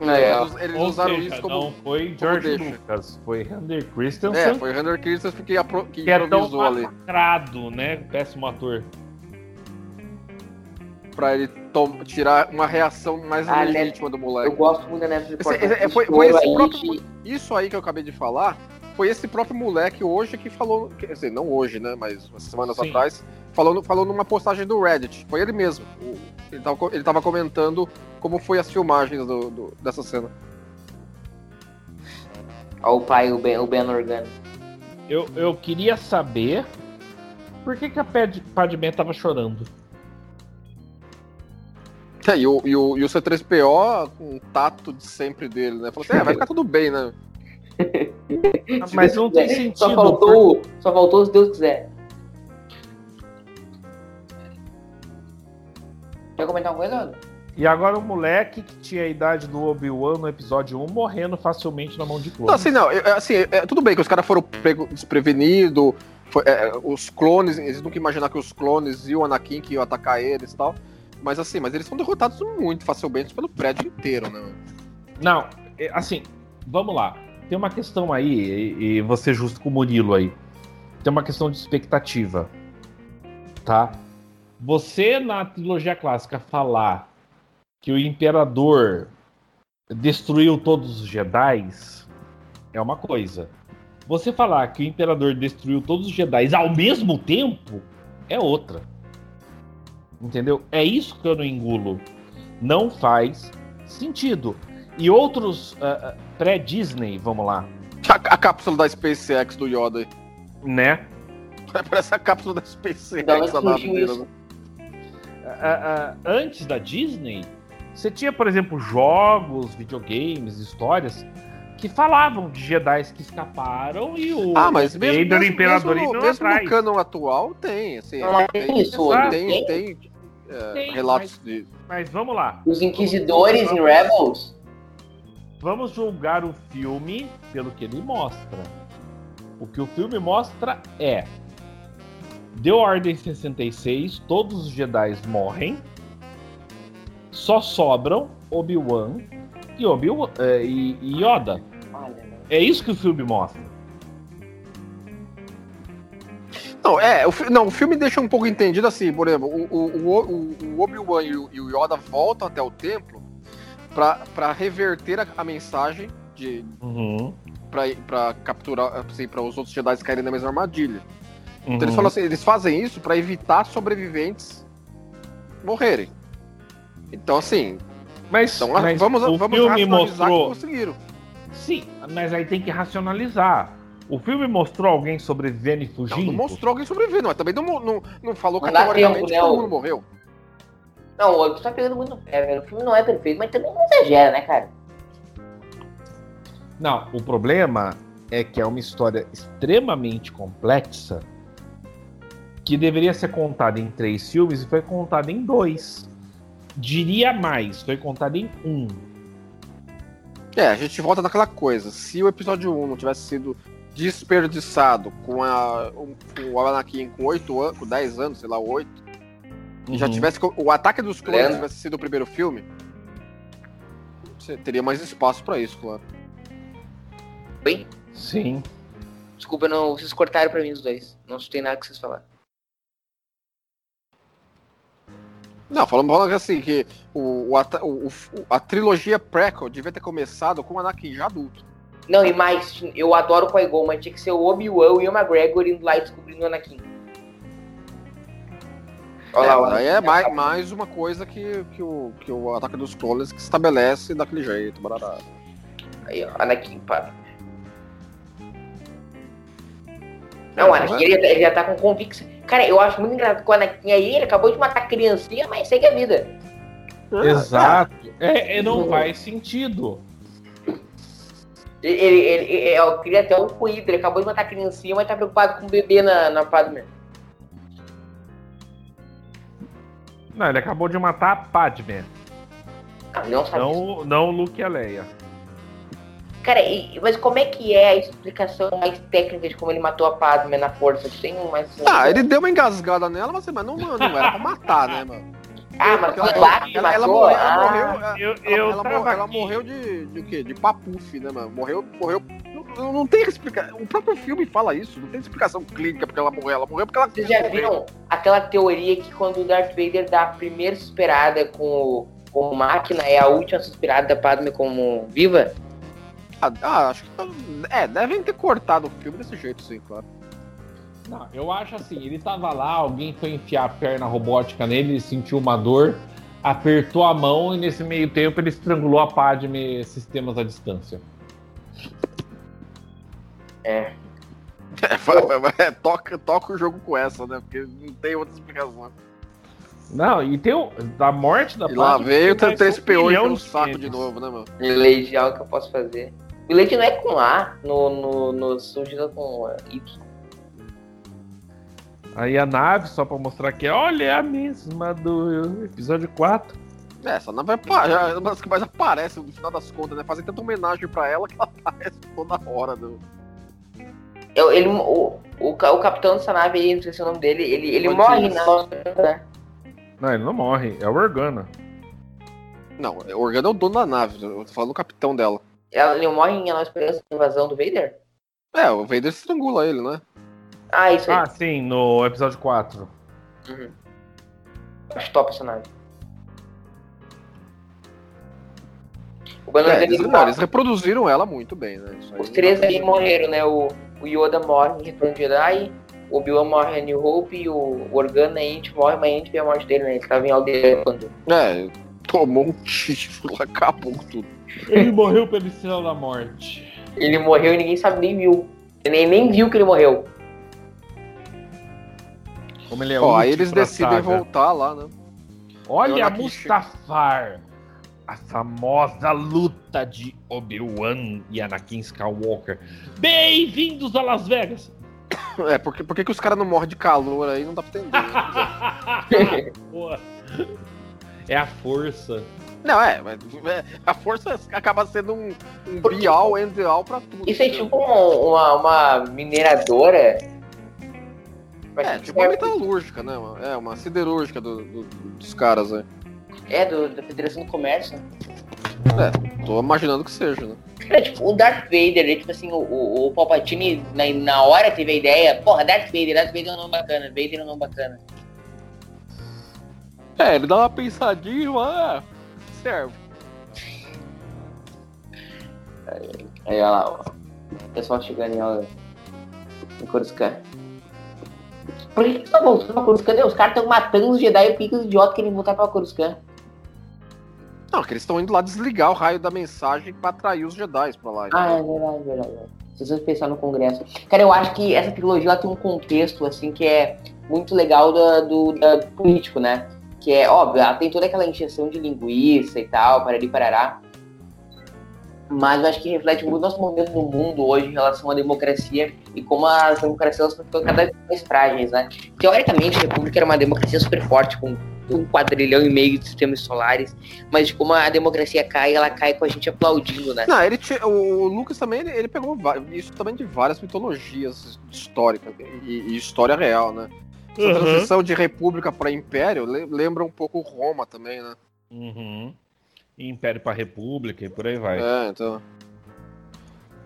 Eles, eles É, Ou usaram seja, isso como. não foi como George deixa. Lucas, foi Hunter Christensen, É, foi o Hunter Christopher que, apro- que que é tão improvisou ali. massacrado, né? Péssimo ator. Pra ele tom- tirar uma reação mais Ah, é né? legítima do moleque. Eu gosto muito da Netflix. Esse- esse- é, foi- foi esse próprio- Isso aí que eu acabei de falar foi esse próprio moleque hoje que falou, quer dizer, não hoje, né, mas umas semanas Sim. atrás, falou, no- falou numa postagem do Reddit. Foi ele mesmo. O- Ele tava, co- ele tava comentando como foi as filmagens do- do- dessa cena. Ó, o pai, o Ben, o ben Organo. Eu, eu queria saber por que, que a Pad- Padmé tava chorando. É, E o, e o- e o C3PO, com o um tato de sempre dele, né? Falou assim, é, vai ficar tudo bem, né? Mas não tem sentido. é, Só faltou, só faltou é. se Deus quiser. Quer comentar alguma coisa, Odo? E agora o moleque que tinha a idade do Obi-Wan no episódio 1 morrendo facilmente na mão de clone. Não, assim, não, eu- assim, é, tudo bem que os caras foram pego desprevenido, foi- é, os clones, eles nunca imaginaram que os clones e o Anakin que iam atacar eles e tal. Mas assim, mas eles são derrotados muito facilmente pelo prédio inteiro, né? Não, é, assim, vamos lá. Tem uma questão aí, e, e você justo com o Murilo aí. Tem uma questão de expectativa. Tá? Você, na trilogia clássica, falar que o imperador destruiu todos os Jedis é uma coisa. Você falar que o imperador destruiu todos os Jedis ao mesmo tempo é outra. Entendeu? É isso que eu não engulo. Não faz sentido e outros ah, ah, pré-Disney, vamos lá, A, a cápsula da SpaceX do Yoda. aí. *laughs* né? Parece a cápsula da SpaceX Da onde a né? nave surgiu dele, isso? né? Ah, ah, ah, antes da Disney, Você tinha, por exemplo, jogos, videogames, histórias que falavam de Jedi que escaparam e o Ah, mas mesmo, Vader, o mesmo, Imperador mesmo, indo no- mesmo atrás. no canon atual tem, assim, Não, mas tem tem, É isso, né? tem, olha, tem, tem, é, Tem, relatos de... Mas vamos lá. Os Inquisidores em Rebels? Vamos julgar o filme pelo que ele mostra. O que o filme mostra é. Deu Ordem 66, todos os Jedi morrem. Só sobram Obi-Wan e, Obi e e Yoda. Olha, mano. É isso que o filme mostra. Não, é, o, fi- não, o filme deixa um pouco entendido assim, por exemplo, o, o- o- o- o Obi-Wan e o, e o Yoda voltam até o templo pra, pra reverter a, a mensagem de, Uhum. pra, pra capturar, assim, pra os outros Jedi caírem na mesma armadilha. Então Uhum. eles falam assim, eles fazem isso pra evitar sobreviventes morrerem. Então, assim, Mas, então, mas vamos, o vamos filme racionalizar mostrou. que conseguiram. Sim, mas aí tem que racionalizar. O filme mostrou alguém sobrevivendo e Não, fugindo. não mostrou alguém sobrevivendo, mas também não, mo- não, não falou Não dá categoricamente tempo, que né, todo o- mundo morreu. Não, o Obi tá pegando muito no pé, velho. O filme não é perfeito, mas também não exagera, né, cara? Não, o problema é que é uma história extremamente complexa que deveria ser contada em três filmes e foi contada em dois. Diria mais, foi contada em um. É, a gente volta naquela coisa. Se o episódio 1 não tivesse sido desperdiçado com, a, um- com o Anakin com 8 anos, com 10 anos, sei lá, 8, e Uhum. já tivesse. co- O ataque dos clones Lembra? tivesse sido o primeiro filme, você teria mais espaço pra isso, claro. Sim. Desculpa, não, vocês cortaram pra mim os dois. Não tem nada que vocês falaram. Não, falando, falando assim, que o, o ata- o- o- a trilogia prequel devia ter começado com o Anakin já adulto. Não, e mais, eu adoro o Qui-Gon, mas tinha que ser o Obi-Wan e o McGregor indo lá e descobrindo o Anakin. é, o aí Anakin é mais, acabou. mais uma coisa que, que, o, que o ataque dos clones que estabelece daquele jeito, barará. Aí, ó, Anakin, para. Não, o é? Anakin, ele, ele já tá com convicção. Cara, eu acho muito engraçado que o Anakin aí, ele acabou de matar a criancinha, mas segue a vida. Ah, Exato. tá. É, é, Uhum. não faz sentido. Ele, ele, ele, é, eu queria até um coído, ele acabou de matar a criancinha, mas tá preocupado com o bebê na, na Padme. Não, ele acabou de matar a Padme. Não, não sabe isso. Não, não o Luke e a Leia. Cara, e- mas como é que é a explicação mais técnica de como ele matou a Padme na força? Tem um mais... Ah, ele deu uma engasgada nela, mas, mas não, não era pra matar, né, mano? Ah, mas Ela- foi lá que ela, ela matou? morreu, ela Ah. morreu, é, Eu, ela, eu ela tava morreu- ela aqui. morreu de, de quê? De papuf, né, mano? Morreu, morreu. Não, não tem explicação. O próprio filme fala isso, não tem explicação clínica porque ela morreu. Ela morreu porque ela Vocês já morrer. viram aquela teoria que quando o Darth Vader dá a primeira suspirada com o, com o máquina, é a última suspirada da Padme como viva? Ah, ah, acho que. tá- É, devem ter cortado o filme desse jeito, sim, claro. *laughs* Não, eu acho assim, ele tava lá, alguém foi enfiar a perna robótica nele, ele sentiu uma dor, apertou a mão e nesse meio tempo ele estrangulou a Padme sistemas à distância. É, vai- vai- vai- é, toca, toca o jogo com essa, né? Porque não tem outra explicação. Não, e tem o, da morte da E lá veio o tem mais um 3PO milhão e o de saco de filmes. novo, né, mano? Leite é algo que eu posso fazer. O leite não é com A, no, no, no surgido com Y. Aí a nave, só pra mostrar que olha, é a mesma do episódio 4. É, essa nave é pa- já- é uma das que mais aparece no final das contas, né? Fazem tanta homenagem pra ela que ela *laughs* aparece toda hora, né? Eu- ele, o, o, ca- o capitão dessa nave aí, não esqueci o nome dele, ele, ele Pode morre né? ser. na Não, ele não morre, é o Organa. Não, o Organa é o dono da nave, eu tô falando do capitão dela. ela- Ele morre em Nova Esperança na invasão do Vader? É, o Vader estrangula ele, né? Ah, isso aí. Ah, sim, no episódio 4. Acho top essa nave. O Bando É, é, eles, não, eles reproduziram ela muito bem, né? Isso aí Os não três dá pra aí dizer. morreram, né? O, o Yoda morre em Retorno de Jedi, o Obi-Wan morre em New Hope e o Organa aí, a gente morre, mas a gente vê a morte dele, né? Ele tava em Aldeia quando... É, tomou um tiro, *laughs* acabou com tudo. Ele morreu pelo estrela da morte. Ele morreu e ninguém sabe, nem viu. Nem, nem viu que ele morreu. Como ele é Ó, aí útil eles pra decidem saga. voltar lá, né? Olha Anakin Mustafar! a famosa luta de Obi-Wan e Anakin Skywalker. Bem-vindos a Las Vegas! É, por que, por que, que os caras não morrem de calor aí? Não dá pra entender. *laughs* Boa. É a força. não, é, mas é, a força acaba sendo um, um be all end all pra tudo. Isso é tipo um- uma, uma mineradora. assim, Mas É, tipo uma metalúrgica, né? mano? É, uma siderúrgica do- do- dos caras, né? é do, da Federação do Comércio. É, Tô imaginando que seja, né? É, tipo, o Darth Vader, ele, tipo assim, o, o, o Palpatine na, na hora teve a ideia, porra, Darth Vader, Darth Vader é um nome bacana, Vader é um nome bacana. É, ele dá uma pensadinha, mas serve. Aí olha lá, ó. O pessoal chegando em aula em Coruscant. Por que que tu tá voltando pra Coruscant? Né? Os caras estão matando os Jedi, por que que os idiotas querem voltar pra Coruscant? Não, que eles estão indo lá desligar o raio da mensagem pra atrair os Jedi pra lá. Ah, entendeu? é verdade, é verdade. é verdade. Se vocês pensarem no Congresso. Cara, eu acho que essa trilogia ela tem um contexto, assim, que é muito legal da- do, da- do político, né? Que é, óbvio, ela tem toda aquela injeção de linguiça e tal, para ali parará. Mas eu acho que reflete muito o nosso momento no mundo hoje em relação à democracia e como as democracias elas ficam cada vez mais frágeis, né? Teoricamente, a República era uma democracia super forte, com um quadrilhão e meio de sistemas solares, mas como a democracia cai, ela cai com a gente aplaudindo, né? Não, ele ti- o Lucas também, ele, ele pegou va- isso também de várias mitologias históricas e, e história real, né? Essa transição de república pra império le- lembra um pouco Roma também, né? Uhum. Império pra República e por aí vai. É, então.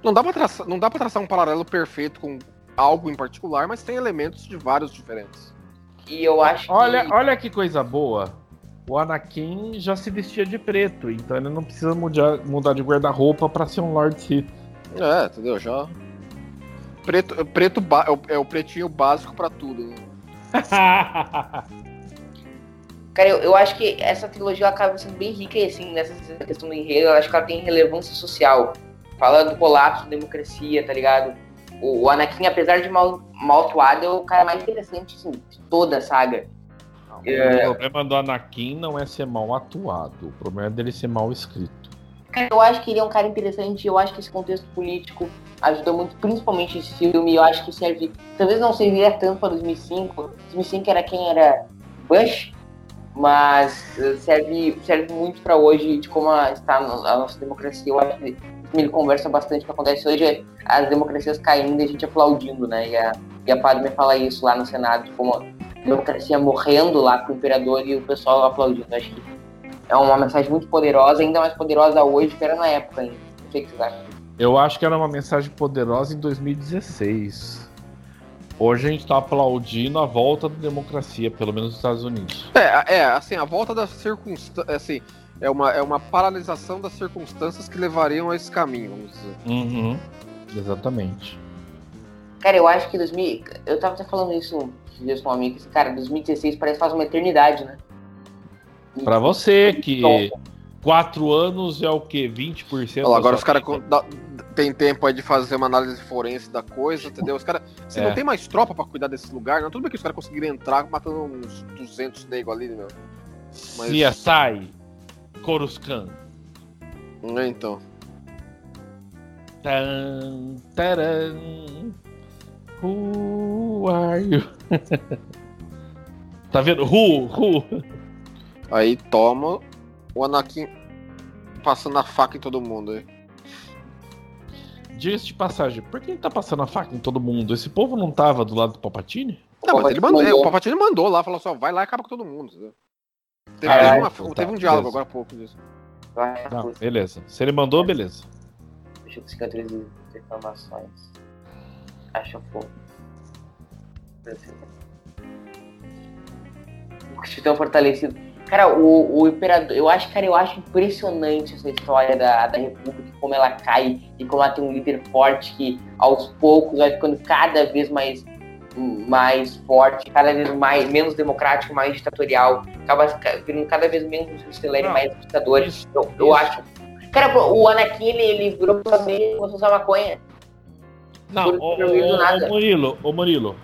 Não dá, pra traçar, não dá pra traçar um paralelo perfeito com algo em particular, mas tem elementos de vários diferentes. E eu acho Olha, que. olha que coisa boa. O Anakin já se vestia de preto, então ele não precisa mudar, mudar de guarda-roupa pra ser um Lord Sith. É, entendeu? Já. Preto, preto ba- é, o, é o pretinho básico pra tudo. né? Cara, eu, eu acho que essa trilogia ela acaba sendo bem rica, assim, nessa questão do enredo. Eu acho que ela tem relevância social. Fala do colapso da democracia, tá ligado? O, o Anakin, apesar de mal, mal atuado, é o cara mais interessante, assim, de toda a saga. É. O problema do Anakin não é ser mal atuado, o problema é dele ser mal escrito. Cara, eu acho que ele é um cara interessante. Eu acho que esse contexto político ajudou muito, principalmente esse filme. Eu acho que serve. Talvez não serviria tanto para 2005. 2005 era quem era Bush, mas eh, serve, serve muito para hoje de como a- está no- a nossa democracia. Eu acho que ele conversa bastante o que acontece hoje. é As democracias caindo e a gente aplaudindo, né? E a, e a Padme fala isso lá no Senado, de como a democracia morrendo lá com o imperador e o pessoal aplaudindo. Eu Acho que é uma mensagem muito poderosa, ainda mais poderosa hoje que era na época ainda. Não sei o que vocês acham. Eu acho que era uma mensagem poderosa em 2016. Hoje a gente tá aplaudindo a volta da democracia, pelo menos nos Estados Unidos. É, é, assim, a volta das circunstâncias. Assim, é uma, é uma paralisação das circunstâncias que levariam a esse caminho, vamos dizer. Uhum. Exatamente. Cara, eu acho que 2000. Eu tava até falando isso esses dias com um amigo. Esse cara, 2016 parece que faz uma eternidade, né? E- Pra você que Nossa. quatro anos é o quê? 20%? Olha lá, agora da os sua caras vida? têm tempo aí de fazer uma análise forense da coisa, entendeu? Os caras. Assim, É. não tem mais tropa pra cuidar desse lugar, não? Tudo bem que os caras conseguiram entrar matando uns 200 nego ali, meu. mas- CSI, Coruscant. Né, Então. Tan, taran. Who are you? *laughs* tá vendo? Who, who? Aí toma o Anakin passando a faca em todo mundo aí. Diz de passagem, por que ele tá passando a faca em todo mundo? Esse povo não tava do lado do Palpatine? Não, mas Palpatine ele mandou, mandou. é, o Papatini mandou lá, falou só, vai lá e acaba com todo mundo. entendeu? Teve, Caralho, teve uma- então tá, teve um diálogo beleza. agora há pouco disso. Vai, Não, putz, beleza. Se ele mandou, beleza. Deixa eu conseguir outras reclamações. Acho um fofo. O Cristão é um fortalecido. Cara, o, o imperador. Eu acho, cara, eu acho impressionante essa história da, da República, como ela cai e como ela tem um líder forte que aos poucos vai ficando cada vez mais, mais forte, cada vez mais, menos democrático, mais ditatorial, acaba ca- virando cada vez menos um celebre, Não, mais ditador. isso- eu, eu isso- acho. Cara, pô, o Anakin, ele, ele virou pra mim e começou a usar maconha. Não, Por- ô, por mim, do ô, nada. ô, Murilo, ô Murilo.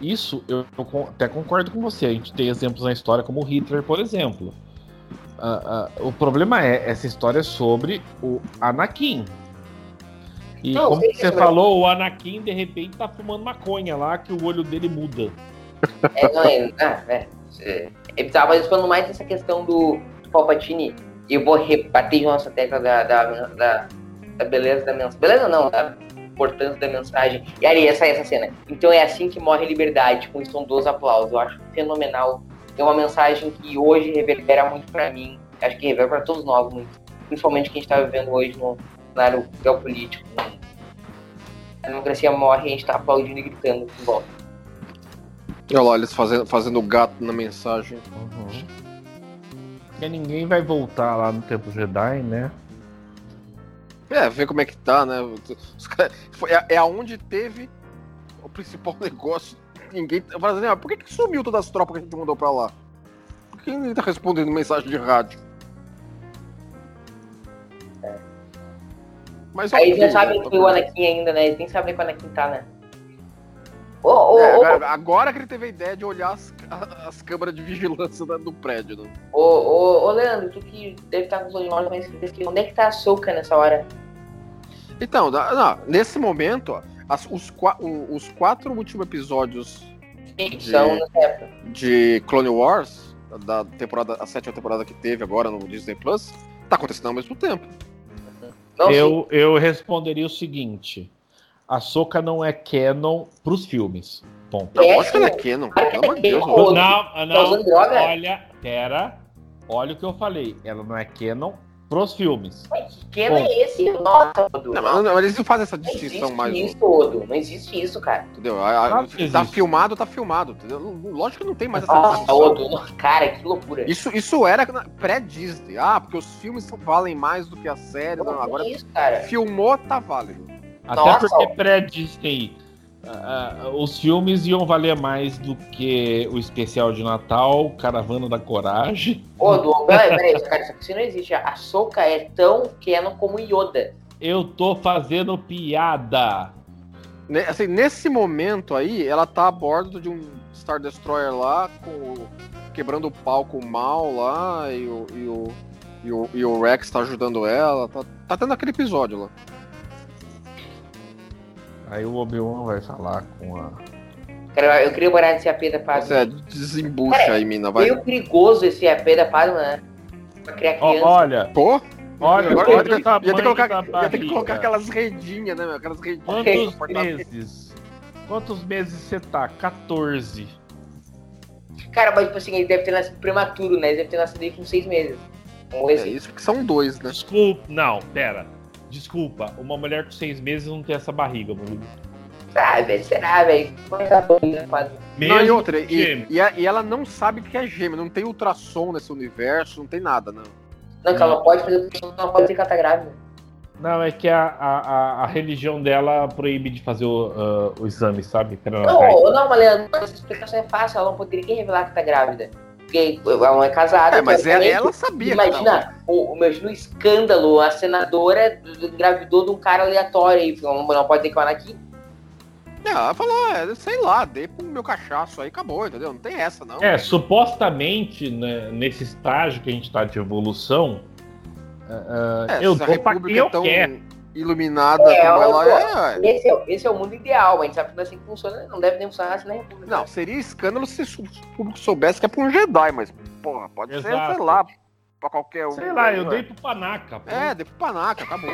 Isso eu, eu con- até concordo com você. A gente tem exemplos na história como Hitler, por exemplo. ah, ah, o problema é, essa história é sobre o Anakin. E Não, como sei você que- falou, o Anakin de repente tá fumando maconha lá, que o olho dele muda. É, não, é, ah, é, é, é bizarro, mas falando mais essa questão do, do Palpatine, eu vou rebater nossa tecla da, da, da, da beleza da mensagem. Beleza não, da importância da mensagem. E aí, essa essa cena. Então é assim que morre a liberdade, com estrondoso aplauso. Eu acho fenomenal. É uma mensagem que hoje reverbera muito pra mim. Acho que reverbera pra todos nós muito. Principalmente que a gente tá vivendo hoje no cenário geopolítico. A democracia morre e a gente tá aplaudindo e gritando de volta. Olha lá, eles fazendo, fazendo gato na mensagem. Uhum. Porque ninguém vai voltar lá no tempo Jedi, né? É, ver como é que tá, né? Os cara- foi- é, é aonde teve o principal *laughs* negócio. Ninguém. Eu falo assim, ah, por que, que sumiu todas as tropas que a gente mandou pra lá? Por que ninguém tá respondendo mensagem de rádio? É. Mas Aí eles não ok, sabem né? que o Anakin ainda, né? Eles nem sabem que o Anakin tá, né? Ô, ô, É, ô, agora, agora que ele teve a ideia de olhar as, a- as câmeras de vigilância da- do prédio, né? ô, ô, ô, Leandro, tu que deve estar com os olhos mais que onde é que tá a Soca nessa hora? Então, da- não, nesse momento, ó, as- os, qua- o- os quatro últimos episódios Que São né? nessa época. de Clone Wars, da temporada, a sétima temporada que teve agora no Disney Plus, tá acontecendo ao mesmo tempo. Não, sim. Eu, eu responderia o seguinte: a Soca não é canon pros filmes. Ponto. É, Lógico que ela é Canon, Claro que pelo amor de Deus. é canon. ó. Ô, não, ah, tá não. usando droga? Olha, pera. Olha o que eu falei. Ela não é canon pros filmes. Mas que queda é esse? Nossa, Odo. Não, mas não, eles não fazem essa Não distinção existe mais, um- não, isso, Odo. Não existe isso, cara. entendeu? A- a- Claro que tá existe. filmado, tá filmado, entendeu? Lógico que não tem mais essa Nossa, distinção. Odo. nossa, Cara, que loucura. Isso, isso era na- pré-Disney. Ah, porque os filmes valem mais do que a série. Como Não, agora que é isso, cara. filmou, tá válido. Até Nossa. porque pré-Disney. ah, ah, os filmes iam valer mais do que o especial de Natal, Caravana da Coragem. *laughs* Odo, peraí, peraí, cara, isso aqui não existe. A Soca é tão canon como Yoda. Eu tô fazendo piada. Ne- assim, nesse momento aí, ela tá a bordo de um Star Destroyer lá, com, quebrando o pau com o Mal lá, e o, e o, e o, e o Rex tá ajudando ela. Tá, tá tendo aquele episódio lá. Aí o Obi-Wan vai falar com a. Cara, eu queria morar nesse AP da Paz. Mas é, desembucha aí, mina. Vai. Meio perigoso esse AP da Padma, né? Pra criar Ó, criança. olha, Pô, olha, Agora- olha ia o ter- ia ter tamanho que colocar- da ia ter que colocar tá barriga. aquelas redinhas, né, meu? Aquelas redinhas. Quantos confortáveis. meses? Quantos meses você tá? 14. Cara, mas tipo assim, ele deve ter nascido prematuro, né? Ele deve ter nascido aí com seis meses. Vamos ver É se- isso que são dois, né? Desculpa. Não, pera. Desculpa, uma mulher com seis meses não tem essa barriga, mano. Ah, velho, será, velho? Como é que tá bom, né, padre? não, e Mesmo outra, e, gêmeo. e, a- e ela não sabe o que é gêmeo, não tem ultrassom nesse universo, não tem nada, né? Não, que ela não pode fazer o que ela não pode ser que ela tá grávida. Não, é que a, a, a- a religião dela proíbe de fazer o, ah, o exame, sabe? Peranatais. Não, não, mas Leandro, essa explicação é fácil. Ela não poderia revelar que tá grávida. Porque ela é casada. É, mas ela, teoricamente. ela sabia que tava. Imagina, o, imagina o escândalo, a senadora engravidou de um cara aleatório aí, não não pode ter que o Anakin. É, ela falou, é, sei lá, dei pro meu cachaço aí, acabou, entendeu? Não tem essa, não. É, supostamente, né, nesse estágio que a gente tá de evolução, ah, ah, É, eu se a dou pra quem República eu é tão quero. iluminada É, como eu ela tô- é. é. Esse é, esse é o mundo ideal, mas a gente sabe que não é assim que funciona, não deve nem funcionar assim na República. Não, seria escândalo se o público soubesse que é pra um Jedi, mas, porra, pode Exato. ser, sei lá, pra qualquer um. Sei lá, eu né? dei pro Panaca. pô. É, dei pro Panaca, acabou.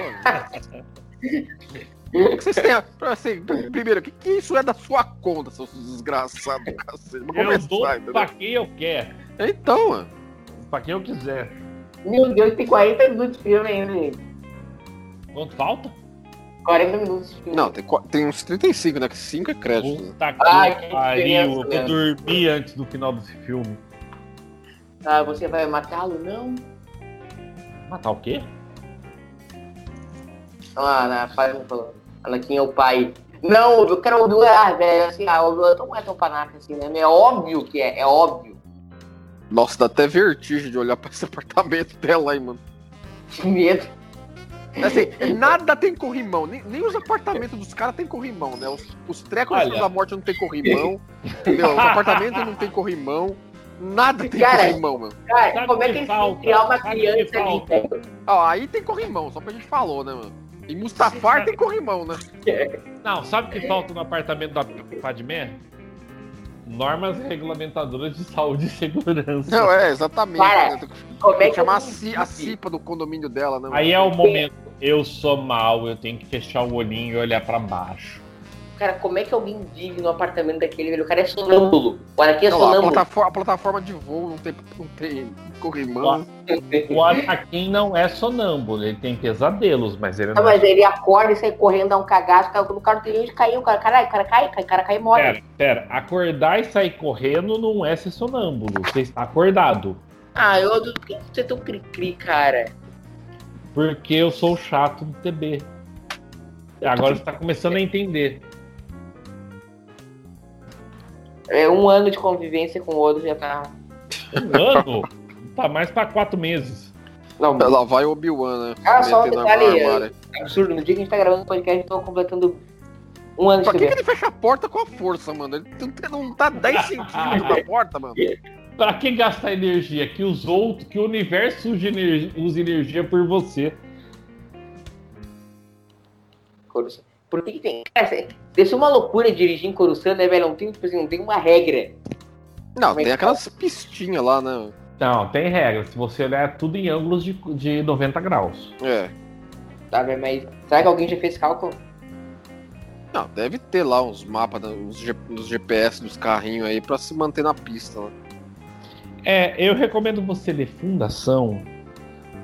O que vocês têm? a- Assim, primeiro, o que, que isso é da sua conta, seus desgraçados, cacete? Pra eu começar, dou entendeu? pra quem eu quero, Então, mano. pra quem eu quiser. Meu Deus, tem 40 minutos de filme ainda, gente. Quanto falta? 40 minutos de filme. Não, tem, qua- tem uns 35, né? Que 5 é crédito. né? Puta que Ai, que né? diferença, pariu, eu vou velho. dormir antes do final desse filme. Ah, você vai matá-lo? Não. Matar o quê? Ah, na fase me falou. Anakin é o pai. Não, eu quero o Duan. Ah, velho, assim, ah, o Duan não é tão panaca assim, né? É óbvio que é, é óbvio. Nossa, dá até vertigem de olhar pra esse apartamento dela aí, mano. Que medo. Assim, nada tem corrimão. Nem, nem os apartamentos dos caras tem corrimão, né? Os, os trecos Olha. da morte não tem corrimão. entendeu? Os apartamentos não tem corrimão. Nada tem Cara, corrimão, meu. Cara, Sabe como é que que eles falta? vão criar uma Sabe que criança ali, falta? velho? Ah, aí tem corrimão, só porque a gente falou, né, mano? E Mustafar tem corrimão, né? Não, sabe o que falta no apartamento da Padmé? Normas regulamentadoras de saúde e segurança. Não, é, exatamente. Cara, né? Tem que Como é que chamar a, eu vou ci- a cipa do condomínio dela, né? mano? Aí é o momento, eu sou mal, eu tenho que fechar o olhinho e olhar pra baixo. Cara, como é que alguém vive no apartamento daquele velho? O cara é sonâmbulo. O aqui Olha lá, é a, sonâmbulo. plataforma, a plataforma de voo não tem, não tem corrimão. O Ataquim não é sonâmbulo, ele tem pesadelos, mas ele Ah, não mas é. ele acorda e sai correndo, dá um cagaço. Cara, o cara não tem onde cair. O cara, caralho, o cara cai, cai, o cara cai e morre. Pera, pera, acordar e sair correndo não é ser sonâmbulo, você está acordado. Ah, eu adoro. Por que você é tão cri-cri, cara? Porque eu sou o chato do TB. Agora você tá começando a entender. É um ano de convivência com o outro já tá. Um ano tá mais pra quatro meses. Não, Ela vai Obi-Wan, né? Ah, só um Metendo a detalhe, mão agora. é absurdo. No dia que a gente tá gravando o podcast, eu tô completando um ano de Pra que, que convivência. ele fecha a porta com a força, mano? Ele não tem- não tá *laughs* 10 centímetros da porta, mano. Pra que gastar energia? Que os outros, que o universo use ener- use energia por você. Coruscant. Por que, que tem. Cara, assim, deve ser uma loucura dirigir em Coruscant, né, velho? Não tem, tipo assim, não tem uma regra. Não, Como é tem que aquelas pistinhas lá, né? Não, tem regra. Se você olhar tudo em ângulos de, de 90 graus. É. Sabe? Mas será que alguém já fez cálculo? Não, deve ter lá uns mapas, né, uns, G- uns GPS dos carrinhos aí pra se manter na pista. Né? É, eu recomendo você ler Fundação,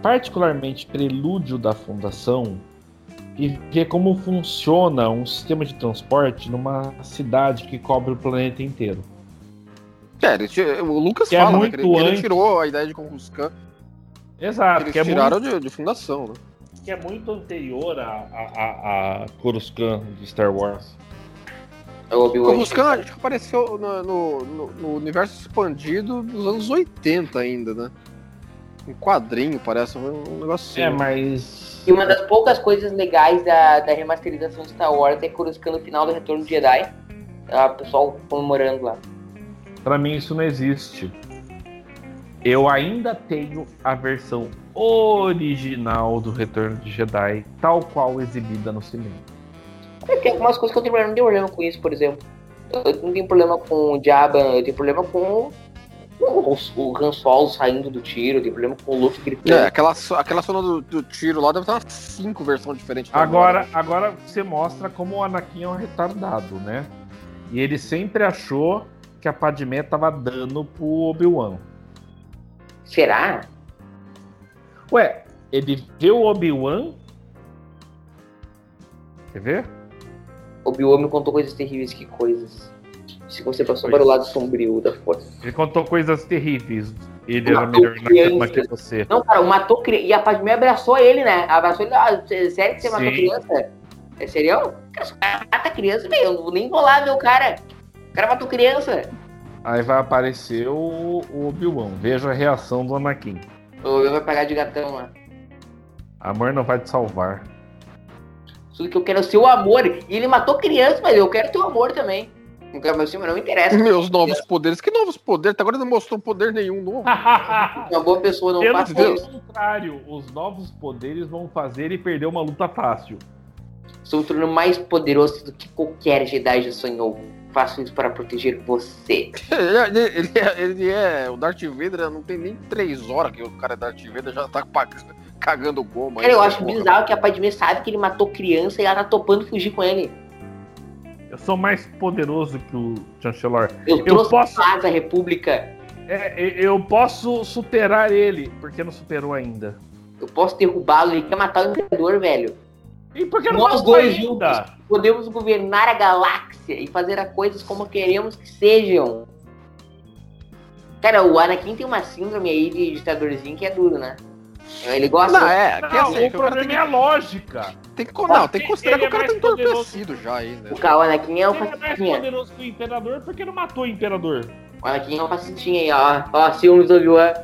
particularmente Prelúdio da Fundação, e ver como funciona um sistema de transporte numa cidade que cobre o planeta inteiro. É, ele ti- o Lucas Que é fala, né, muito que ele, ele antes. tirou a ideia de Coruscant, que Exato, eles que é, tiraram muito, de, de fundação, né? que é muito anterior a, a, a- a Coruscant de Star Wars. É o Obi-Wan. Coruscant acho que apareceu no, no- no- no universo expandido dos anos 80 ainda, né? Um quadrinho, parece, um um negócio assim. É, né? mas. E uma das poucas coisas legais da, da remasterização de Star Wars é Coruscant no final do Retorno de Jedi. Ah, O pessoal comemorando lá. Pra mim isso não existe. Eu ainda tenho a versão original do Retorno de Jedi, tal qual exibida no cinema. É, tem algumas coisas que eu tenho problema, não tenho problema com isso, por exemplo. Eu não tenho problema com o Jabba, eu tenho problema com o, o Han Solo saindo do tiro, eu tenho problema com o Luke É, gritando. aquela, so- aquela zona do, do tiro lá deve ter umas cinco versões diferentes. né? do Agora, agora você mostra como o Anakin é um retardado, né? E ele sempre achou que a Padmé tava dando pro Obi-Wan. Será? Ué, ele viu o Obi-Wan? Quer ver? Obi-Wan me contou coisas terríveis, que coisas. Se você passou Pois. para o lado sombrio da força. Ele contou coisas terríveis. Ele Uma era melhor na criança. cama que você. Não, cara, matou criança. E a Padme abraçou ele, né? Abraçou ele. Ah, cê- sério que você matou Sim. criança? É sério? Cara, esse cara mata criança, velho. Eu nem vou lá ver o cara. O cara matou criança. Aí vai aparecer o, o Obi-Wan. Veja a reação do Anakin. Eu vou pagar de gatão lá. Amor não vai te *laughs* salvar. Tudo que eu quero é o seu amor. E ele matou criança, mas eu quero teu amor também. Não quero meu mas não me *laughs* interessa. Meus novos poderes. Que novos poderes? Até agora não mostrou poder nenhum novo. *laughs* Uma boa pessoa não Pelo passa isso. contrário, os novos poderes vão fazer ele perder uma luta fácil. Sou o trono mais poderoso do que qualquer Jedi já sonhou. Faço isso para proteger você. Ele, é- ele- ele é, ele é- O Darth Vader não tem nem três horas que o cara é Darth Vader já tá pa- cagando goma. aí, Cara, eu né, acho porra. bizarro que a Padme sabe que ele matou criança e ela tá topando fugir com ele. Eu sou mais poderoso que o chanceler. Eu, Eu trouxe posso- a paz à república. É, e- eu posso superar ele, porque não superou ainda. Eu posso derrubá-lo. Ele quer matar o imperador, velho. E porque não Nós matou dois ainda? Podemos governar a galáxia e fazer as coisas como queremos que sejam. Cara, o Anakin tem uma síndrome aí de ditadorzinho que é duro, né? Ele gosta. Não, é. Não, que é assim, o que o cara tem problema que, é a lógica. tem que- não, tem Ele que considerar que é o cara tá mais poderoso. entorpecido já aí, né? O cara, o Anakin é um Ele é mais fascistinha. poderoso que o imperador, porque não matou o imperador. O Anakin é um fascistinha aí, ó. Ó, ciúmes do Obi-Wan.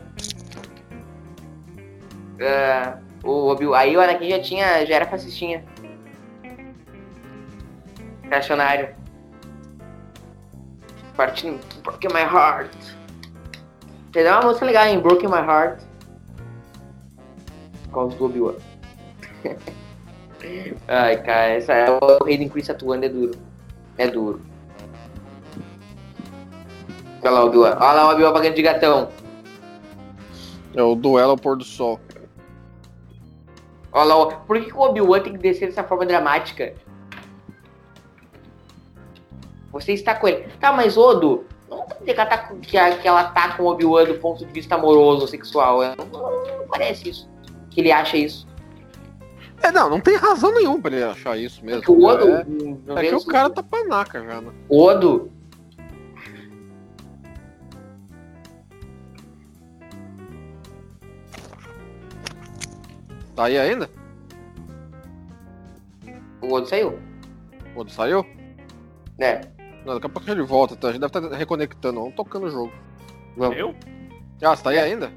Ah, o Obi aí o Anakin já tinha, já era fascistinha. Reacionário. Partindo, porque my heart. Tem uma música legal em Broken My Heart. Com os Globe One. *laughs* Ai, cara, essa é o Hayden Chris atuando, é duro. É duro. Olha lá o Obi-Wan. Olha lá o Obi-Wan pagando de gatão. É o duelo ao pôr do sol. Olha lá, o- por que, que o Obi-Wan tem que descer dessa forma dramática? Você está com ele. Tá, mas Odo, não tem que ela tá, com- que, a- que ela tá com o Obi-Wan do ponto de vista amoroso, sexual. Não, não- não parece isso. Que ele acha isso. É, não, não tem razão nenhuma pra ele achar isso mesmo. É que o Odo. É, não é vem que o isso. cara tá panaca já, né? O Odo. Tá aí ainda? O Odo saiu. O Odo saiu? É. Não, daqui a pouco ele volta, tá? A gente deve estar reconectando, vamos tocando o jogo. Vamos. Eu? Ah, você tá aí ainda?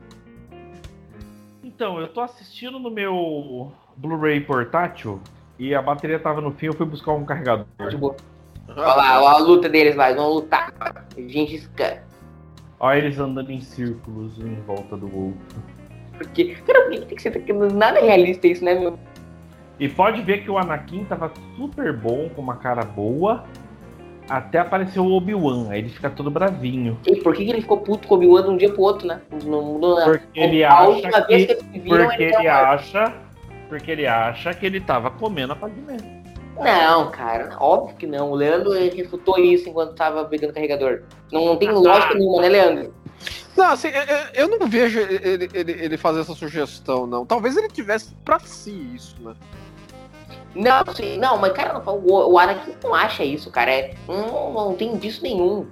Então, eu tô assistindo no meu Blu-ray portátil e a bateria tava no fim, eu fui buscar um carregador. de boa. Olha Ah, lá, olha a luta deles lá. Eles vão lutar. Gengis Khan. Olha eles andando em círculos um em volta do outro. Porque. Cara, por que que tem que ser que nada é realista isso, né, meu? E pode ver que o Anakin tava super bom, com uma cara boa, até apareceu o Obi-Wan, aí ele fica todo bravinho. E por que, que ele ficou puto com o Obi-Wan de um dia pro outro, né? Não mudou nada. Porque ele a acha última vez que que... eles se viram, Porque ele é ele tava- acha... Porque ele acha que ele tava comendo a Padmé. Não, cara, óbvio que não. O Leandro ele refutou isso enquanto tava pegando o carregador. Não, não tem Ah, tá. lógica nenhuma, né, Leandro? Não, assim, é- é- eu não vejo ele, ele, ele fazer essa sugestão, não. Talvez ele tivesse pra si isso, né? Não, sim, não, mas cara, não, o, o Anakin não acha isso, cara. É, não, não tem disso nenhum.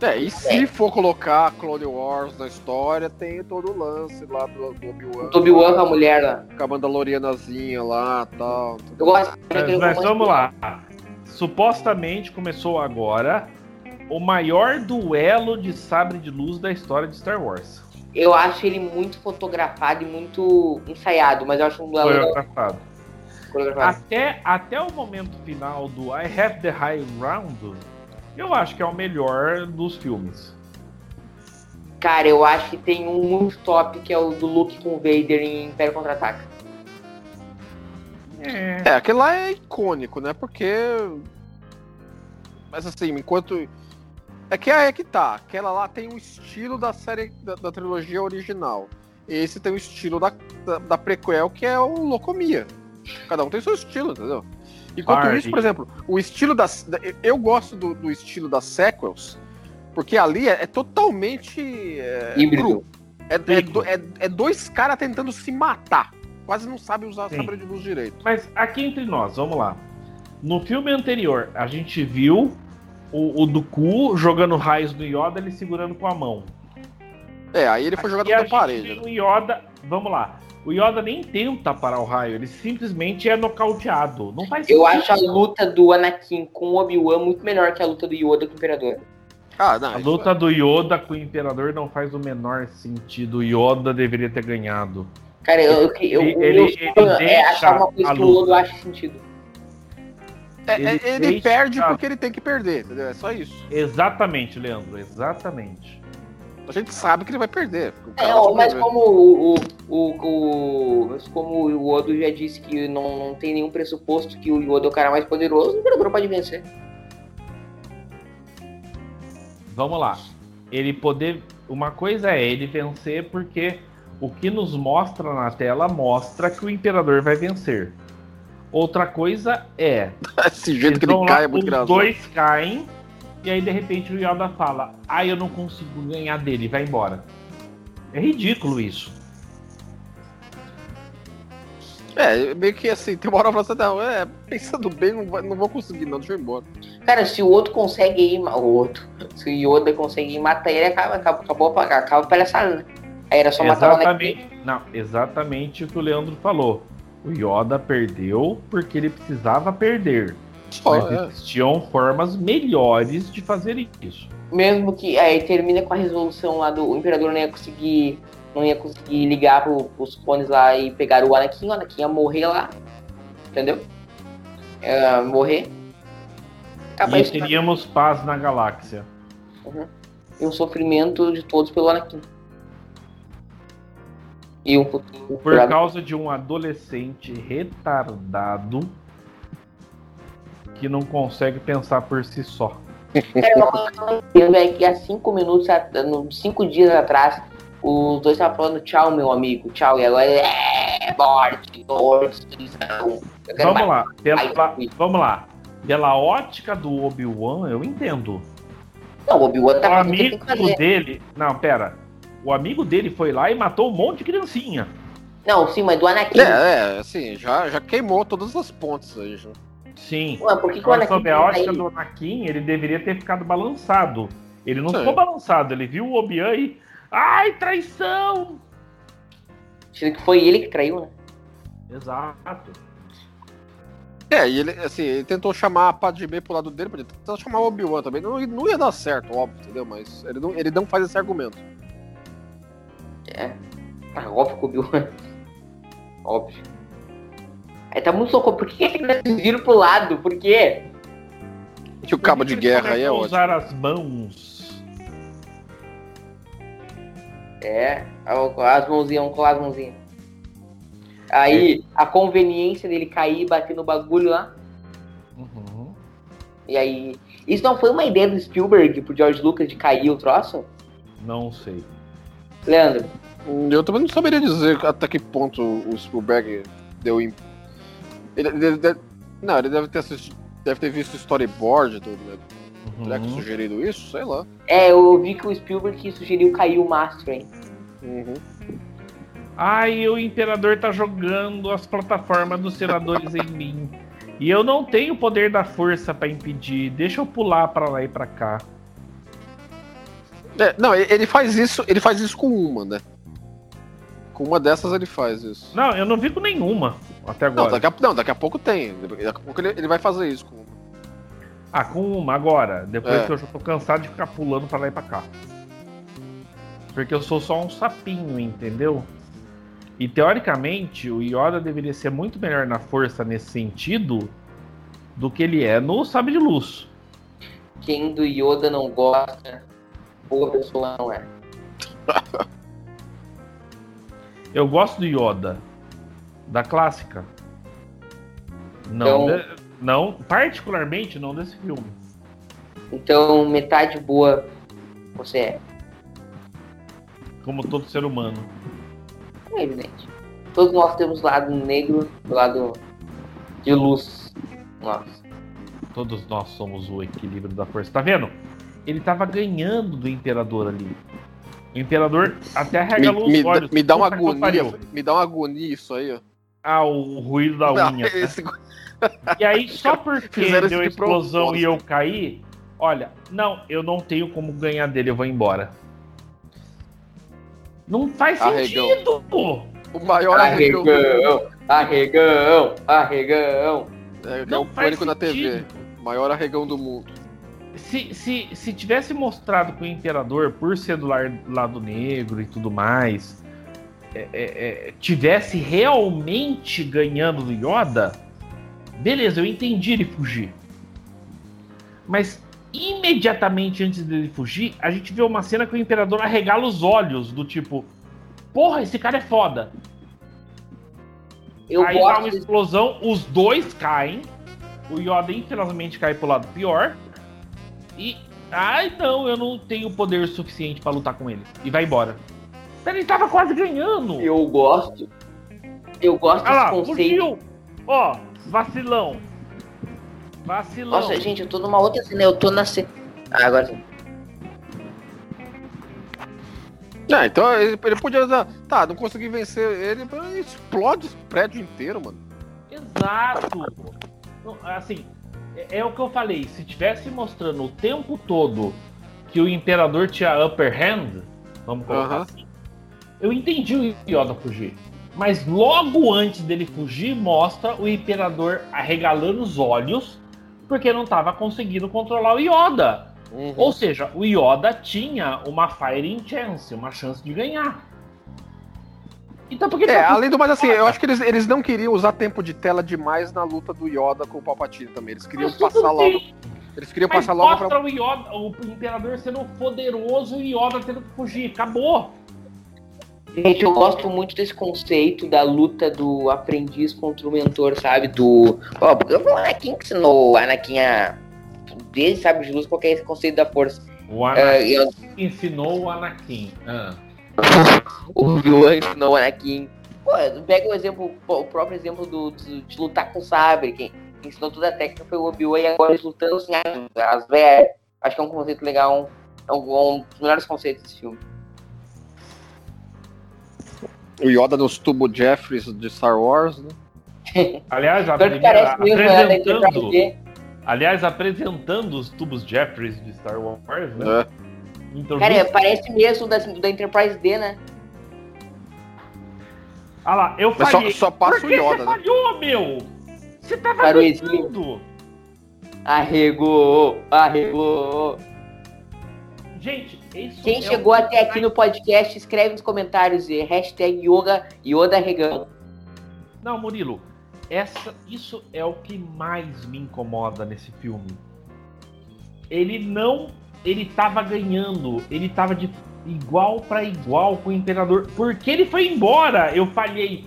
É, e se for colocar Clone Wars na história, tem todo o lance lá do, do Obi-Wan. O Obi-Wan com a mulher lá. Com a Mandalorianazinha lá e tal. Eu gosto É, Mas, daquele mas romance- vamos lá. Supostamente começou agora o maior duelo de sabre de luz da história de Star Wars. Eu acho ele muito fotografado e muito ensaiado, mas eu acho Tá um duelo Coreografado. Tá. coreografado. Até, até o momento final do I Have the High Round, eu acho que é o melhor dos filmes. Cara, eu acho que tem um muito top que é o do Luke com o Vader em Império Contra-Ataca. É. É, aquele lá é icônico, né? Porque. Mas assim, enquanto. É que é que tá. Aquela lá tem o estilo da série da, da trilogia original. Esse tem o estilo da, da, da prequel, que é o Locomia. Cada um tem seu estilo, entendeu? Enquanto Party. isso, por exemplo, o estilo das. da- Eu gosto do, do estilo das sequels, porque ali é, é totalmente. É, Híbrido. cru. É, é do- é- é dois caras tentando se matar. Quase não sabe usar a Sim. sabre de luz direito. Mas aqui entre nós, vamos lá. No filme anterior, a gente viu o, o Dooku jogando raios no Yoda, ele segurando com a mão. É, aí ele foi jogado E a na gente parede. tem né? O Yoda, vamos lá. O Yoda nem tenta parar o raio, ele simplesmente é nocauteado. Não faz Eu sentido. acho a luta do Anakin com o Obi-Wan muito melhor que a luta do Yoda com o Imperador. Ah, não. A isso luta do Yoda com o Imperador não faz o menor sentido. O Yoda deveria ter ganhado. Cara, eu, eu, eu, Ele- o ele- meu ele sonho é deixa achar uma coisa a que o Odo luta. acha sentido. é- é- ele Ele, fez- perde ah. porque ele tem que perder, entendeu? É só isso. Exatamente, Leandro, exatamente. A gente sabe que ele vai perder. Então, porque o cara É, vai ó, mas perder. como o, o, o, o- mas como o Odo já disse que não, não tem nenhum pressuposto que o Yoda é o cara mais poderoso, o Imperador pode vencer. Vamos lá. Ele poder. Uma coisa é ele vencer, porque o que nos mostra na tela mostra que o Imperador vai vencer. Outra coisa é *laughs* Esse jeito que Eles vão ele cai Então lá, é muito os engraçado. dois caem, e aí de repente o Yoda fala: Ah, eu não consigo ganhar dele, vai embora. É ridículo isso. É, meio que assim, tem uma hora pra você, não, é, pensando bem, não, vai- não vou conseguir, não, deixa eu ir embora. Cara, se o Odo consegue ir, ma- o Odo, se o Yoda conseguir ir matar ele, acaba, acaba, acabou, acaba, acaba a palhaçada, né? Aí era só matar o Anakin. exatamente, não, exatamente o que o Leandro falou. O Yoda perdeu porque ele precisava perder. Só, Mas é. existiam formas melhores de fazer isso. mesmo que aí termina com a resolução lá do o imperador não ia conseguir não ia conseguir ligar pro, pros clones lá e pegar o Anakin, o Anakin ia morrer lá, entendeu? É, morrer. Acaba e É, isso. né? teríamos paz na galáxia. e um sofrimento de todos pelo Anakin. E um futuro Por curado. causa de um adolescente retardado que não consegue pensar por si só. Cara, uma coisa que eu não entendo é que há cinco minutos, at- no- cinco dias atrás, os dois estavam falando tchau, meu amigo, tchau, e agora é morte, dor, destruição. Eu quero Vamos mais. lá, pela, Aí, vamos lá. Pela ótica do Obi-Wan, eu entendo. Não, o Obi-Wan tá o fazendo o que tem amigo que fazer. dele. Não, pera. O amigo dele foi lá e matou um monte de criancinha. Não, sim, mas do Anakin. né? É, é, assim, já, já queimou todas as pontes aí. já. Sim. Ué, por que, que o Agora, Anakin sob a tá ótica aí? do Anakin, ele deveria ter ficado balançado. Ele não Sim. ficou balançado, ele viu o Obi-Wan e. Ai, traição! Achando que foi ele que traiu, né? Exato. É, e ele, assim, ele tentou chamar a Padme pro lado dele, pra ele tentar chamar o Obi-Wan também. Não, não ia dar certo, óbvio, entendeu? Mas ele não, ele não faz esse argumento. Tá óbvio que o Obi-Wan. *laughs* Óbvio. Aí tá muito socorro. Por que eles viram pro lado? Por quê? Que o cabo de Ele guerra aí é começou a ótimo. usar as mãos. É, as mãozinhas, colar as mãozinhas. Aí, a conveniência dele cair e bater no bagulho lá. Uhum. E aí. Isso não foi uma ideia do Spielberg pro George Lucas de cair o troço? Não sei. Leandro, Hum, Eu também não saberia dizer até que ponto o Spielberg deu. Em... Ele, ele deve- Não, ele deve ter assistido. Deve ter visto o storyboard do. Né? Uhum. Será que sugerido isso? Sei lá. é, eu vi que o Spielberg sugeriu cair o Master, hein? Uhum. Ai, o imperador tá jogando as plataformas dos senadores em mim. E eu não tenho o poder da força pra impedir. Deixa eu pular pra lá e pra cá. É, não, ele ele faz isso, ele faz isso com uma, né? Com uma dessas ele faz isso. Não, eu não vi com nenhuma até Não, tá agora. daqui a, não, daqui a pouco tem. Daqui a pouco ele, ele vai fazer isso com uma. Ah, com uma agora. Depois É. que eu já tô cansado de ficar pulando pra lá e pra cá. Porque eu sou só um sapinho, entendeu? E teoricamente, o Yoda deveria ser muito melhor na força nesse sentido do que ele é no sabre de luz. Quem do Yoda não gosta, boa pessoa não é. Eu gosto do Yoda. Da clássica. Não, Então- de- não particularmente não desse filme. Então, metade boa você é. Como todo ser humano. É evidente. Todos nós temos lado negro, lado de luz. Nossa. Todos nós somos o equilíbrio da força. Tá vendo? Ele tava ganhando do Imperador ali. O Imperador até regalou Me, me os dá- olhos. me dá uma Puta que agonia. pariu. Me dá uma agonia isso aí, ó. Ah, o ruído da unha. né? *laughs* Esse- E aí, só porque Fizeram isso deu de explosão e propósito. eu caí, olha, não, eu não tenho como ganhar dele, eu vou embora. Não faz Arregão. sentido, pô! o maior arregão. Arregão, arregão, arregão. É, é Não o faz pânico sentido. na TV. O maior arregão do mundo. Se, se, se tivesse mostrado que o imperador, por ser do lar- lado negro e tudo mais, é, é, é, tivesse realmente ganhando do Yoda, beleza, eu entendi ele fugir. Mas imediatamente antes dele fugir, a gente vê uma cena que o imperador arregala os olhos, do tipo, porra, esse cara é foda. Eu Aí dá gosto uma desse- explosão, os dois caem. O Yoda, infelizmente, cai pro lado pior. E. Ai, não, eu não tenho poder suficiente pra lutar com ele. E vai embora. Mas ele tava quase ganhando. Eu gosto. Eu gosto Olha desse lá, conceito. fugiu. Ó, vacilão. Vacilão. Nossa, gente, eu tô numa outra cena. Eu tô na cena. Ah, agora sim. É, então ele, ele podia usar. Tá, não consegui vencer ele, mas explode o prédio inteiro, mano. Exato. Não, Assim, é, é o que eu falei. Se tivesse mostrando o tempo todo que o imperador tinha upper hand, vamos colocar Aham. assim, eu entendi o Yoda fugir. Mas logo antes dele fugir, mostra o imperador arregalando os olhos porque não estava conseguindo controlar o Yoda. Uhum. Ou seja, o Yoda tinha uma fighting chance, uma chance de ganhar. Então por que É, tá além do mais, assim, eu acho que eles, eles não queriam usar tempo de tela demais na luta do Yoda com o Palpatine também. Eles queriam Mas tudo passar logo. bem. Eles queriam Mas passar logo mostra pra. o, Yoda, o Imperador sendo poderoso e o Yoda tendo que fugir. Acabou. Gente, eu gosto muito desse conceito da luta do aprendiz contra o mentor, sabe? Do. Ó, porque o Anakin que ensinou o Anakin a. Desde sabe de luz, qual que é esse conceito da força? O É, Anakin e eu- ensinou o Anakin. Ah. o vilão ensinou o Anakin. Pô, pega o exemplo, pô, o próprio exemplo do, de, de lutar com o sabre. Quem quem ensinou toda a técnica foi o Obi-Wan e agora eles lutando assim, as velhas. Acho que é um conceito legal, um, é um, um dos melhores conceitos desse filme. O Yoda nos tubo Jeffries de Star Wars, né? Aliás, a Pior que primeira, parece mesmo, né? Da apresentando, Enterprise. aliás, apresentando os tubos Jeffries de Star Wars, né? É. Introduzindo- Cara, é, parece mesmo da, da Enterprise D, né? Ah lá, eu Mas só, falei. só passa o Por que Yoda, você né? falhou, meu? Você tava Parou esse gritando. Arregou, arregou. Gente, isso Quem é chegou um- até aqui no podcast, escreve nos comentários e hashtag yoga, yoga arregando. Não, Murilo, essa, isso é o que mais me incomoda nesse filme. Ele não. Ele tava ganhando, ele tava de igual pra igual com o Imperador. Porque ele foi embora? Eu falhei.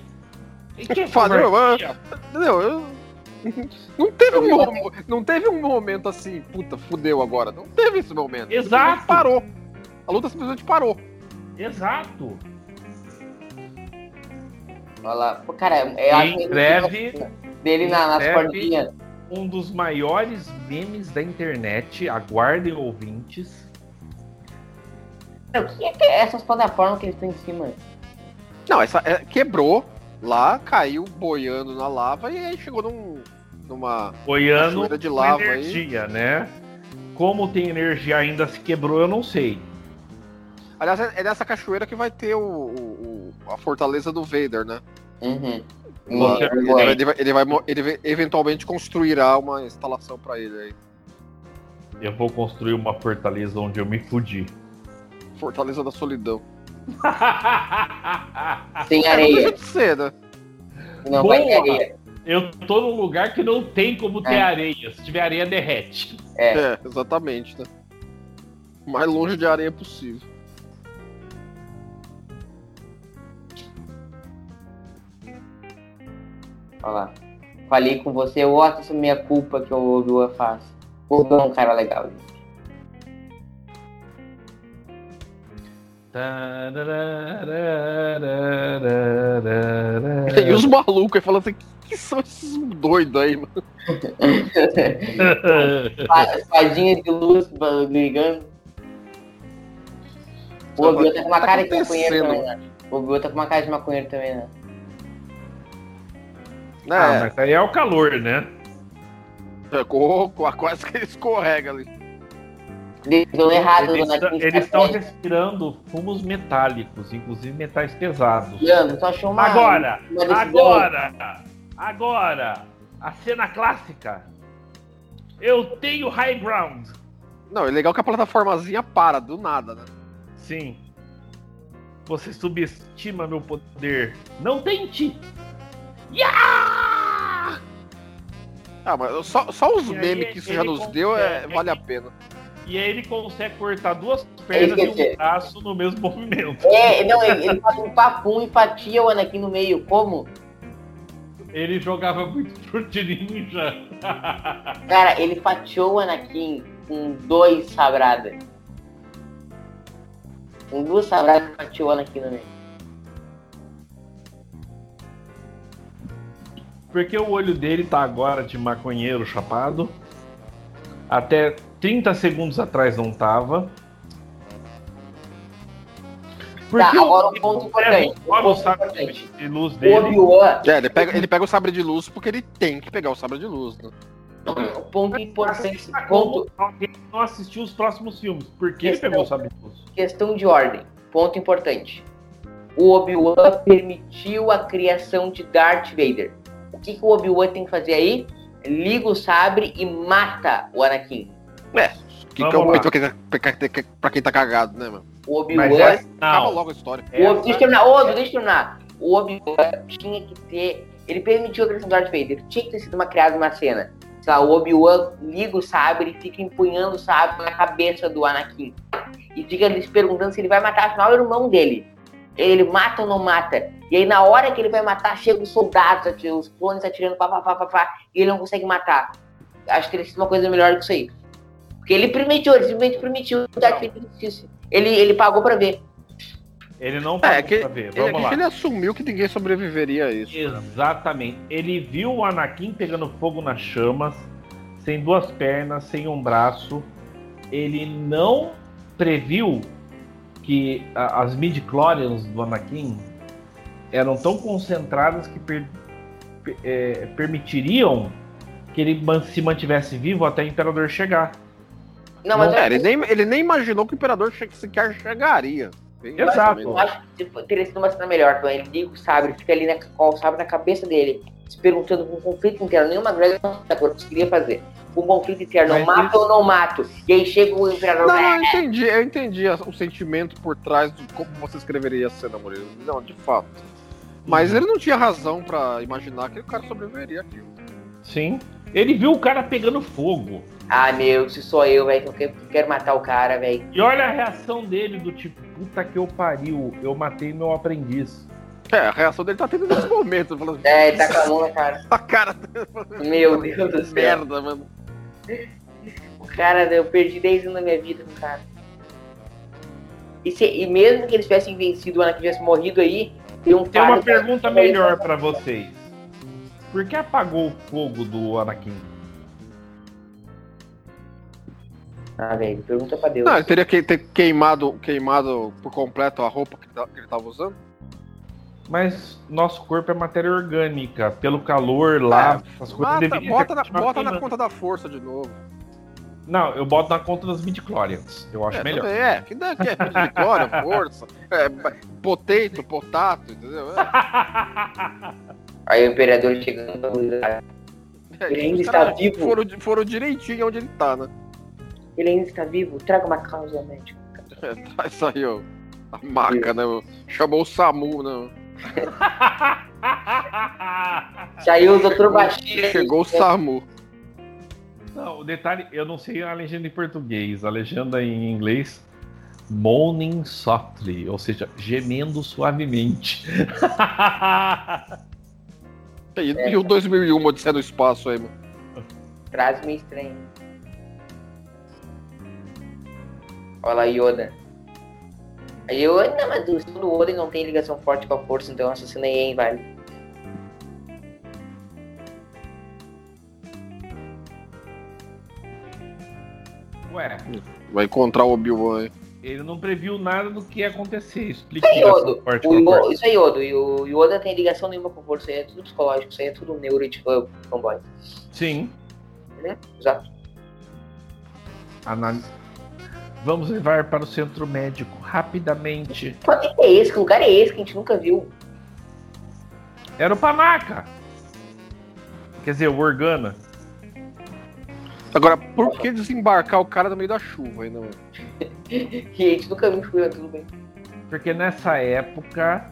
E *laughs* que Falhou, covardia? Não, eu... *laughs* não teve um mo- não teve um momento assim, puta, fudeu agora. Não teve esse momento. Exato. Simplesmente Parou. A luta simplesmente parou. Exato. Olha lá. Pô, cara, eu acho ele- Quem escreve- dele na, nas escreve- cordinhas. um dos maiores memes da internet, aguardem ouvintes. Cara, O que é que é essas plataformas que eles estão em cima? Não, essa é, quebrou lá, caiu boiando na lava e aí chegou num, numa Boiano cachoeira de com lava aí. energia, né? Como tem energia ainda se quebrou, eu não sei. Aliás, é é nessa cachoeira que vai ter o, o- o- a fortaleza do Vader, né? Uhum. Você- Hum, Ele vai, boa. ele vai- ele vai mo- ele vai- eventualmente construirá uma instalação pra ele aí. Eu vou construir uma fortaleza onde eu me fudi. Fortaleza da solidão. Sem É, não areia. deixa de ser, né? Não vai ter Boa. areia. eu tô num lugar que não tem como ter É. areia. Se tiver areia, derrete. É, exatamente, né? O mais longe de areia possível. Olha lá. Falei com você, ó, essa minha culpa que eu ouvi o faz. O Obi-Wan é um cara legal, gente. *laughs* É. E os malucos aí falando assim, que, que são esses doidos aí, mano? Pa- Espadinha de luz ba- brigando. O Obi-Wan tá com uma Tá cara de maconheiro acontecendo? também, né? O Obi-Wan tá com uma cara de maconheiro também, né? Ah, Né? mas aí é o calor, né? é, co- co- quase que ele escorrega ali. Decisão errada do Eles Anakin. tão- Eles estão tá respirando fumos metálicos, inclusive metais pesados. Leandro, só achou uma... Agora, uma decisão. agora, agora, a cena clássica. Eu tenho high ground. Não, é legal que a plataformazinha para do nada, né? Sim. Você subestima meu poder. Não tente. Yeah! Ah, mas só, só os E aí memes que isso já ele nos deu é, consegue- vale a pena. E aí ele consegue cortar duas isso pernas que eu e sei. *laughs* um braço no mesmo movimento. É, não, ele, ele faz um papum e fatia o Anakin no meio. Como? Ele jogava muito *laughs* Fruit Ninja. *laughs* Cara, ele fatiou o Anakin com dois sabradas. Com duas sabradas ele fatiou o Anakin no meio. Porque o olho dele tá agora de maconheiro chapado. Até 30 segundos atrás não tava. Tá, o- agora um ponto importante. Um Olha o ponto sabre importante. de luz O dele. Obi-Wan É, ele pega, ele pega o sabre de luz porque ele tem que pegar o sabre de luz, né? Um ponto importante, Assista ponto, tá como alguém que não assistiu os próximos filmes. Porque ele Questão. pegou o sabre de luz. questão de ordem, ponto importante. O Obi-Wan permitiu a criação de Darth Vader. O que, que o Obi-Wan tem que fazer aí? Liga o sabre e mata o Anakin. Que, Vamos que é o lá. momento pra quem, pra quem- pra quem tá cagado, né, mano? O Mas é Obi-Wan essa Acaba não. É, tá. logo a história. O Obi- Deixa eu Essa, terminar, ô, Edu, deixa eu terminar. O Obi-Wan tinha que ter. Ele permitiu a criação do Darth Vader. Tinha que ter sido uma criada uma cena. Sei lá, o Obi-Wan liga o sabre e fica empunhando o sabre na cabeça do Anakin. E fica se perguntando se ele vai matar, afinal era o irmão dele. Ele mata ou não mata? E aí na hora que ele vai matar, chega os soldados, ati- os clones atirando, pá, pá, pá, pá, pá, e ele não consegue matar. Acho que ele fez uma coisa melhor que isso aí. Porque ele permitiu, ele simplesmente permitiu dar aquele justiça. Ele, ele pagou pra ver. Ele não É, pagou que- pra ver. Ele, Vamos lá. ele assumiu que ninguém sobreviveria a isso. Exatamente. Ele viu o Anakin pegando fogo nas chamas, sem duas pernas, sem um braço. Ele não previu que a- as midi-chlorians do Anakin eram tão concentradas que per- pe- é, permitiriam que ele man- se mantivesse vivo até o Imperador chegar. Não, mas É, eu- ele, nem, ele nem imaginou que o imperador che- sequer chegaria. Bem, Exato. mais ou menos. Eu acho que tipo, teria sido uma cena melhor, então ele liga o sabre, fica ali na, com o sabre na cabeça dele, se perguntando com um conflito interno, nenhuma grande agora conseguiria fazer. Um conflito interno, Mas mato ou não mato? E aí chega o imperador, Não, "Ah, eu entendi, eu entendi a- o sentimento por trás de como você escreveria a cena, Murilo. Não, de fato. Uhum. Mas ele não tinha razão pra imaginar que o cara sobreviveria aquilo. Sim. Ele viu o cara pegando fogo. ah meu, se sou eu, velho, que eu quero- quero matar o cara, velho. E olha a reação dele do tipo, puta que eu pariu, eu matei meu aprendiz. É, a reação dele tá tendo nesse momento, falando, É, ele tá com a mão na *laughs* cara. a cara tá Meu Deus do céu. merda, mano. O cara, eu perdi 10 anos da minha vida com o cara. E, se- e mesmo que eles tivessem vencido, o Anakin tivesse morrido aí, tem um Tem uma fato- pergunta melhor pra vocês. Por que apagou o fogo do Anakin? Ah, velho, pergunta pra Deus. Não, ele teria que ter queimado, queimado por completo a roupa que ta- que ele tava usando. Mas nosso corpo é matéria orgânica. Pelo calor lá, as coisas É. Mata, Ah, deveriam tá, bota ter na, continuado bota na queimando. conta da força de novo. Não, eu boto na conta das midichlorians. Eu acho é, melhor. também é, que dá que é vitória, força, é, potato, potato, entendeu? É, Aí o imperador chegando é, Ele ainda os está caras vivo. Foram, di- foram direitinho onde ele tá, né? *laughs* Ele ainda está vivo? Traga uma causa médica. É, tá, isso aí, ó. A maca, né? ó. Chamou o Samu, né? *laughs* Ah, Saiu o é Dr. Bashir. Chegou o Samu. Não, o detalhe, eu não sei a legenda em português, a legenda em inglês. Moaning softly, ou seja, gemendo suavemente. *laughs* E, É. e o 2001 Odisseia no Espaço aí, mano? Traz meio estranho. Olha lá, Yoda. A Yoda, mas o segundo Oden não tem ligação forte com a força, então essa cena aí é inválida. Ué, Vai encontrar o Obi-Wan aí. ele não previu nada do que ia acontecer. Explica Isso é essa Yoda. parte O com a Yo- parte. Isso é Yoda. E o Yoda tem ligação nenhuma com a força. Isso aí é tudo psicológico. Isso aí é tudo neuro de fã- fanboy. né? Sim. Exato. Anal... Vamos levar para o centro médico rapidamente. Pô, o que que é esse? Que lugar é esse que a gente nunca viu? *laughs* Era o Panaca! Quer dizer, o Organa. Agora, por que desembarcar o cara no meio da chuva ainda, mano? Que a gente nunca viu, mas tudo bem. *laughs* Porque nessa época,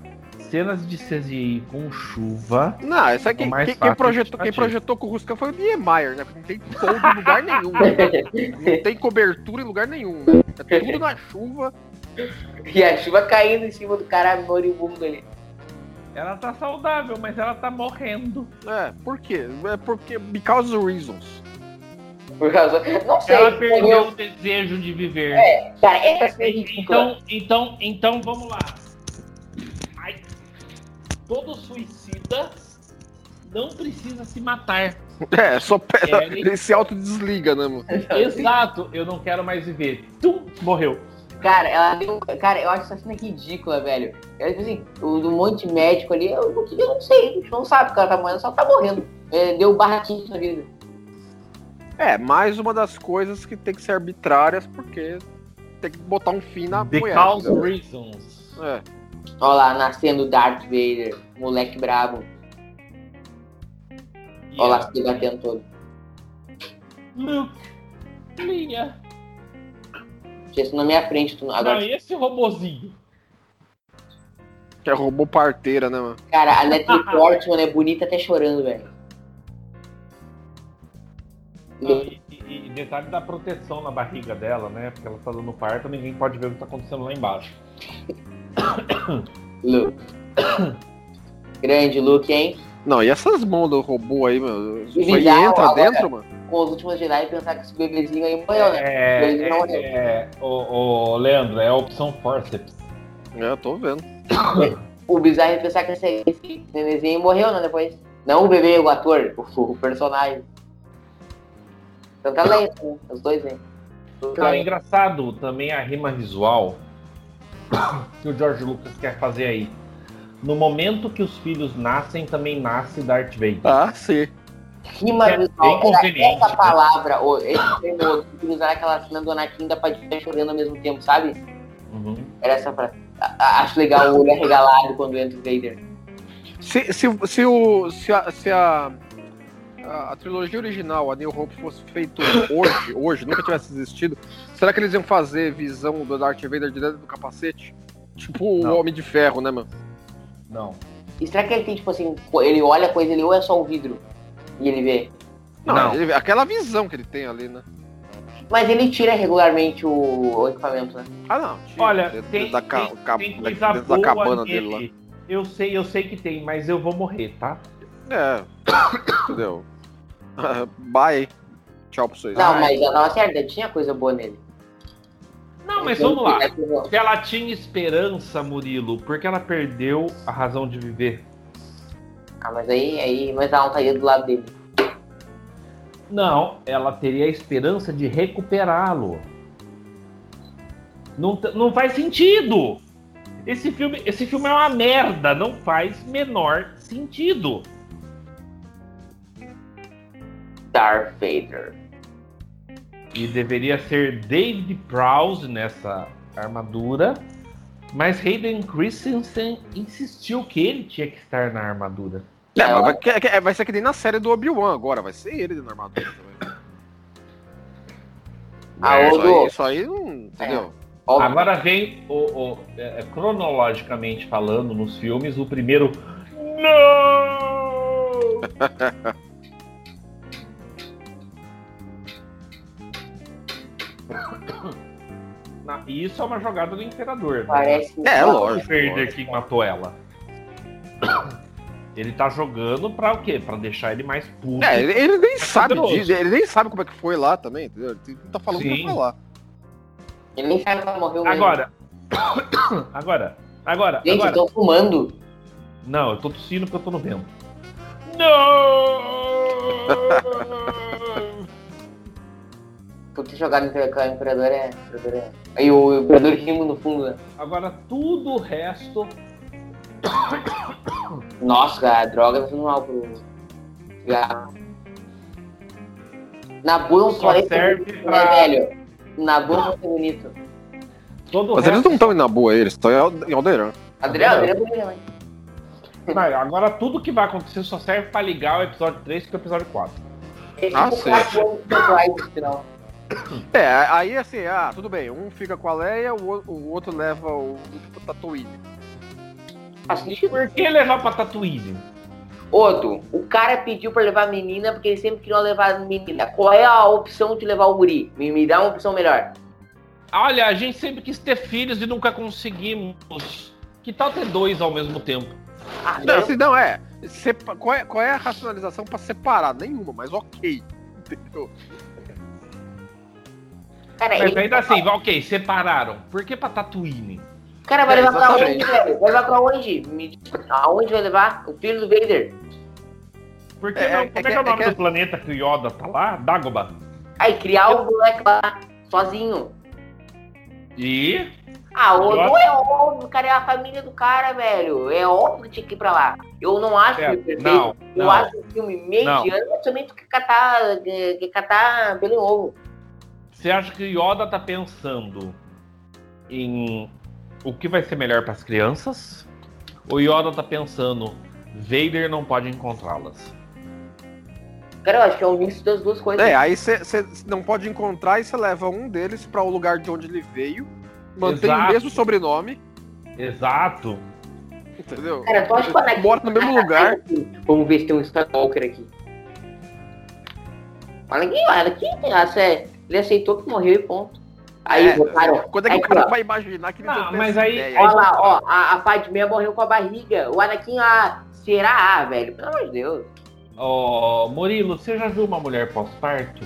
cenas de CGI com chuva Não, isso aí O quem, mais quem- quem fácil é de projetou, quem ativo. projetou com o Rusca foi o Niemeyer, né? Não tem todo em lugar nenhum. *laughs* né? Não tem cobertura em lugar nenhum, né? É tudo na chuva. E a chuva caindo em cima do cara moribundo ali. Ela tá saudável, mas ela tá morrendo. É, por quê? É porque. Because of reasons. Por causa. Não sei. Ela perdeu morreu. o desejo de viver. Cara, essa cena é ridícula. então, então, então, vamos lá. Ai, todo suicida não precisa se matar. *laughs* É, só pera, Querem- ele se autodesliga, né, mano? É, Então, Exato, eu não quero mais viver. Tum, morreu. Cara, ela tem um- Cara, eu acho essa cena ridícula, velho. É tipo assim, o do monte de médico ali, eu, eu não sei, a gente não sabe o que ela tá morrendo, só tá morrendo. É, deu barra quente na vida. É, mais uma das coisas que tem que ser arbitrárias, porque tem que botar um fim na mulher. Because entendeu? reasons. É. Olha lá, nascendo o Darth Vader, moleque brabo. Olha lá, se debatendo todo. Luke, Linha. Tinha isso na minha frente, tu não- Não, agora. e Ah, esse robozinho? Que é robô parteira, né, mano? Cara, a Natalie Portman é bonita até chorando, velho. Ah, E, e- e detalhe da proteção na barriga dela, né? Porque ela tá dando parto, ninguém pode ver o que tá acontecendo lá embaixo. Luke. *coughs* Grande Luke, hein? Não, e essas mãos do robô aí, meu? Ele Virar entra a- a- dentro, mano? Com os últimos Jedi e pensar que esse bebezinho aí morreu, né? É, Ele não é, é o, Leandro, é a opção forceps. É, eu tô vendo. O bizarro é pensar que esse, esse nenenzinho morreu, né? Depois. Não o bebê, o ator, o, o personagem. Então tá lento, né? Os dois, hein? Tá. Cara, é engraçado também a rima visual *coughs* que o George Lucas quer fazer aí. No momento que os filhos nascem, também nasce Darth Vader. Ah, sim. Rima É bem visual. Era conveniente, né? essa palavra, ou esse termo, ou utilizar aquela cena do Anakin da Padilha tá chorando ao mesmo tempo, sabe? Uhum. Era essa frase. A- a- Acho legal o olho arregalado quando entra o Vader. Se, se, se, o, se, a, se a, a, a trilogia original, a New Hope, fosse feito hoje, *coughs* hoje, nunca tivesse existido, será que eles iam fazer visão do Darth Vader direto do capacete? Tipo Não. o Homem de Ferro, né, mano? Não. E será que ele tem, tipo assim, co- ele olha a coisa ali ou é só o vidro? E ele vê. Não, Não. ele- aquela visão que ele tem ali, né? Mas ele tira regularmente o, o equipamento, né? Ah, não. tira, Olha, dentro, tem, da, ca- tem- ca- tem da- coisa dentro boa da cabana nele. dele lá. Eu sei, eu sei que tem, mas eu vou morrer, tá? É. *coughs* Entendeu? Ah, Bye. Tchau pra vocês. Não, mas a nossa herda tinha coisa boa nele. Não, mas Então, vamos lá. é que eu- Se ela tinha esperança, Murilo, porque ela perdeu a razão de viver? Ah, mas aí, aí, mas a estaria do lado dele. Não, ela teria a esperança de recuperá-lo. Não, t- não faz sentido. Esse filme, esse filme é uma merda, não faz menor sentido. Darth Vader. E deveria ser David Prowse nessa armadura, mas Hayden Christensen insistiu que ele tinha que estar na armadura. É, mas vai, que- que- vai ser que nem na série do Obi-Wan agora, vai ser ele na armadura também. É, Ah, isso, ô, Du. aí, isso aí não. Entendeu? Óbvio. Agora vem, o, o- é, é, cronologicamente falando, nos filmes, o primeiro. Não! Na- e Isso é uma jogada do Imperador. né? parece. É, Não, Não foi o lógico. Vader lógico. que matou ela. Ele tá jogando pra o quê? Pra deixar ele mais puto. É, ele, ele nem sabe Tá poderoso. disso, ele nem sabe como é que foi lá também, entendeu? Ele não tá falando Sim. pra falar. Ele nem sabe que ela morreu mesmo. Agora. *coughs* Agora. Agora. Gente, agora. eu tô fumando. Não, eu tô tossindo porque eu tô no vento. Não! Por ter jogado em com a imperadora é. Imperador é. Aí o imperador rimo no fundo, né? Agora tudo o resto. Nossa, cara, a droga tá fazendo mal pro. cigarro. Nabu não Só parece serve bonito, pra- né, velho? Nabu não é bonito. Todo o Mas eles resto não estão indo na boa, eles estão em Aldeirão. Adriano, Não. Adriano é bonito, né? não, agora tudo que vai acontecer só serve pra ligar o episódio 3 com o episódio 4. É Ah, tipo sim. quatro anos de Surprise no final. É, aí assim, ah, tudo bem, um fica com a Leia, o, o- o outro leva o, o Tatooine. Faz sentido. Por que levar pra Tatooine? Outro, o cara pediu pra levar a menina porque ele sempre queria levar a menina. Qual é a opção de levar o guri? Me, me dá uma opção melhor. Olha, a gente sempre quis ter filhos e nunca conseguimos. Que tal ter dois ao mesmo tempo? Ah, Não, não. assim, não é. Sepa- qual, é qual é a racionalização pra separar? Nenhuma, mas ok. Entendeu? Cara, Mas É, ele, ainda assim, vai, ok, separaram. Por que pra Tatooine? cara vai É, levar pra onde, exatamente. velho? Vai levar pra onde? Me diz, aonde vai levar? O filho do Vader. Por que É, é não? Como que- é que é o é nome que- do planeta que o Yoda tá lá? Dagobah. Aí, criar o moleque lá, sozinho. E Ah, o Eu não é óbvio, cara, é a família do cara, velho. É óbvio que tinha que ir pra lá. Eu não acho É, o filme perfeito. não, Ah, eu não. acho o filme Não. mediano, mas também tu que catar, que que catar pelo ovo. Você acha que o Yoda tá pensando em o que vai ser melhor para as crianças? Ou Yoda tá pensando Vader não pode encontrá-las? Cara, eu acho que é um misto das duas coisas. É, aí você não pode encontrar e você leva um deles pra o lugar de onde ele veio, mantém Exato. o mesmo sobrenome, Exato. entendeu? Cara, tu acha que o Anakin Mora no mesmo lugar. Vamos ver se tem um Skywalker aqui. Mas ninguém olha aqui, essa é- ele aceitou que morreu e ponto. Aí É, botaram. Quando é que aí, o cara ó, vai imaginar que ele Ah, não tem mas essa aí- ideia? Olha lá, ó, a, a Padmé morreu com a barriga. O Anakin, ah, será, ah, velho? Pelo amor de Deus. Ó, Murilo, você já viu uma mulher pós-parto?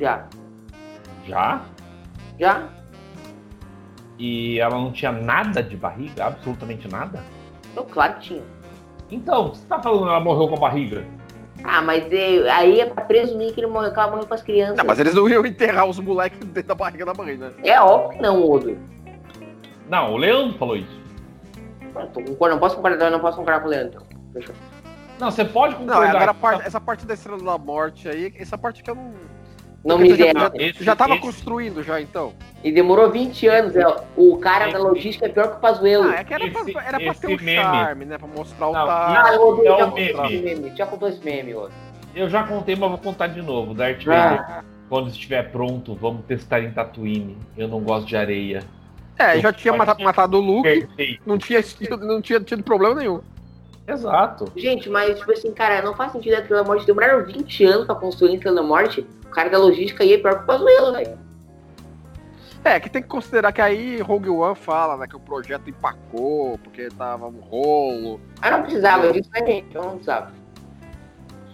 Já, Já? já? E ela não tinha nada de barriga? Absolutamente nada? Eu, claro que tinha. Então, você tá falando que ela morreu com barriga? Ah, mas é- aí é pra presumir que ele morreu, que ela morreu com as crianças. Não, mas eles não iam enterrar os moleques dentro da barriga da mãe, né? É óbvio que não, Odo. Não, o Leandro falou isso. Eu tô concordando, não posso concordar, não posso concordar com o Leandro. então. Fechou. Não, você pode Não, concordar. agora a que- parte- essa parte da Estrela da Morte aí, essa parte que eu não... Não Porque me tu já- dera. Esse- Já tava esse- construindo já, então. E demorou 20 anos, é, O cara da logística é pior que o Pazuello. Ah, é que era pra, esse- era pra ter um esse meme. charme, né? Pra mostrar o Não, tal. Ah, eu odeio, É já um contou esse meme. meme. Já contou esse meme, Odo. Eu já contei, mas vou contar de novo. Darth Vader, Ah, quando estiver pronto, vamos testar em Tatooine. Eu não gosto de areia. É, já tinha mata- matado o Luke, Perfeito. não tinha, não tinha tido problema nenhum. Exato. gente, mas tipo assim, cara, não faz sentido a Estrela da Morte. Demoraram 20 anos pra construir a Estrela da Morte. O cara da logística aí é pior que o Pazuello, velho. É, que tem que considerar que aí Rogue One fala, né, que o projeto empacou, porque tava um rolo. Ah, não precisava disso, né, gente? Eu não precisava.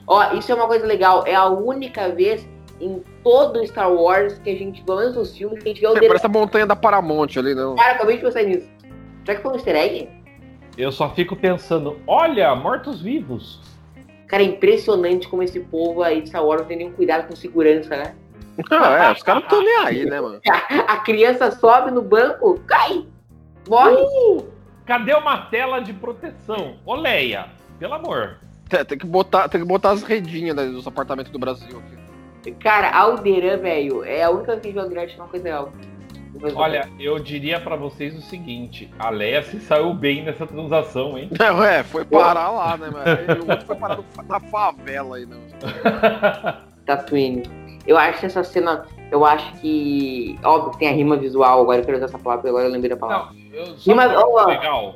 Ó, isso é uma coisa legal. É a única vez em todo o Star Wars que a gente, pelo menos nos filmes, que a gente vê o É, dedo. parece a montanha da Paramount ali, né? *laughs* Cara, acabei de pensar nisso. Será que foi um easter egg? Eu só fico pensando, olha, mortos-vivos. Cara, é impressionante como esse povo aí de Star Wars não tem nenhum cuidado com segurança, né? *laughs* Não, é, os caras não estão nem aí, né, mano? A criança sobe no banco, cai, morre. Cadê uma tela de proteção? Oleia, pelo amor. É, Tem, tem que botar, tem que botar as redinhas né, dos apartamentos do Brasil aqui. *laughs* Cara, Alderan, velho, é a única vez que o Alderan achou uma coisa legal. Olha, eu diria pra vocês o seguinte, a Leia se saiu bem nessa *laughs* transação, hein? Não, é, foi parar lá, né, mano? Aí O outro foi parar no fa- na favela aí, né? não. Tatooine. Eu acho que essa cena, eu acho que. Óbvio que tem a rima visual, agora eu quero usar essa palavra, agora eu lembrei da palavra. Não, eu só Sim, mas, acho ó, ó. legal.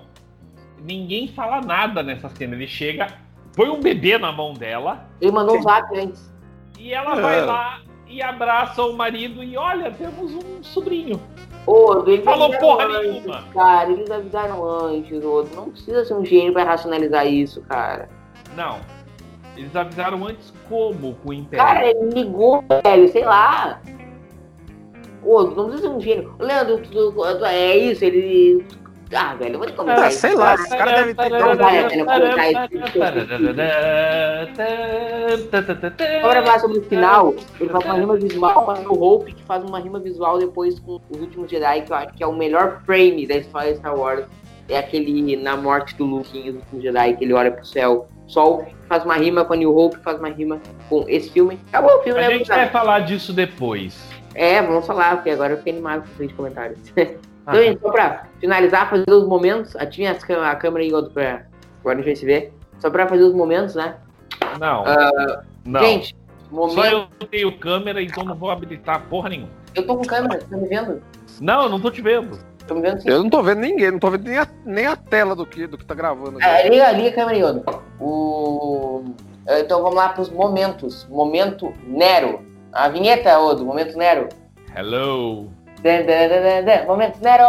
Ninguém fala nada nessa cena. Ele chega, põe um bebê na mão dela Ele mandou um Sim. zap antes. e ela É. vai lá e abraça o marido e olha, temos um sobrinho. Ô, eles Falou avisaram porra antes, nenhuma. Cara, eles avisaram antes, outro. Não precisa ser um gênio pra racionalizar isso, cara. Não. Eles avisaram antes como com o Cara, Império. ele ligou, velho, sei lá. Ô, não precisa ser um gênio. Leandro, tu- tu- tu- é isso, ele. Ah, velho, eu vou te comentar. é Ah, isso. sei lá, esses caras devem ter. Não, vai, Não, velho, eu vou comentar isso. Só pra falar sobre o final, ele faz uma É. rima visual com a New Hope, que faz uma rima visual depois com os últimos Jedi, que eu acho que é o melhor frame da história de Star Wars. É aquele na morte do Luke em Os Últimos Jedi, que ele olha pro céu, sol, faz uma rima com a New Hope, faz uma rima com esse filme. Acabou o filme, A né? gente é. vai falar disso depois. É, vamos falar, porque agora eu fiquei animado com os comentários. *laughs* Ah. então, gente, só pra finalizar, fazer os momentos. Ative as câ- a câmera aí, Godo, pra agora a gente vai se ver. Só pra fazer os momentos, né? Não. Ah, não. Gente, Só momento. Eu... eu tenho câmera, então não vou habilitar porra nenhuma. tô com câmera, tá me vendo? Não, eu não tô te vendo. Tô me vendo sim. Eu não tô vendo ninguém, não tô vendo nem a, nem a tela do que, do que tá gravando aqui. Ah, liga, liga a câmera aí, Godo. O... ah, Então vamos lá pros momentos. Momento Nero. A vinheta, Odo, momento Nero. Hello. Dan, dan, dan, dan, dan. Momento Nero!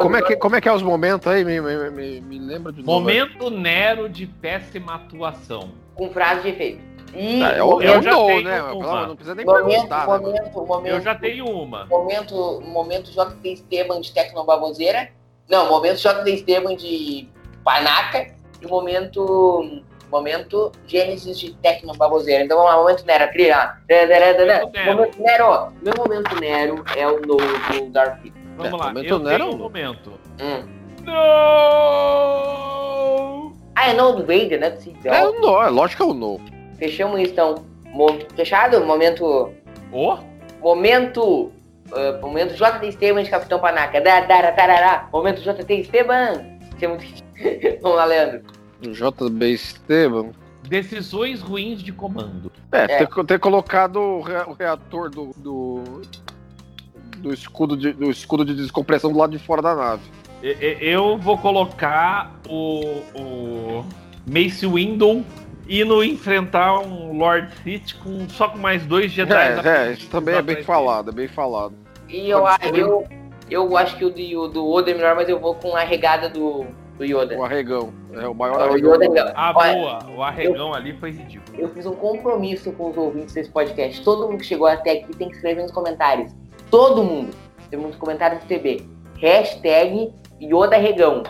Como é que, como é, que é os momentos aí? Me, me, me, me lembra de novo. Momento Nero de péssima atuação. Com frase de efeito. E. Ah, é o, é Eu o já dou, tenho né? uma. Não, não precisa nem Momento, perguntar, né? momento, momento. Eu já tenho uma. Momento, momento JT Esteban de Tecnobaboseira. Não, momento JT Esteban de Panaca. E momento. Momento Gênesis de Tecnobaboseira. Então vamos lá, momento Nero, cria lá. Dã, dã, dã, dã, Momento dã. Nero. Momento Nero. Meu momento Nero é o novo Dark Phoenix. Vamos É, lá. momento Eu Nero tenho é um um. momento. Hum. Não! Ah, é não do Vader, né? Sim, então. É o no, é lógico que é o no. Fechamos isso, então. Mo- Fechado? Momento. Oh, Momento. ah, momento JT Esteban de Capitão Panaca. Dá, dá, dá, tarará. Momento JT Esteban. Isso é muito- *laughs* Vamos lá, Leandro. JB Esteban. decisões ruins de comando. É, É. Ter, ter colocado o rea- o reator do. do... do escudo, de, do escudo de descompressão do lado de fora da nave. E- e- Eu vou colocar o, o Mace Window indo enfrentar um Lord City com, só com mais dois Jedi. É, na- é, isso também é bem falado, é bem falado. E eu, a- eu, eu acho que o de- o do Oda é melhor, mas eu vou com a regada do, do Yoda. O arregão. É o maior O arregão. Yoda é melhor. Ah, Olha, boa. O arregão ali foi ridículo. Eu fiz um compromisso com os ouvintes desse podcast. Todo mundo que chegou até aqui tem que escrever nos comentários. Todo mundo. Tem muitos comentários do TB. Hashtag Yoda Regão.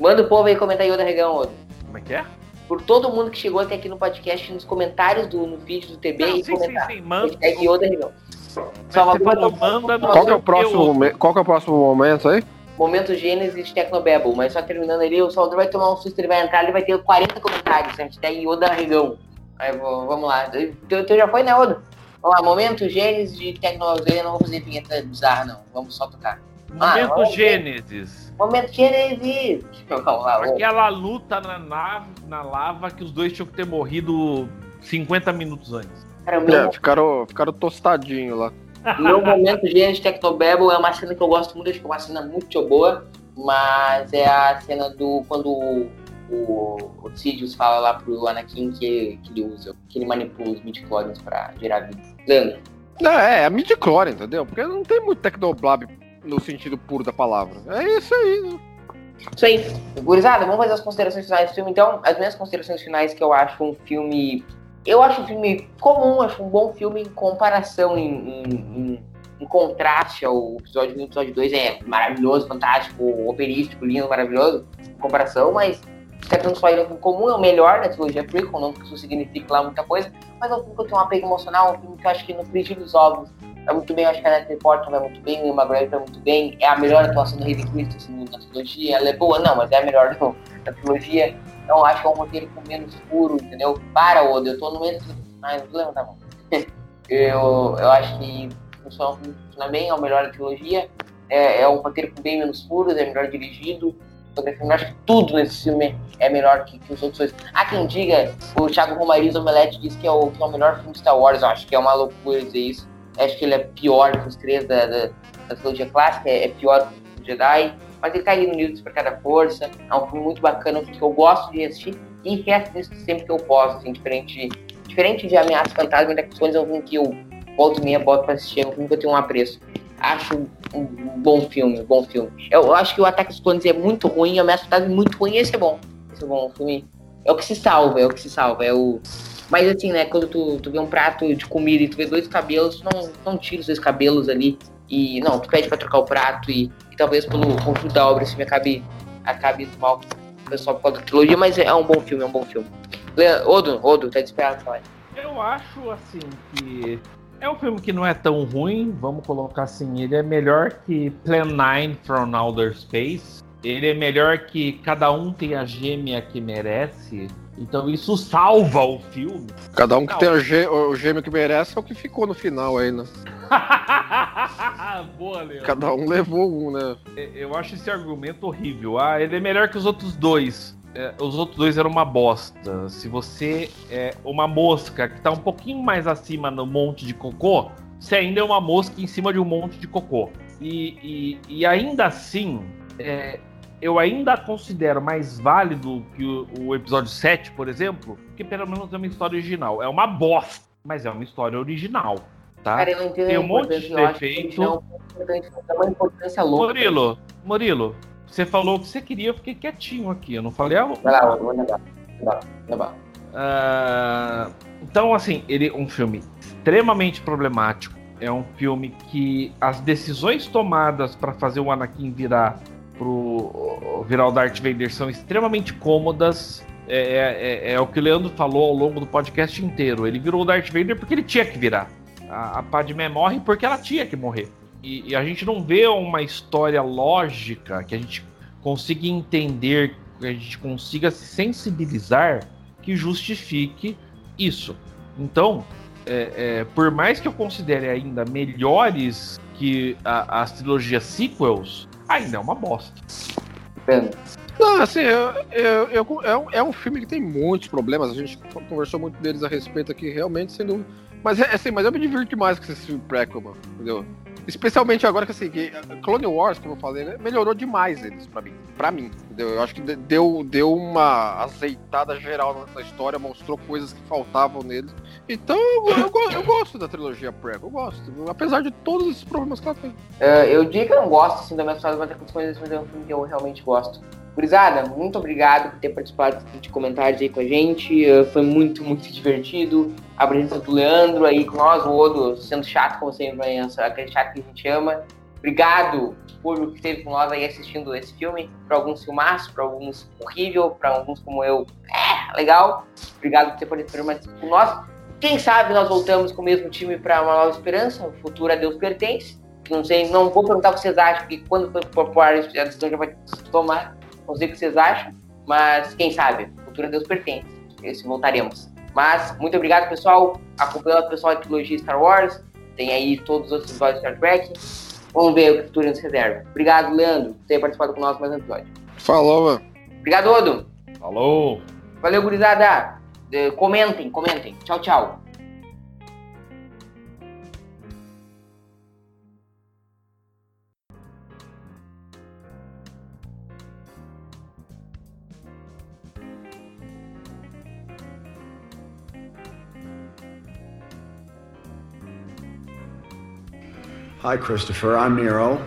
Manda o povo aí comentar Yoda Regão, Oda. Como é que é? Por todo mundo que chegou até aqui no podcast, nos comentários do no vídeo do TB Não, e sim, sim, comentar. sim. Manda. Hashtag Yoda Regão. Mas Só um você falou, manda no Qual que é seu o próximo, teu- momen- qual que é o próximo momento aí? Momento Gênesis Tecnobabble, mas só terminando ali, o Salvador vai tomar um susto, ele vai entrar, ele vai ter 40 comentários, hashtag Yoda Regão. Aí, vou- vamos lá. Então então já foi, né, Oda? Vamos lá, Momento Gênesis de Tecnobabble, eu não vou fazer vinheta bizarra, não. Vamos só tocar. Ah, Momento vamos ver. Gênesis. Momento Gênesis! *laughs* Vamos lá, vamos. Aquela luta na, nave, na lava que os dois tinham que ter morrido 50 minutos antes. Cara, o É, meu, ficaram, ficaram tostadinho lá. *laughs* meu Momento Gênesis Tecnobabble é uma cena que eu gosto muito, acho que é uma cena muito boa, mas é a cena do... quando o, o, o Sidious fala lá pro Anakin que, que ele usa, que ele manipula os midichlorians pra gerar vida. Zando. Não, é, é a midichlorian, entendeu? Porque não tem muito tecnoblab no sentido puro da palavra. É isso aí. né? Isso aí. Gurizada, vamos fazer as considerações finais do filme, então. As minhas considerações finais que eu acho um filme. Eu acho um filme comum, acho um bom filme em comparação, em, em- em- em contraste ao episódio 1 e episódio 2. É maravilhoso, fantástico, operístico, lindo, maravilhoso. Em comparação, mas tratando só ele é um filme comum, é o melhor da trilogia prequel, não que isso signifique lá muita coisa, mas é um filme que eu tenho um apego emocional, um filme que eu acho que no frigir dos ovos vai Tá muito bem, eu acho que a Natalie Portman vai muito bem, o McGregor vai muito bem, é a melhor atuação do Hayden Christensen na trilogia, ela é boa não, mas é a melhor não, da trilogia, então eu acho que é um roteiro com menos furo, entendeu? Para, Oda, eu tô no menos... Ai, não vou levantar a mão. *laughs* eu, eu acho que funciona, funciona bem, é o melhor da trilogia, é, é um roteiro com bem menos furos, é melhor dirigido, fotografia, eu acho que tudo nesse filme é é melhor que, que os outros dois. Há quem diga, o Thiago Romariz Omelete diz que é, o, que é o melhor filme de Star Wars, eu acho que é uma loucura dizer isso. Eu acho que ele é pior que os três da, da, da trilogia clássica, é, é pior que o Jedi, mas ele tá ali no livro para cada força, é um filme muito bacana que eu gosto de assistir e reassisto sempre que eu posso, assim, diferente, diferente de Ameaça Fantasma e Condições, é um filme que eu volto e meia boto pra assistir, é um filme que eu tenho um apreço. Acho um bom filme, um bom filme. Eu, eu acho que o Ataque dos Clones é muito ruim, a Ameaça Fantasma é muito ruim e esse é bom muito bom o filme. É o que se salva, é o que se salva. É o... Mas assim, né, quando tu, tu vê um prato de comida e tu vê dois cabelos, tu não, não tira os dois cabelos ali. E não, tu pede pra trocar o prato e, e talvez pelo conjunto da obra esse filme acabe, acabe mal pro pessoal por causa da trilogia, mas é, é um bom filme, é um bom filme. Le- Odo, Odo, tá desesperado, fala aí. Eu acho assim que é um filme que não é tão ruim, vamos colocar assim, ele é melhor que Plan 9 from Outer Space. Ele é melhor que cada um tem a gêmea que merece. Então isso salva o filme. *laughs* Cada um que Não. tem o, gê- o gêmeo que merece é o que ficou no final aí, né? Boa, Leandro. Cada um levou um, né? Eu acho esse argumento horrível. Ah, ele é melhor que os outros dois. É, os outros dois eram uma bosta. Se você é uma mosca que tá um pouquinho mais acima no monte de cocô, você ainda é uma mosca em cima de um monte de cocô. E, e- e ainda assim, é, eu ainda considero mais válido que o, o episódio 7, por exemplo, que pelo menos é uma história original. É uma bosta, mas é uma história original, tá? Cara, eu não entendo Tem a um monte importância, de eu acho que defeito. Não, é importante, é uma importância louca. Murilo, Murilo, você falou o que você queria, eu fiquei quietinho aqui, eu não falei algo. Vai lá, Odo, manda bala, manda bala, manda bala. Ah, então, assim, ele é um filme extremamente problemático. É um filme que as decisões tomadas para fazer o Anakin virar pro virar o Darth Vader são extremamente cômodas. É, é- é- é o que o Leandro falou ao longo do podcast inteiro. Ele virou o Darth Vader porque ele tinha que virar. A, a Padmé morre porque ela tinha que morrer. E, e a gente não vê uma história lógica que a gente consiga entender, que a gente consiga se sensibilizar que justifique isso. Então, é, é, por mais que eu considere ainda melhores que a- as trilogias sequels, ainda é uma bosta. Fernando, Não, assim, eu, eu, eu- é, um, é um filme que tem muitos problemas. A gente conversou muito deles a respeito aqui, realmente sendo. Mas é assim, mas eu me divirto demais com esse filme prequel, mano. Entendeu? Especialmente agora que assim, que Clone Wars, como eu falei, né, melhorou demais eles pra mim. Pra mim. Entendeu? Eu acho que de- deu, deu uma azeitada geral nessa história, mostrou coisas que faltavam neles. Então eu, eu go- eu gosto da trilogia Prequel, eu gosto. Apesar de todos esses problemas que ela tem. É, eu digo que eu não gosto assim, da minha história, mas tem coisas, mas é um filme que eu realmente gosto. Gurizada, muito obrigado por ter participado de comentários aí com a gente. eh, Foi muito, muito divertido. A presença do Leandro aí com nós, o Odo, sendo chato como sempre, né, Enzo? aquele chato que a gente ama. Obrigado, público que esteve com nós aí assistindo esse filme. Para alguns filmaço, para alguns horrível, para alguns como eu, é, legal. Obrigado por ter participado com nós. Quem sabe nós voltamos com o mesmo time para uma nova esperança. O futuro a Deus pertence não sei, não vou perguntar o que vocês acham, porque quando for popular a decisão já vai se tomar, não sei o que vocês acham, mas quem sabe, o futuro a Deus pertence, esse voltaremos. Mas, muito obrigado, pessoal, acompanhando o pessoal da trilogia Star Wars, tem aí todos os outros episódios de Star Trek, vamos ver o que o futuro nos reserva. Obrigado, Leandro, por ter participado com nós mais um episódio. Falou, mano. Obrigado, Odo, Falou! valeu, gurizada, Eh, comentem, comentem, tchau, tchau. Hi, Christopher. I'm Nero.